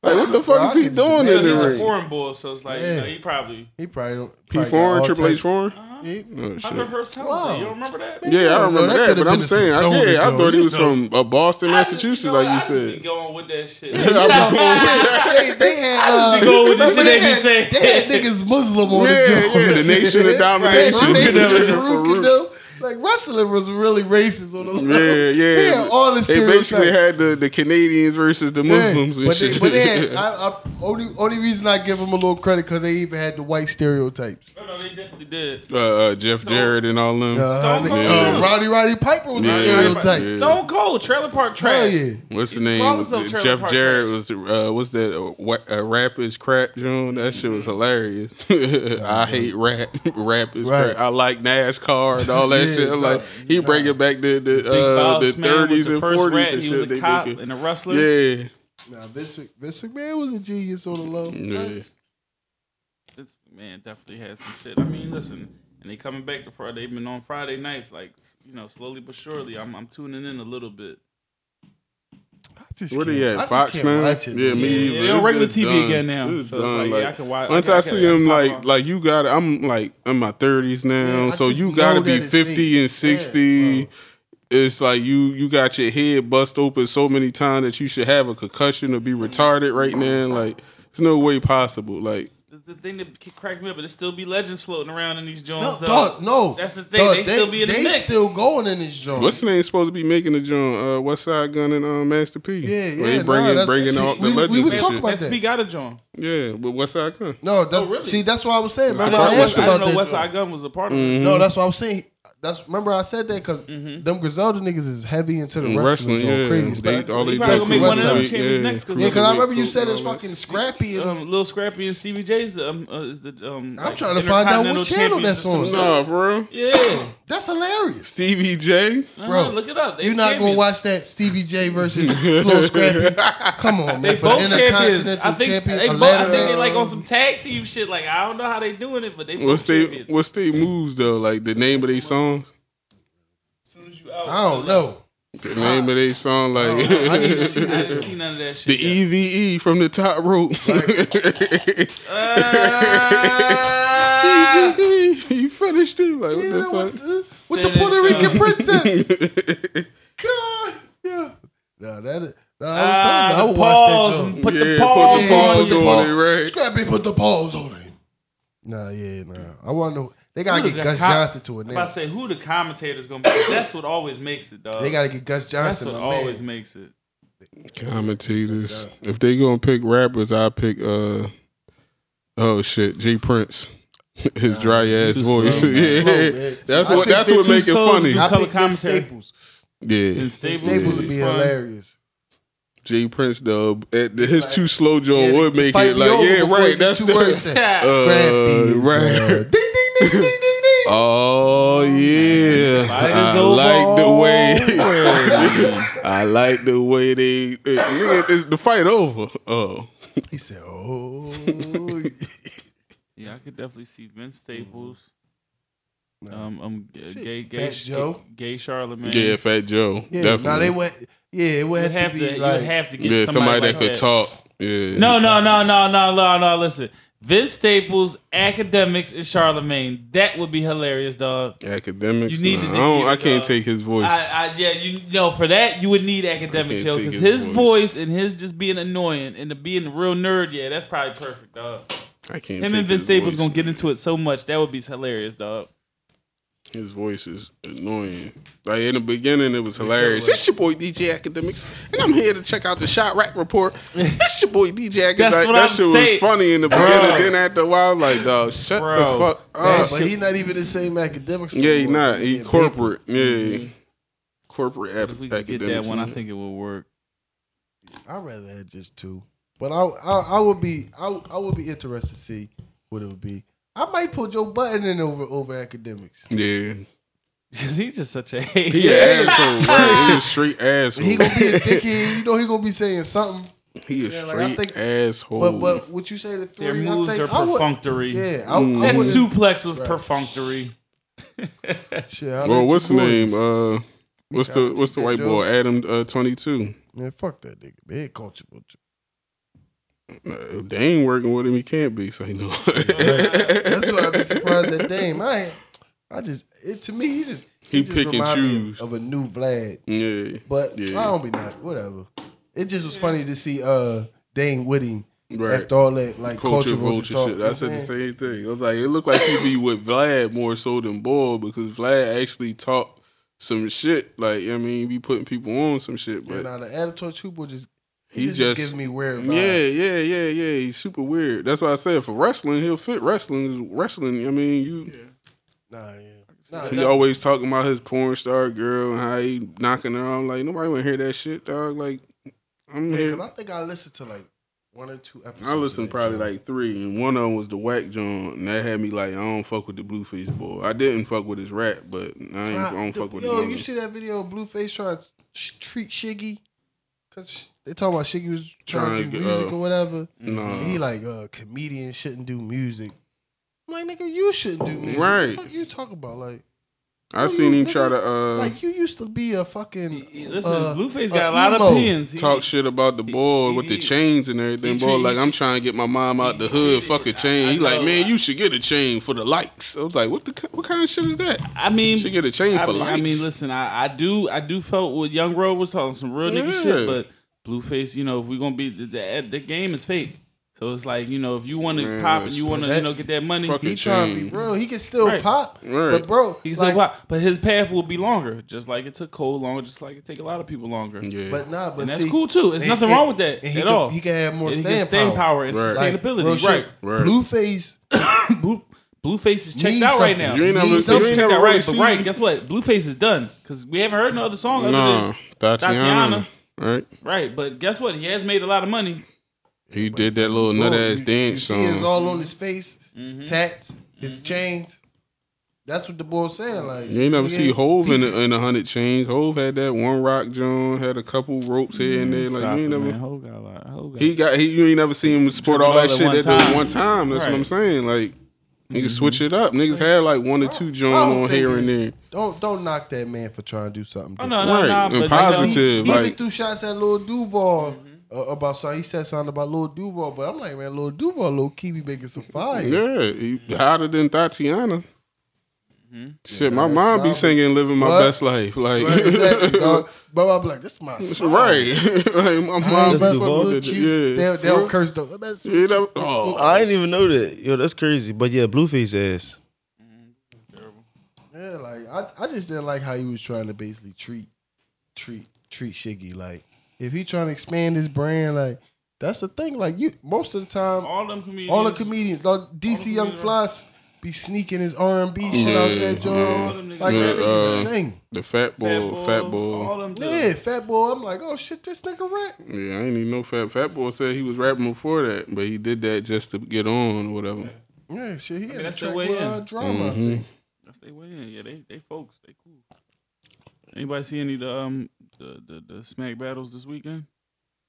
S3: Like, what the fuck is he
S2: Bro, I can
S3: doing in
S1: Because he's
S3: the
S1: a
S3: ring?
S1: foreign boy, so it's like you
S2: Yeah.
S1: know, he probably.
S2: He probably don't.
S3: P
S2: probably got
S3: foreign,
S2: all
S3: Triple H
S2: type-
S3: foreign.
S2: He-
S3: Oh,
S1: I
S3: shit.
S1: remember first time.
S2: Wow.
S1: You remember that?
S3: Yeah, I
S2: No,
S3: remember
S2: that
S3: that,
S2: could've
S3: but I'm
S2: been from
S3: saying, I,
S2: Sony,
S3: yeah, I
S2: Joe.
S3: thought he
S2: You
S3: was
S2: know.
S3: from uh, Boston,
S1: I just-
S3: Massachusetts,
S1: you know
S3: like
S1: what?
S3: you
S1: I just
S3: said.
S1: Be going with that shit.
S3: I'm going with that.
S2: They, they had. Uh,
S1: going with the shit
S2: remember they
S1: that he
S2: had-
S1: said.
S2: They had niggas Muslim on
S3: Yeah,
S2: the joint.
S3: yeah, the Nation of Domination.
S2: Right, the
S3: Yeah,
S2: Nation of
S3: for
S2: Farouk and
S3: real.
S2: them. Like wrestling was really racist on those.
S3: Yeah, yeah.
S2: They had all the
S3: They basically
S2: stereotypes.
S3: had the, the Canadians versus the Muslims
S2: Yeah,
S3: and
S2: but
S3: shit.
S2: They, but they had, I, I, only only reason I give them a little credit because they even had the white stereotypes.
S1: No, no, they definitely did.
S3: uh, uh, Jeff
S1: Stone-
S3: Jarrett and all them.
S2: Uh,
S1: Cold
S2: nigga,
S1: too.
S2: uh, Roddy Roddy Piper was
S3: Yeah.
S2: a
S3: Stereotype.
S2: stereotype.
S3: Yeah.
S1: Stone Cold, Trailer Park
S2: Hell
S1: Trash.
S2: yeah.
S3: What's the
S1: He's
S3: name?
S1: flawless on Trailer
S3: Jeff
S1: Park
S3: Jarrett
S1: Trash.
S3: was the, uh, what's that uh, wa- uh, rap is crap, John. That shit
S1: Mm-hmm.
S3: was hilarious. I hate rap. rap is
S2: Right.
S3: crap. I like NASCAR and all that that shit. Like he bring it back to the uh, the
S1: Boss Man was
S3: thirties
S1: the
S3: and
S1: first
S3: forties
S1: rat.
S3: and
S1: He was
S3: shit.
S1: a
S3: They
S1: cop
S3: making.
S1: and a wrestler.
S3: Yeah,
S2: Nah, Vince, Mc- Vince McMahon was a genius on the low.
S3: yeah.
S1: This man definitely had some shit. I mean, listen, and they coming back to Friday. They've been on Friday nights, like you know, slowly but surely. I'm I'm tuning in a little bit.
S2: I just
S3: Where they
S2: can't- I
S3: at?
S2: just
S3: Fox
S2: can't
S3: now?
S2: watch
S3: Yeah,
S2: it,
S3: me
S2: man.
S3: either.
S1: Yeah, they on
S3: It's
S1: regular
S3: just
S1: TV
S3: done.
S1: again now,
S3: It's
S1: so it's
S3: done.
S1: like, yeah, I can watch-
S3: Once
S1: I
S3: I
S1: can-
S3: see him
S1: I can
S3: like
S1: watch.
S3: like you got I'm like in my thirties now,
S2: Yeah, I
S3: so
S2: just
S3: you gotta
S2: know
S3: be
S2: that it's
S3: fifty
S2: fake.
S3: and sixty.
S2: Yeah, bro.
S3: It's like you you got your head bust open so many times that you should have a concussion or be retarded right now. Like it's no way possible. Like
S1: The, the thing that k- cracked me up, but there still be legends floating around in these
S2: No,
S1: joints.
S2: dog, no.
S1: That's the thing,
S2: Dog,
S1: they still be in the
S2: they
S1: mix.
S2: still going in this joint.
S3: what's the name supposed to be making the joint? Uh, West Side Gun and uh, Master P.
S2: Yeah,
S3: Where
S2: yeah,
S3: They bringing
S2: nah, that's-
S3: bringing
S2: see,
S3: out the
S2: we- we
S3: legends.
S2: was
S3: and
S2: talking
S3: shit.
S2: about
S1: SP
S2: that.
S1: got a joint.
S3: yeah, but West Side Gun.
S2: no, that's
S1: Oh, really?
S2: see, that's what I was saying.
S1: I
S2: Remember,
S1: didn't
S2: I,
S1: know,
S2: asked
S1: West, I didn't
S2: about
S1: know
S2: that. Mm-hmm.
S1: West
S2: joint.
S1: Side Gun was a part of it.
S2: No, that's what I was saying. That's remember I said that because
S1: Mm-hmm.
S2: them Griselda niggas is heavy into the wrestling,
S3: Wrestling,
S2: joint,
S3: yeah.
S2: crazy.
S3: They-
S2: especially-
S3: all they
S1: He probably
S3: do
S1: gonna make
S3: is
S2: one of them
S3: wrestling.
S1: champions
S3: Yeah.
S1: next 'cause
S2: yeah, because I remember you
S3: Cruiserweight,
S2: said it's
S3: all that.
S2: fucking scrappy. And,
S1: Um, Lil Scrappy and CBJ's the um uh, is the um.
S2: I'm trying to find out what
S1: Intercontinental
S2: channel
S1: champions
S2: that's
S1: or some
S2: on.
S1: shit.
S3: Nah, for real.
S1: Yeah,
S2: that's hilarious,
S3: Stevie J.
S1: bro,
S2: Bro,
S1: Uh-huh, look it up. They
S2: You're not gonna
S1: champions.
S2: watch that Stevie J versus Slow Scrappy. Come on, man.
S1: They
S2: For the
S1: both champions. I
S2: Intercontinental
S1: think
S2: champion,
S1: they both. I
S2: Atlanta,
S1: think they like
S2: um,
S1: on some tag team shit. Like I don't know how they doing it, but they both
S3: What's they
S1: champions.
S3: What's they moves though? Like the name of their songs.
S1: as soon as you out,
S2: I don't know.
S3: The name of their song, like
S2: I need to see
S1: I
S2: that.
S1: didn't see none of that shit.
S3: the E-
S1: yet.
S3: EVE from the top rope. E
S1: Uh,
S3: EVE, you finished it. Like what
S2: Yeah,
S3: the
S2: with
S3: fuck?
S2: the, with the
S1: Finish
S2: Puerto
S1: up.
S2: Rican princess. God, yeah. Nah, that is. Nah, I was talking. about, I
S1: Ah, the
S2: would watch
S1: paws
S2: that
S1: and
S2: joint.
S1: put the
S3: Yeah, put
S1: paws
S3: the
S1: on
S3: paws
S1: you.
S3: on
S2: paw-
S3: it, right?
S2: Scrappy put the paws on it. Nah, yeah, nah. I want to. They gotta
S1: Who's
S2: get
S1: the
S2: Gus
S1: cop-
S2: Johnson to it
S1: If I
S2: next.
S1: say who the commentator's gonna be, that's what always makes it, dog.
S2: They gotta get Gus
S1: that's
S2: Johnson.
S1: what
S2: my
S1: always
S2: man.
S1: makes it.
S3: Commentators. If they gonna pick rappers, I pick. uh Oh shit, J Prince. His dry ass
S9: too
S3: voice.
S9: slow, man.
S3: yeah,
S2: Slow, man.
S3: that's
S2: I
S3: what
S2: think
S3: that's
S2: they
S3: what
S2: too
S3: make it
S1: slow to
S3: funny.
S1: do-
S2: I
S1: Color
S2: think Vince
S1: commentary.
S2: Staples.
S3: Yeah,
S1: And Staples,
S2: Staples
S1: is
S2: would be
S1: fun.
S2: hilarious.
S3: J Prince though, at the, his too slow Joe would make
S2: fight
S3: it
S2: me
S3: like
S2: over
S3: yeah,
S2: before you
S3: right.
S2: get
S3: That's
S2: two
S3: the
S2: words in.
S1: Yeah.
S3: Uh,
S2: Scrappy.
S3: right.
S2: Right. Ding ding ding ding ding ding.
S3: Oh yeah,
S1: Fight is
S3: I
S1: over
S3: like the way
S1: already.
S3: I like the way they eh, nigga, it's the fight over. Oh,
S2: He said, "Oh." yeah."
S1: Yeah, I could definitely see Vince Staples. Um, um, g-
S2: Mm-hmm. Shit,
S1: gay, gay,
S2: Fat Joe.
S1: gay Charlemagne.
S3: yeah, Fat Joe,
S2: Yeah,
S3: definitely.
S2: now they went. Yeah, it would
S1: you'd
S2: have,
S1: have
S2: to
S1: to,
S2: be
S1: you'd
S2: like.
S1: have to get
S3: yeah,
S1: somebody,
S3: somebody, that
S1: like
S3: could talk. Yeah,
S1: No, no, no, no, no, no, no. Listen, Vince Staples, academics, and Charlemagne. That would be hilarious, dog.
S3: academics.
S1: You need
S3: nah,
S1: to
S3: I, don't,
S1: get,
S3: I can't
S1: uh,
S3: take his voice.
S1: I, I, yeah, you know, for that you would need academics,
S3: I can't
S1: yo,
S3: take
S1: because his,
S3: his
S1: voice.
S3: voice.
S1: and his just being annoying and the being a real nerd. Yeah, that's probably perfect, dog.
S3: I
S1: Him
S3: can't. take
S1: and Vince
S3: his
S1: Staples
S3: voice.
S1: gonna get into it so much that would be hilarious, dog.
S3: His voice is annoying. Like in the beginning, it was hilarious. It's your boy DJ Academics, and I'm here to check out the Shot Rack Report. It's your boy DJ Academics.
S1: That's
S3: Like,
S1: what
S3: that
S1: I'm
S3: shit
S1: saying.
S3: was funny in the beginning. Then after a while, like, dog, shut
S1: Bro,
S3: the fuck
S2: Yeah,
S3: up.
S2: Oh, but he not even the same academics.
S3: yeah, he
S2: anymore.
S3: not. He
S2: Yeah,
S3: corporate. Yeah, corporate ap-
S1: Mm-hmm. If we could get
S3: academics.
S1: that one, I think it would work.
S2: baby. I'd rather have just two. But I, I, I would be, I, I would be interested to see what it would be. I might put Joe Button in over over academics.
S3: Yeah,
S1: Cause he's just such a hate.
S3: he an asshole. Right? He a straight asshole.
S2: He
S3: He,
S2: gonna be a dickhead. You know he gonna be saying something.
S3: a
S2: Yeah,
S3: straight
S2: like, I think-
S3: asshole.
S2: But but what you say the three?
S1: Their
S2: I
S1: moves
S2: think
S1: are
S2: I would-
S1: perfunctory.
S2: Yeah, I, I
S1: That
S2: wouldn't-
S1: suplex was perfunctory.
S2: Shit, I
S3: well,
S2: like
S3: what's the
S2: your
S3: name?
S2: boys.
S3: Uh, what's
S2: gotta
S3: the what's
S2: take
S3: the
S2: that
S3: white
S2: joke.
S3: boy? Adam uh, twenty two.
S2: Man, fuck that nigga. Man, Head culture, culture.
S3: Uh, If they ain't working with him, he can't be. Say no.
S2: That's why I'd be surprised that Dame. I, ain't- I just it to me he just
S3: He
S2: just
S3: pick and
S2: remind me
S3: choose.
S2: of a new Vlad.
S3: yeah.
S2: But
S3: Yeah.
S2: I don't be not whatever. It just was funny to see uh Dame with him
S3: Right.
S2: after all that like
S3: Culture,
S2: culture,
S3: vulture
S2: talk,
S3: shit.
S2: you know
S3: I said the
S2: what I'm saying?
S3: same thing. I was like, it looked like he be with Vlad more so than Boy because Vlad actually taught some shit. Like, I mean, he be putting people on some shit, but
S2: Now the attitude Chubo just
S3: He
S2: he just,
S3: just-
S2: gives me weird. Vibes.
S3: yeah, yeah, yeah, yeah. He's super weird. That's why I said for wrestling, he'll fit wrestling. is Wrestling, I mean, you.
S2: nah, yeah. Nah,
S3: He
S2: that-
S3: always talking about his porn star girl and how he knocking her. out. like, nobody want to hear that shit, dog. Like, I'm
S2: Yeah,
S3: here.
S2: 'cause I think I listened to like one or two episodes.
S3: I listened
S2: of that
S3: probably
S2: joint.
S3: like three, and one of them was the Whack John, and that had me like, I don't fuck with the Blueface boy. I didn't fuck with his rap, but I, ain't, I
S2: Ah,
S3: don't
S2: the-
S3: fuck with
S2: Yo,
S3: him.
S2: you see that video of Blueface trying to sh- treat Shiggy? Cause they talking about Shiggy was trying, to
S3: Trying
S2: do
S3: to-
S2: music
S3: uh,
S2: or whatever.
S3: no.
S2: And he like uh, comedians shouldn't do music. I'm like nigga, you shouldn't do music.
S3: Right.
S2: What the fuck you talking about? Like,
S3: I seen
S2: you
S3: him try to
S2: nigga,
S3: uh,
S2: like you used to be a fucking.
S1: Listen,
S2: uh,
S1: Blueface
S2: uh,
S1: got a lot
S2: emo.
S1: of pins. He,
S3: talk shit about the boy
S1: he-
S3: with the
S1: he-
S3: chains and everything,
S1: he
S3: boy.
S1: treat-
S3: Like
S1: he
S3: I'm
S1: tr-
S3: trying to get my mom out the
S1: he
S3: hood.
S1: treated-
S3: Fuck a
S1: I-
S3: chain.
S1: I
S3: He like,
S1: know.
S3: man, you should get a chain for the likes. I was like, what the ki- what kind of shit is that?
S1: I mean,
S3: Should get a chain
S1: I
S3: for
S1: mean, I
S3: likes.
S1: mean, listen, I, I do, I do felt what Young Road was talking some real nigga
S3: Yeah.
S1: shit, but Blueface, you know, if we're gonna be the, the the game is fake, so it's like you know, if you want to
S3: Man,
S1: pop and you want to
S2: that-
S1: you know get that money,
S3: Fuck
S2: He
S3: it.
S1: he,
S2: trying to be
S3: Change.
S2: real. He can still
S1: Right.
S2: pop,
S3: Right.
S2: but bro,
S1: he's
S2: like,
S1: like, but his path will be longer, just like it took Cole longer, just like it take a lot of people longer.
S3: Yeah,
S2: But nah, but
S1: And that's
S2: see,
S1: cool too. There's
S2: and-
S1: nothing
S2: and-
S1: wrong with that
S2: and he
S1: at
S2: could-
S1: all.
S2: He can have more
S1: And he
S2: staying,
S1: can staying power, and
S3: Right.
S2: Like, real
S1: sustainability.
S2: shit.
S1: right.
S3: Right.
S2: Blueface,
S1: Blue, Blueface is checked
S2: Need
S1: out right
S2: something.
S1: now.
S3: you ain't
S2: he
S3: never,
S2: himself should
S3: you ain't
S1: checked
S3: never
S1: out
S3: really
S1: right, but
S3: seen.
S1: right, guess what? Blueface is done because we haven't heard no other song other
S3: Nah,
S1: than
S3: Tatiana.
S1: Tatiana.
S3: Right,
S1: right. But guess what? He has made a lot of money.
S3: he did that little nut
S2: Bro,
S3: ass
S2: you-
S3: dance
S2: You see, it's
S3: song.
S2: all on his face,
S1: Mm-hmm.
S2: tats, his chains. That's what the boy saying. Like
S3: You ain't never
S2: he
S3: see Hove in a, in a hundred chains. Hove had that one rock John, had a couple ropes here and
S1: Mm,
S3: there. Like you ain't never.
S1: Ho got a lot. Ho got
S3: He got he. You ain't never seen him support all that
S1: all at
S3: shit
S1: one
S3: at the
S1: time.
S3: one time. That's what I'm
S1: Right. Mm-hmm.
S3: saying. Like niggas switch it up. Niggas had like one or two joints on here and there.
S2: Don't don't knock that man for trying to do something.
S1: Oh,
S2: Different.
S1: no, no,
S3: Right,
S1: no.
S3: and
S1: But
S3: positive.
S1: Like,
S2: He, he
S3: like-
S2: even threw shots at Lil Duval
S1: Mm-hmm.
S2: uh, about something. He said something about Lil Duval, but I'm like, man, Lil Duval, Lil Key be making some fire.
S3: Yeah, he, hotter than Tatiana. Shit, my
S2: that's
S3: mom be
S2: solid.
S3: singing "Living My
S2: What?
S3: Best Life." Like,
S2: Right, exactly, dog. But I'm like, this is my
S3: It's
S2: song.
S3: right?
S2: Oh.
S3: like my
S2: I
S3: mom
S2: ain't messing
S3: be fucking with
S2: with you.
S3: it. Yeah,
S2: They'll, they'll
S3: For-
S2: curse though. That's
S3: you know- oh,
S4: I didn't even know that. Yo, that's crazy. But yeah, Blueface ass.
S2: Yeah, like I, I just didn't like how he was trying to basically treat treat treat Shiggy. Like if he trying to expand his brand, like that's the thing. Like you most of the time
S1: all them comedians.
S2: all the comedians, like DC Young
S1: comedians.
S2: Floss be sneaking his R and B shit out there,
S3: Yeah,
S1: all
S2: Joe.
S1: them niggas.
S2: Like
S3: Yeah,
S2: that nigga
S3: uh,
S2: can sing.
S3: the fat
S1: Fat
S3: boy, fat
S1: All
S3: boy.
S1: them. dudes.
S2: Yeah, Fat Boy. I'm like, oh shit, this nigga rap.
S3: Yeah, I ain't even know fat. Fat boy said he was rapping before that, but he did that just to get on or whatever.
S2: Yeah, shit. He had a
S1: that's the
S2: track
S1: way
S2: with
S1: in.
S2: uh, drama. I
S3: Mhm.
S2: think.
S1: That's they way in. Yeah, they they folks. They cool. Anybody see any of the um the, the, the smack battles this weekend?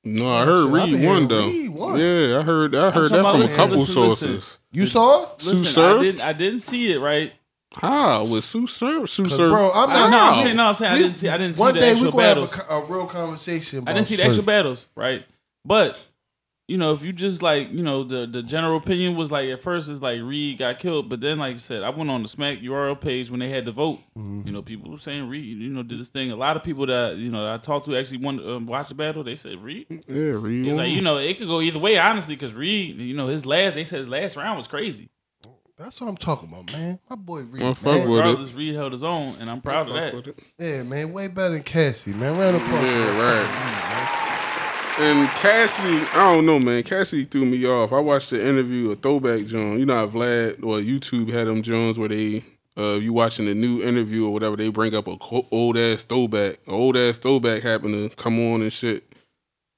S3: No, I heard
S2: Oh, shit, I
S3: Reed
S2: been
S3: won
S2: hearing
S3: though.
S2: Reed won.
S3: Yeah, I heard. I
S1: talking
S3: heard that
S1: about-
S3: from a
S1: listen,
S3: couple
S1: listen, listen.
S3: sources.
S2: You saw it?
S3: Sue
S1: Listen,
S3: Surf?
S1: I didn't I didn't see it right.
S3: How with Sue Surf? Sue
S2: Cause,
S3: Surf.
S2: bro, I'm
S1: I,
S2: not.
S1: no,
S3: Wow.
S1: I'm saying, no, I'm saying I
S2: We-
S1: didn't see I didn't see
S2: One
S1: the
S2: day we
S1: actual
S2: gonna have a,
S1: battles.
S2: co- a real conversation. About
S1: I didn't see the
S2: Oh, Surf.
S1: actual battles, right? But you know, if you just like, you know, the the general opinion was like at first it's like Reed got killed, but then like I said, I went on the Smack URL page when they had the vote.
S2: Mm-hmm.
S1: You know, people were saying Reed, you know, did this thing. A lot of people that you know that I talked to actually want um, watch the battle. They said Reed.
S3: yeah, Reed.
S1: It's
S3: won.
S2: Mm-hmm.
S1: like you know it could go either way, honestly, because Reed, you know, his last they said his last round was crazy.
S2: That's what I'm talking about, man. My boy Reed.
S3: Well, fuck
S2: man.
S3: with it.
S1: Regardless, Reed held his own, and I'm proud of
S3: Fuck
S1: that.
S3: with it.
S2: Yeah, man, way better than Cassie, man. Round of applause.
S3: Yeah, right. And Cassidy, I don't know, man. Cassidy threw me off. I watched the interview, a throwback John. You know how Vlad or YouTube had them Jones where they, uh, you watching a new interview or whatever, they bring up a old ass throwback. An old ass throwback happened to come on and shit.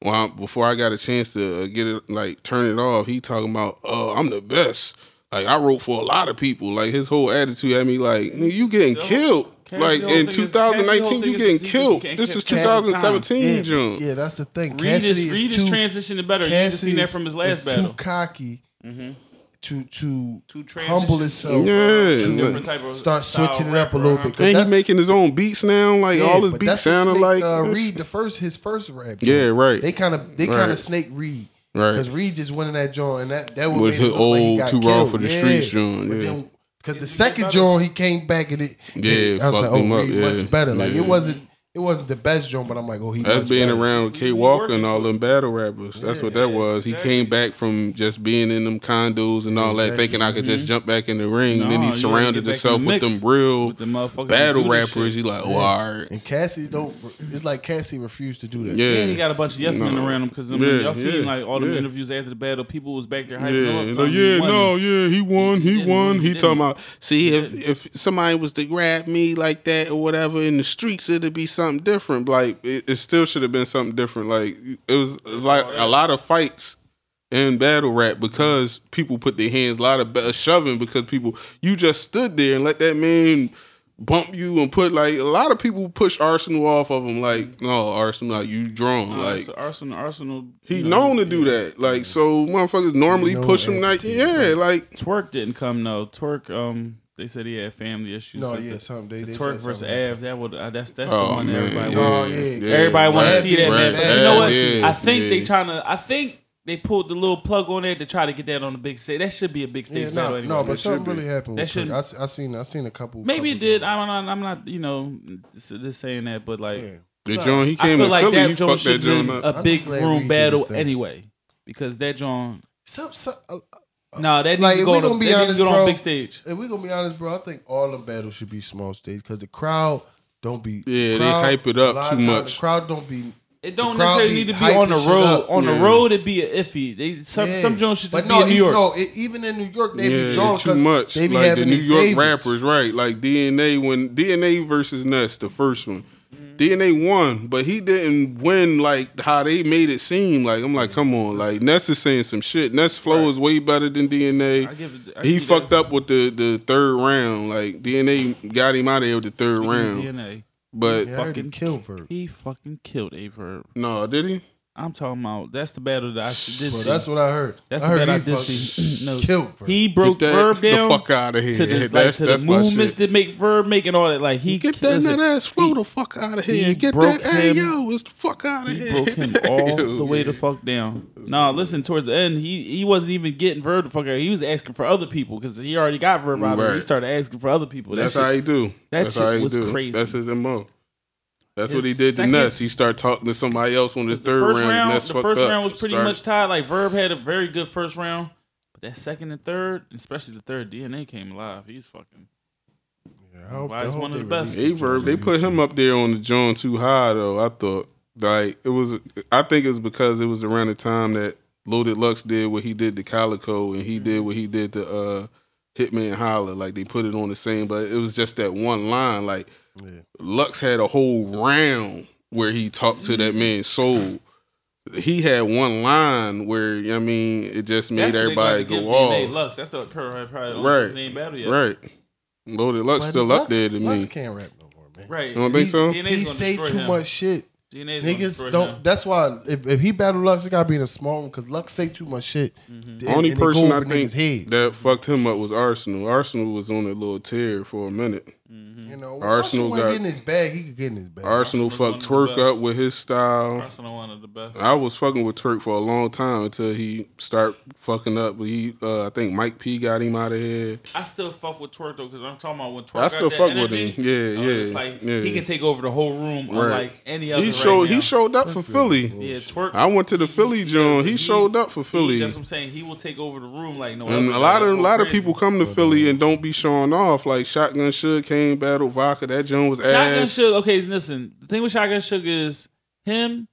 S3: Well, I- before I got a chance to uh, get it, like turn it off, he talking about, "Oh, I'm the best." Like I wrote for a lot of people. Like his whole attitude had me like, "Nigga, you getting
S1: Yo,
S3: killed."
S1: Cassie
S3: Like
S1: the whole
S3: in
S1: thing is-
S3: 2019,
S1: Cassie
S3: you
S1: the whole thing
S3: getting
S1: is he's-
S3: killed.
S1: he's-
S3: This is
S1: Cassie time.
S3: 2017, John.
S2: Yeah, that's the thing.
S1: Reed
S2: Cassidy
S1: is Reed
S2: too,
S1: is transitioning better. You just
S2: Cassidy
S1: seen that
S2: is-
S1: from his
S2: is
S1: last battle. Mm-hmm.
S2: Too cocky to to
S1: To
S2: humble
S1: transition
S2: himself.
S3: Yeah,
S2: to
S1: different type of
S2: start
S1: style
S2: switching it up a little bit. 'cause
S3: And
S2: that's-
S3: he's making his own beats now. Like
S2: yeah,
S3: all his
S2: but
S3: beats
S2: that's what
S3: sounded
S2: Snake,
S3: like
S2: uh, Reed. The first his first rap. joint.
S3: Yeah, right.
S2: They kind of they
S3: Right.
S2: kind of snake Reed.
S3: Right.
S2: Because Reed just went in that joint, and that that
S3: Was
S2: was
S3: his
S2: his old
S3: old
S2: like
S3: Too
S2: too
S3: Raw
S2: raw
S3: for the Streets joint, yeah.
S2: Because the second joint he came back and it.
S3: Yeah,
S2: I was like,
S3: fucked
S2: oh,
S3: him up,
S2: Reed
S3: yeah.
S2: much better. Like
S3: Yeah.
S2: it wasn't it wasn't the best joint, but I'm like, oh, he.
S3: That's
S2: much
S3: being
S2: better.
S3: around with K
S1: We
S3: Walker
S1: working
S3: and all
S1: to
S3: them battle rappers. That's what that was. He came back from just being in them condos and all that, thinking I could just jump back in the ring. and
S1: Mm-hmm. Nah,
S3: then he
S1: you gotta
S3: surrounded
S1: get back
S3: himself
S1: in the
S3: with
S1: mix
S3: them real
S1: with the motherfuckers that do
S3: battle
S1: this
S3: rappers.
S1: shit.
S3: He like, oh, all right.
S2: And Cassie don't. It's like Cassie refused to do that.
S3: Yeah.
S1: And he got a bunch of yes men
S3: No.
S1: around him because
S3: Yeah,
S1: y'all seen
S3: yeah,
S1: like all the
S3: yeah.
S1: interviews after the battle, people was back there hyping him
S3: Yeah,
S1: up.
S3: no,
S1: telling him
S3: yeah,
S1: he won.
S3: no, yeah, he won, he,
S1: didn't,
S3: won.
S1: he
S3: He, talking
S1: didn't.
S3: about see if if somebody was to grab me like that or whatever in the streets, it'd be something different. Like it, it still should have been something different. Like it was like a lot of fights and battle rap because people put their hands a lot of better shoving because people you just stood there and let that man bump you and put like a lot of people push Arsenal off of him like no Arsenal like you drawn like
S1: so Arsenal, Arsenal.
S3: he
S1: you know,
S3: known to do that like so motherfuckers normally
S2: know
S3: push him like
S2: entity,
S3: yeah like
S1: Twerk didn't come though. Twerk, um, they said he had family issues.
S2: No,
S1: but
S2: yeah,
S1: the-
S2: something. They, they
S1: Twerk
S2: said
S1: versus
S2: something.
S1: Av, that would uh, that's that's
S3: oh
S1: the one that
S3: man
S1: everybody
S3: yeah,
S1: wants.
S2: Oh, yeah.
S1: Everybody want to
S2: Rap
S1: see that
S2: is
S1: man.
S2: rap.
S1: But you know what?
S3: Yeah,
S1: I think they
S3: yeah.
S1: trying to. I think they pulled the little plug on there to try to get that on the big stage. That should be a big stage
S2: Yeah,
S1: battle.
S2: no,
S1: anyway.
S2: no, but
S3: should
S2: something
S3: be.
S2: really happened.
S1: That
S2: With Twerk.
S1: shouldn't-
S2: I, s- I seen, I seen a couple.
S1: Maybe it
S2: couple
S1: did. I'm not. I'm not. You know, just saying that. But like,
S2: Yeah.
S3: the joint he
S1: I
S3: came
S1: feel
S3: to
S1: like
S3: Philly he
S1: that joint
S3: fucked that
S1: should been
S3: joint up
S1: a
S2: I'm
S1: big
S2: just glad we
S1: room
S2: did
S1: battle
S2: this thing.
S1: anyway because that joint.
S2: Some, some, uh,
S1: No, that
S2: Like,
S1: needs to
S2: if
S1: go
S2: we
S1: on,
S2: gonna
S1: a,
S2: be
S1: that needs
S2: honest,
S1: to go on
S2: bro,
S1: big stage.
S2: if we gonna be honest, bro, I think all the battles should be small stage because the crowd don't be.
S3: Yeah, they
S2: crowd,
S3: hype it up
S2: a lot
S3: too
S2: of times
S3: much.
S2: The crowd don't be.
S1: It don't
S2: crowd
S1: necessarily
S2: be
S1: need to be
S2: hyping
S1: on the
S2: shit
S1: road.
S2: up.
S1: On the
S3: Yeah.
S1: road, it'd be a iffy. They some
S2: yeah.
S1: some joints should
S2: but
S1: just
S2: no,
S1: be in New
S2: e-
S1: York.
S2: No, e- even in New York, they be drawn
S3: too much.
S2: They be
S3: like the
S2: having
S3: New
S2: their
S3: York
S2: favorites.
S3: rappers, right? Like DNA when DNA versus Ness, the first one. DNA won, but he didn't win like how they made it seem. Like I'm like, come on, like Ness is saying some shit. Ness flow is way better than DNA.
S1: I give it- I give
S3: he
S1: you that.
S3: fucked up with the the third round. Like DNA got him out of here with the third round.
S1: DNA.
S3: But
S2: Yeah, I heard he
S1: fucking-
S2: killed Verb.
S1: He fucking killed Averb.
S3: no, did he?
S1: I'm talking about that's the battle that I s- did.
S2: Bro,
S1: see.
S2: that's what I heard.
S1: That's
S2: I
S1: the
S2: heard
S1: battle I
S2: he
S1: did
S2: fucking
S1: see. No,
S2: killed Verb.
S1: he
S3: Get
S1: broke
S3: that
S1: Verb down
S3: the fuck out of here.
S1: to the, like,
S3: that's
S1: to the
S3: that's my
S1: movements
S3: shit.
S1: that make Verb make and all that. Like he
S3: Get that
S1: listen,
S3: nut ass flow the fuck out of here.
S1: he
S3: Get
S1: broke
S3: that hey
S1: him.
S3: yo, it's the fuck out of
S1: He
S3: here.
S1: broke him all
S3: Yo,
S1: the way the
S3: yeah.
S1: fuck down. Nah, listen. Towards the end, he he wasn't even getting Verb the fuck out. He was asking for other people because he already got Verb out. of it. He
S3: Right.
S1: started asking for other people. That
S3: That's
S1: shit-
S3: how he do.
S1: that
S3: That's
S1: shit
S3: how he
S1: was
S3: do.
S1: crazy.
S3: That's his mo. That's what he
S1: His
S3: did
S1: second-
S3: to Ness. He started talking to somebody else on his
S1: the
S3: third
S1: first
S3: round.
S1: round,
S3: Ness
S1: the
S3: fucked
S1: first
S3: up.
S1: round was pretty
S3: Started-
S1: much tied. Like Verb had a very good first round, but that second and third, especially the third, DNA came alive. He's fucking.
S2: Yeah, I hope-
S1: Why
S2: I
S1: is
S2: hope
S1: one of
S2: they
S1: the best?
S2: release
S3: They
S2: it,
S3: verb. They
S2: Johnny.
S3: put him up there on the John too high though. I thought like it was. I think it was because it was around the time that Loaded Lux did what he did to Calico and he did
S1: Mm-hmm.
S3: what he did to uh, Hitman Holler. Like they put it on the same, but it was just that one line. Like
S2: Yeah.
S3: Lux had a whole round where he talked to
S1: Mm-hmm.
S3: that man's soul. He had one line where you know what I mean it just
S1: That's what they
S3: made
S1: gonna
S3: everybody
S1: have to
S3: go
S1: give
S3: off.
S1: DNA Lux. That's the probably, probably the only
S3: Right.
S1: reason they ain't battle yet.
S3: Right. Loaded Lux
S2: But
S3: still up
S2: Lux-
S3: there to
S2: Lux
S3: me.
S2: can't rap no more, man.
S1: Right.
S3: You don't think
S2: He-
S3: so?
S1: DNA's
S2: He
S1: gonna
S2: say
S1: destroy
S2: too
S1: him.
S2: much shit.
S1: DNA's gonna destroy
S2: Niggas don't.
S1: him.
S2: That's why if, if he battle Lux, it gotta be in a small one because Lux say too much shit. And-
S3: Mm-hmm. Only
S2: and it go
S3: person I
S2: over
S3: think
S2: niggas' heads.
S3: that fucked him up was Arsenal. Arsenal was on a little tear for a minute.
S2: you know, when
S3: Arsenal
S2: Arsenal got
S3: got-
S2: get in his bag. He could get in his bag.
S3: Arsenal, fucked
S1: one of
S3: Twerk
S1: the
S3: up with his style.
S1: Arsenal one of the best.
S3: I was fucking with Twerk for a long time until he start fucking up. But he, uh, I think Mike P got him out of here.
S1: I still fuck with Twerk though because I'm talking about when Twerk
S3: I
S1: got
S3: still
S1: that
S3: fuck with
S1: energy,
S3: him. Yeah,
S1: uh,
S3: yeah,
S1: It's like
S3: yeah.
S1: he can take over the whole room
S3: Right.
S1: unlike any other.
S3: He
S1: right
S3: showed
S1: now.
S3: he showed up for Philly.
S1: Yeah, Twerk.
S3: I went to the Philly joint. He showed up for
S1: He,
S3: Philly.
S1: that's what I'm saying. He will take over the room like no.
S3: And
S1: other.
S3: a lot of
S1: Like,
S3: a lot of
S1: crazy.
S3: people come to Philly and don't be showing off. Like Shotgun Should came, Battle Vodka. That joint was
S1: Shotgun
S3: ass.
S1: Sugar. Okay, listen. The thing with Shotgun Sugar is him,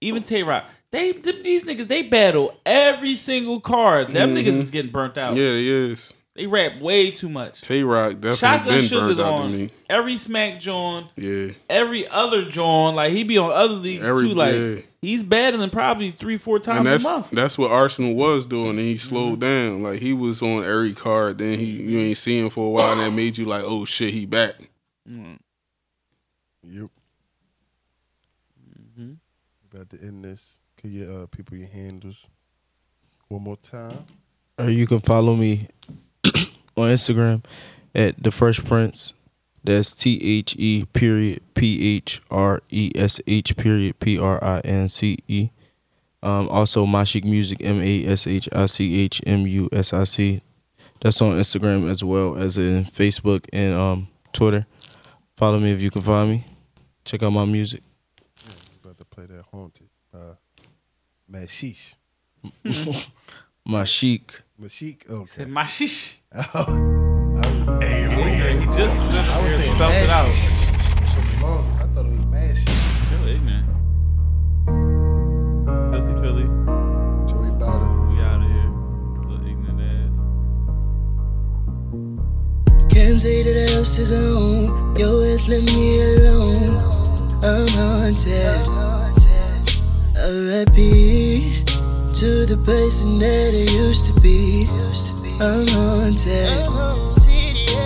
S1: even Tay Rock. They th- these niggas they battle every single card. Them niggas is getting burnt out.
S3: Mm-hmm. Yeah, he is.
S1: They rap way too much.
S3: Tay Rock definitely
S1: Shotgun
S3: been
S1: Sugar's
S3: burned out to
S1: on
S3: me.
S1: every Smack John,
S3: Yeah.
S1: every other John. Like he be on other leagues
S3: Every-
S1: too. Like
S3: yeah.
S1: he's battling probably three, four times
S3: and that's
S1: a month.
S3: that's what Arsenal was doing. And he slowed down. Like he was on every card. Then he you ain't seen him for a while. And that made you like, oh shit, he back.
S2: Yep.
S3: Mm-hmm.
S2: About to end this. Can you uh, people your handles one more time?
S4: Or you can follow me on Instagram at the Fresh Prince. That's T H E period P H R E S H period P R I N C E. Um, also Mashik Music M A S H I C H M U S I C. That's on Instagram as well as in Facebook and um, Twitter. Follow me if you can find me. Check out my music.
S2: About to play that haunted. Uh, Mashish.
S4: Mashik.
S2: Mashik. Okay.
S1: Said my shish.
S2: I
S1: He said he just said I was saying spelled it out.
S2: thought it was Mashish.
S1: Real ignorant. Filthy Philly,
S2: Joey Bowder.
S1: we out of here. Little ignorant ass.
S10: Can't say that else is on. Yo, it's let me alone. I'm haunted. R.I.P. to the person that I used to be. I'm haunted. I'm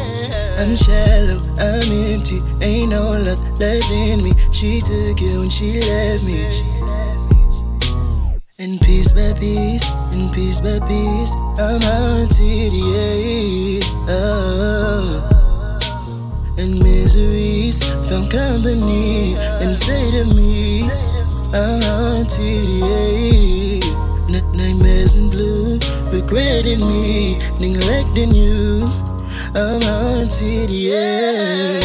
S10: shallow, I'm empty, ain't no love left in me. She took you and she left me. And piece by piece, and piece by piece, I'm haunted, yeah. Oh and miseries found company and say to me, I'm haunted, yeah. N- Nightmares in blue, regretting me, neglecting you. I'm haunted, yeah.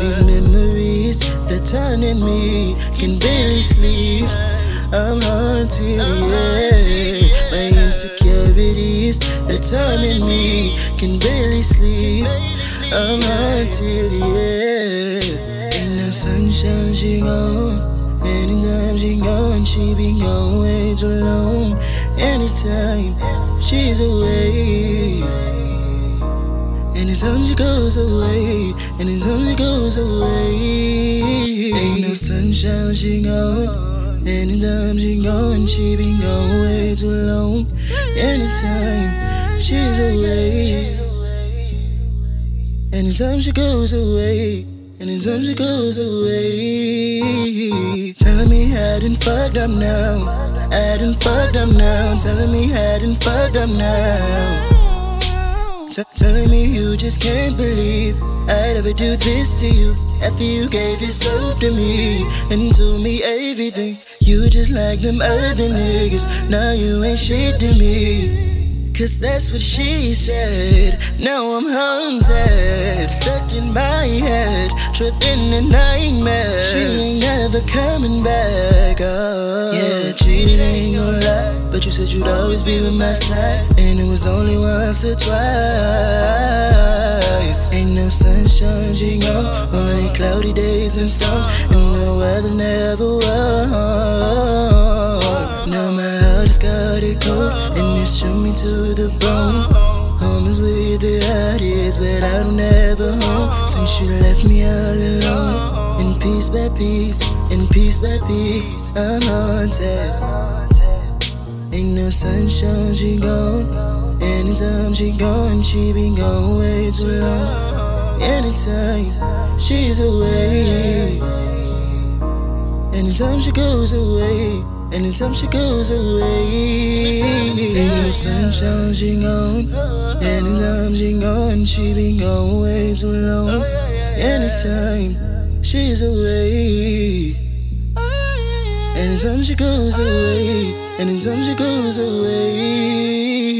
S10: These memories that turning me can barely sleep. I'm haunted, yeah. My insecurities that turning me can barely sleep. I'm haunted, yeah. Ain't no sunshine, she gone. Anytime she gone, she been gone way too long. Anytime she's away. Anytime she goes away, anytime she goes away. Ain't no sunshine, she gone. Anytime she gone, she been gone way too long. Anytime she's away. Anytime she goes away, anytime she goes away. Telling me I done fucked up now. I done fucked up now. Telling me I done fucked up now. T- telling me you just can't believe I'd ever do this to you after you gave yourself to me and told me everything. You just like them other niggas. Now you ain't shit to me. Cause that's what she said. Now I'm haunted, stuck in my head, trapped in a nightmare. She ain't never coming back. Oh. Yeah, I cheated ain't gonna lie, but you said you'd always be with my side, and it was only once or twice. Ain't no sunshine, she gone, only cloudy days and storms, and the weather's never warm. Now my heart is gotta go, and it's chewed me to the bone. Home is where the heart is, but I don't ever home. Since you left me all alone, in piece by piece, in piece by piece, I'm haunted. Ain't no sunshine, she gone. Anytime she gone, she been gone way too long. Anytime she's away. Anytime she goes away, anytime she goes away, ain't no sunshine she gone. Anytime she gone, she been gone way too long. Anytime she's away, anytime she goes away, anytime she goes away.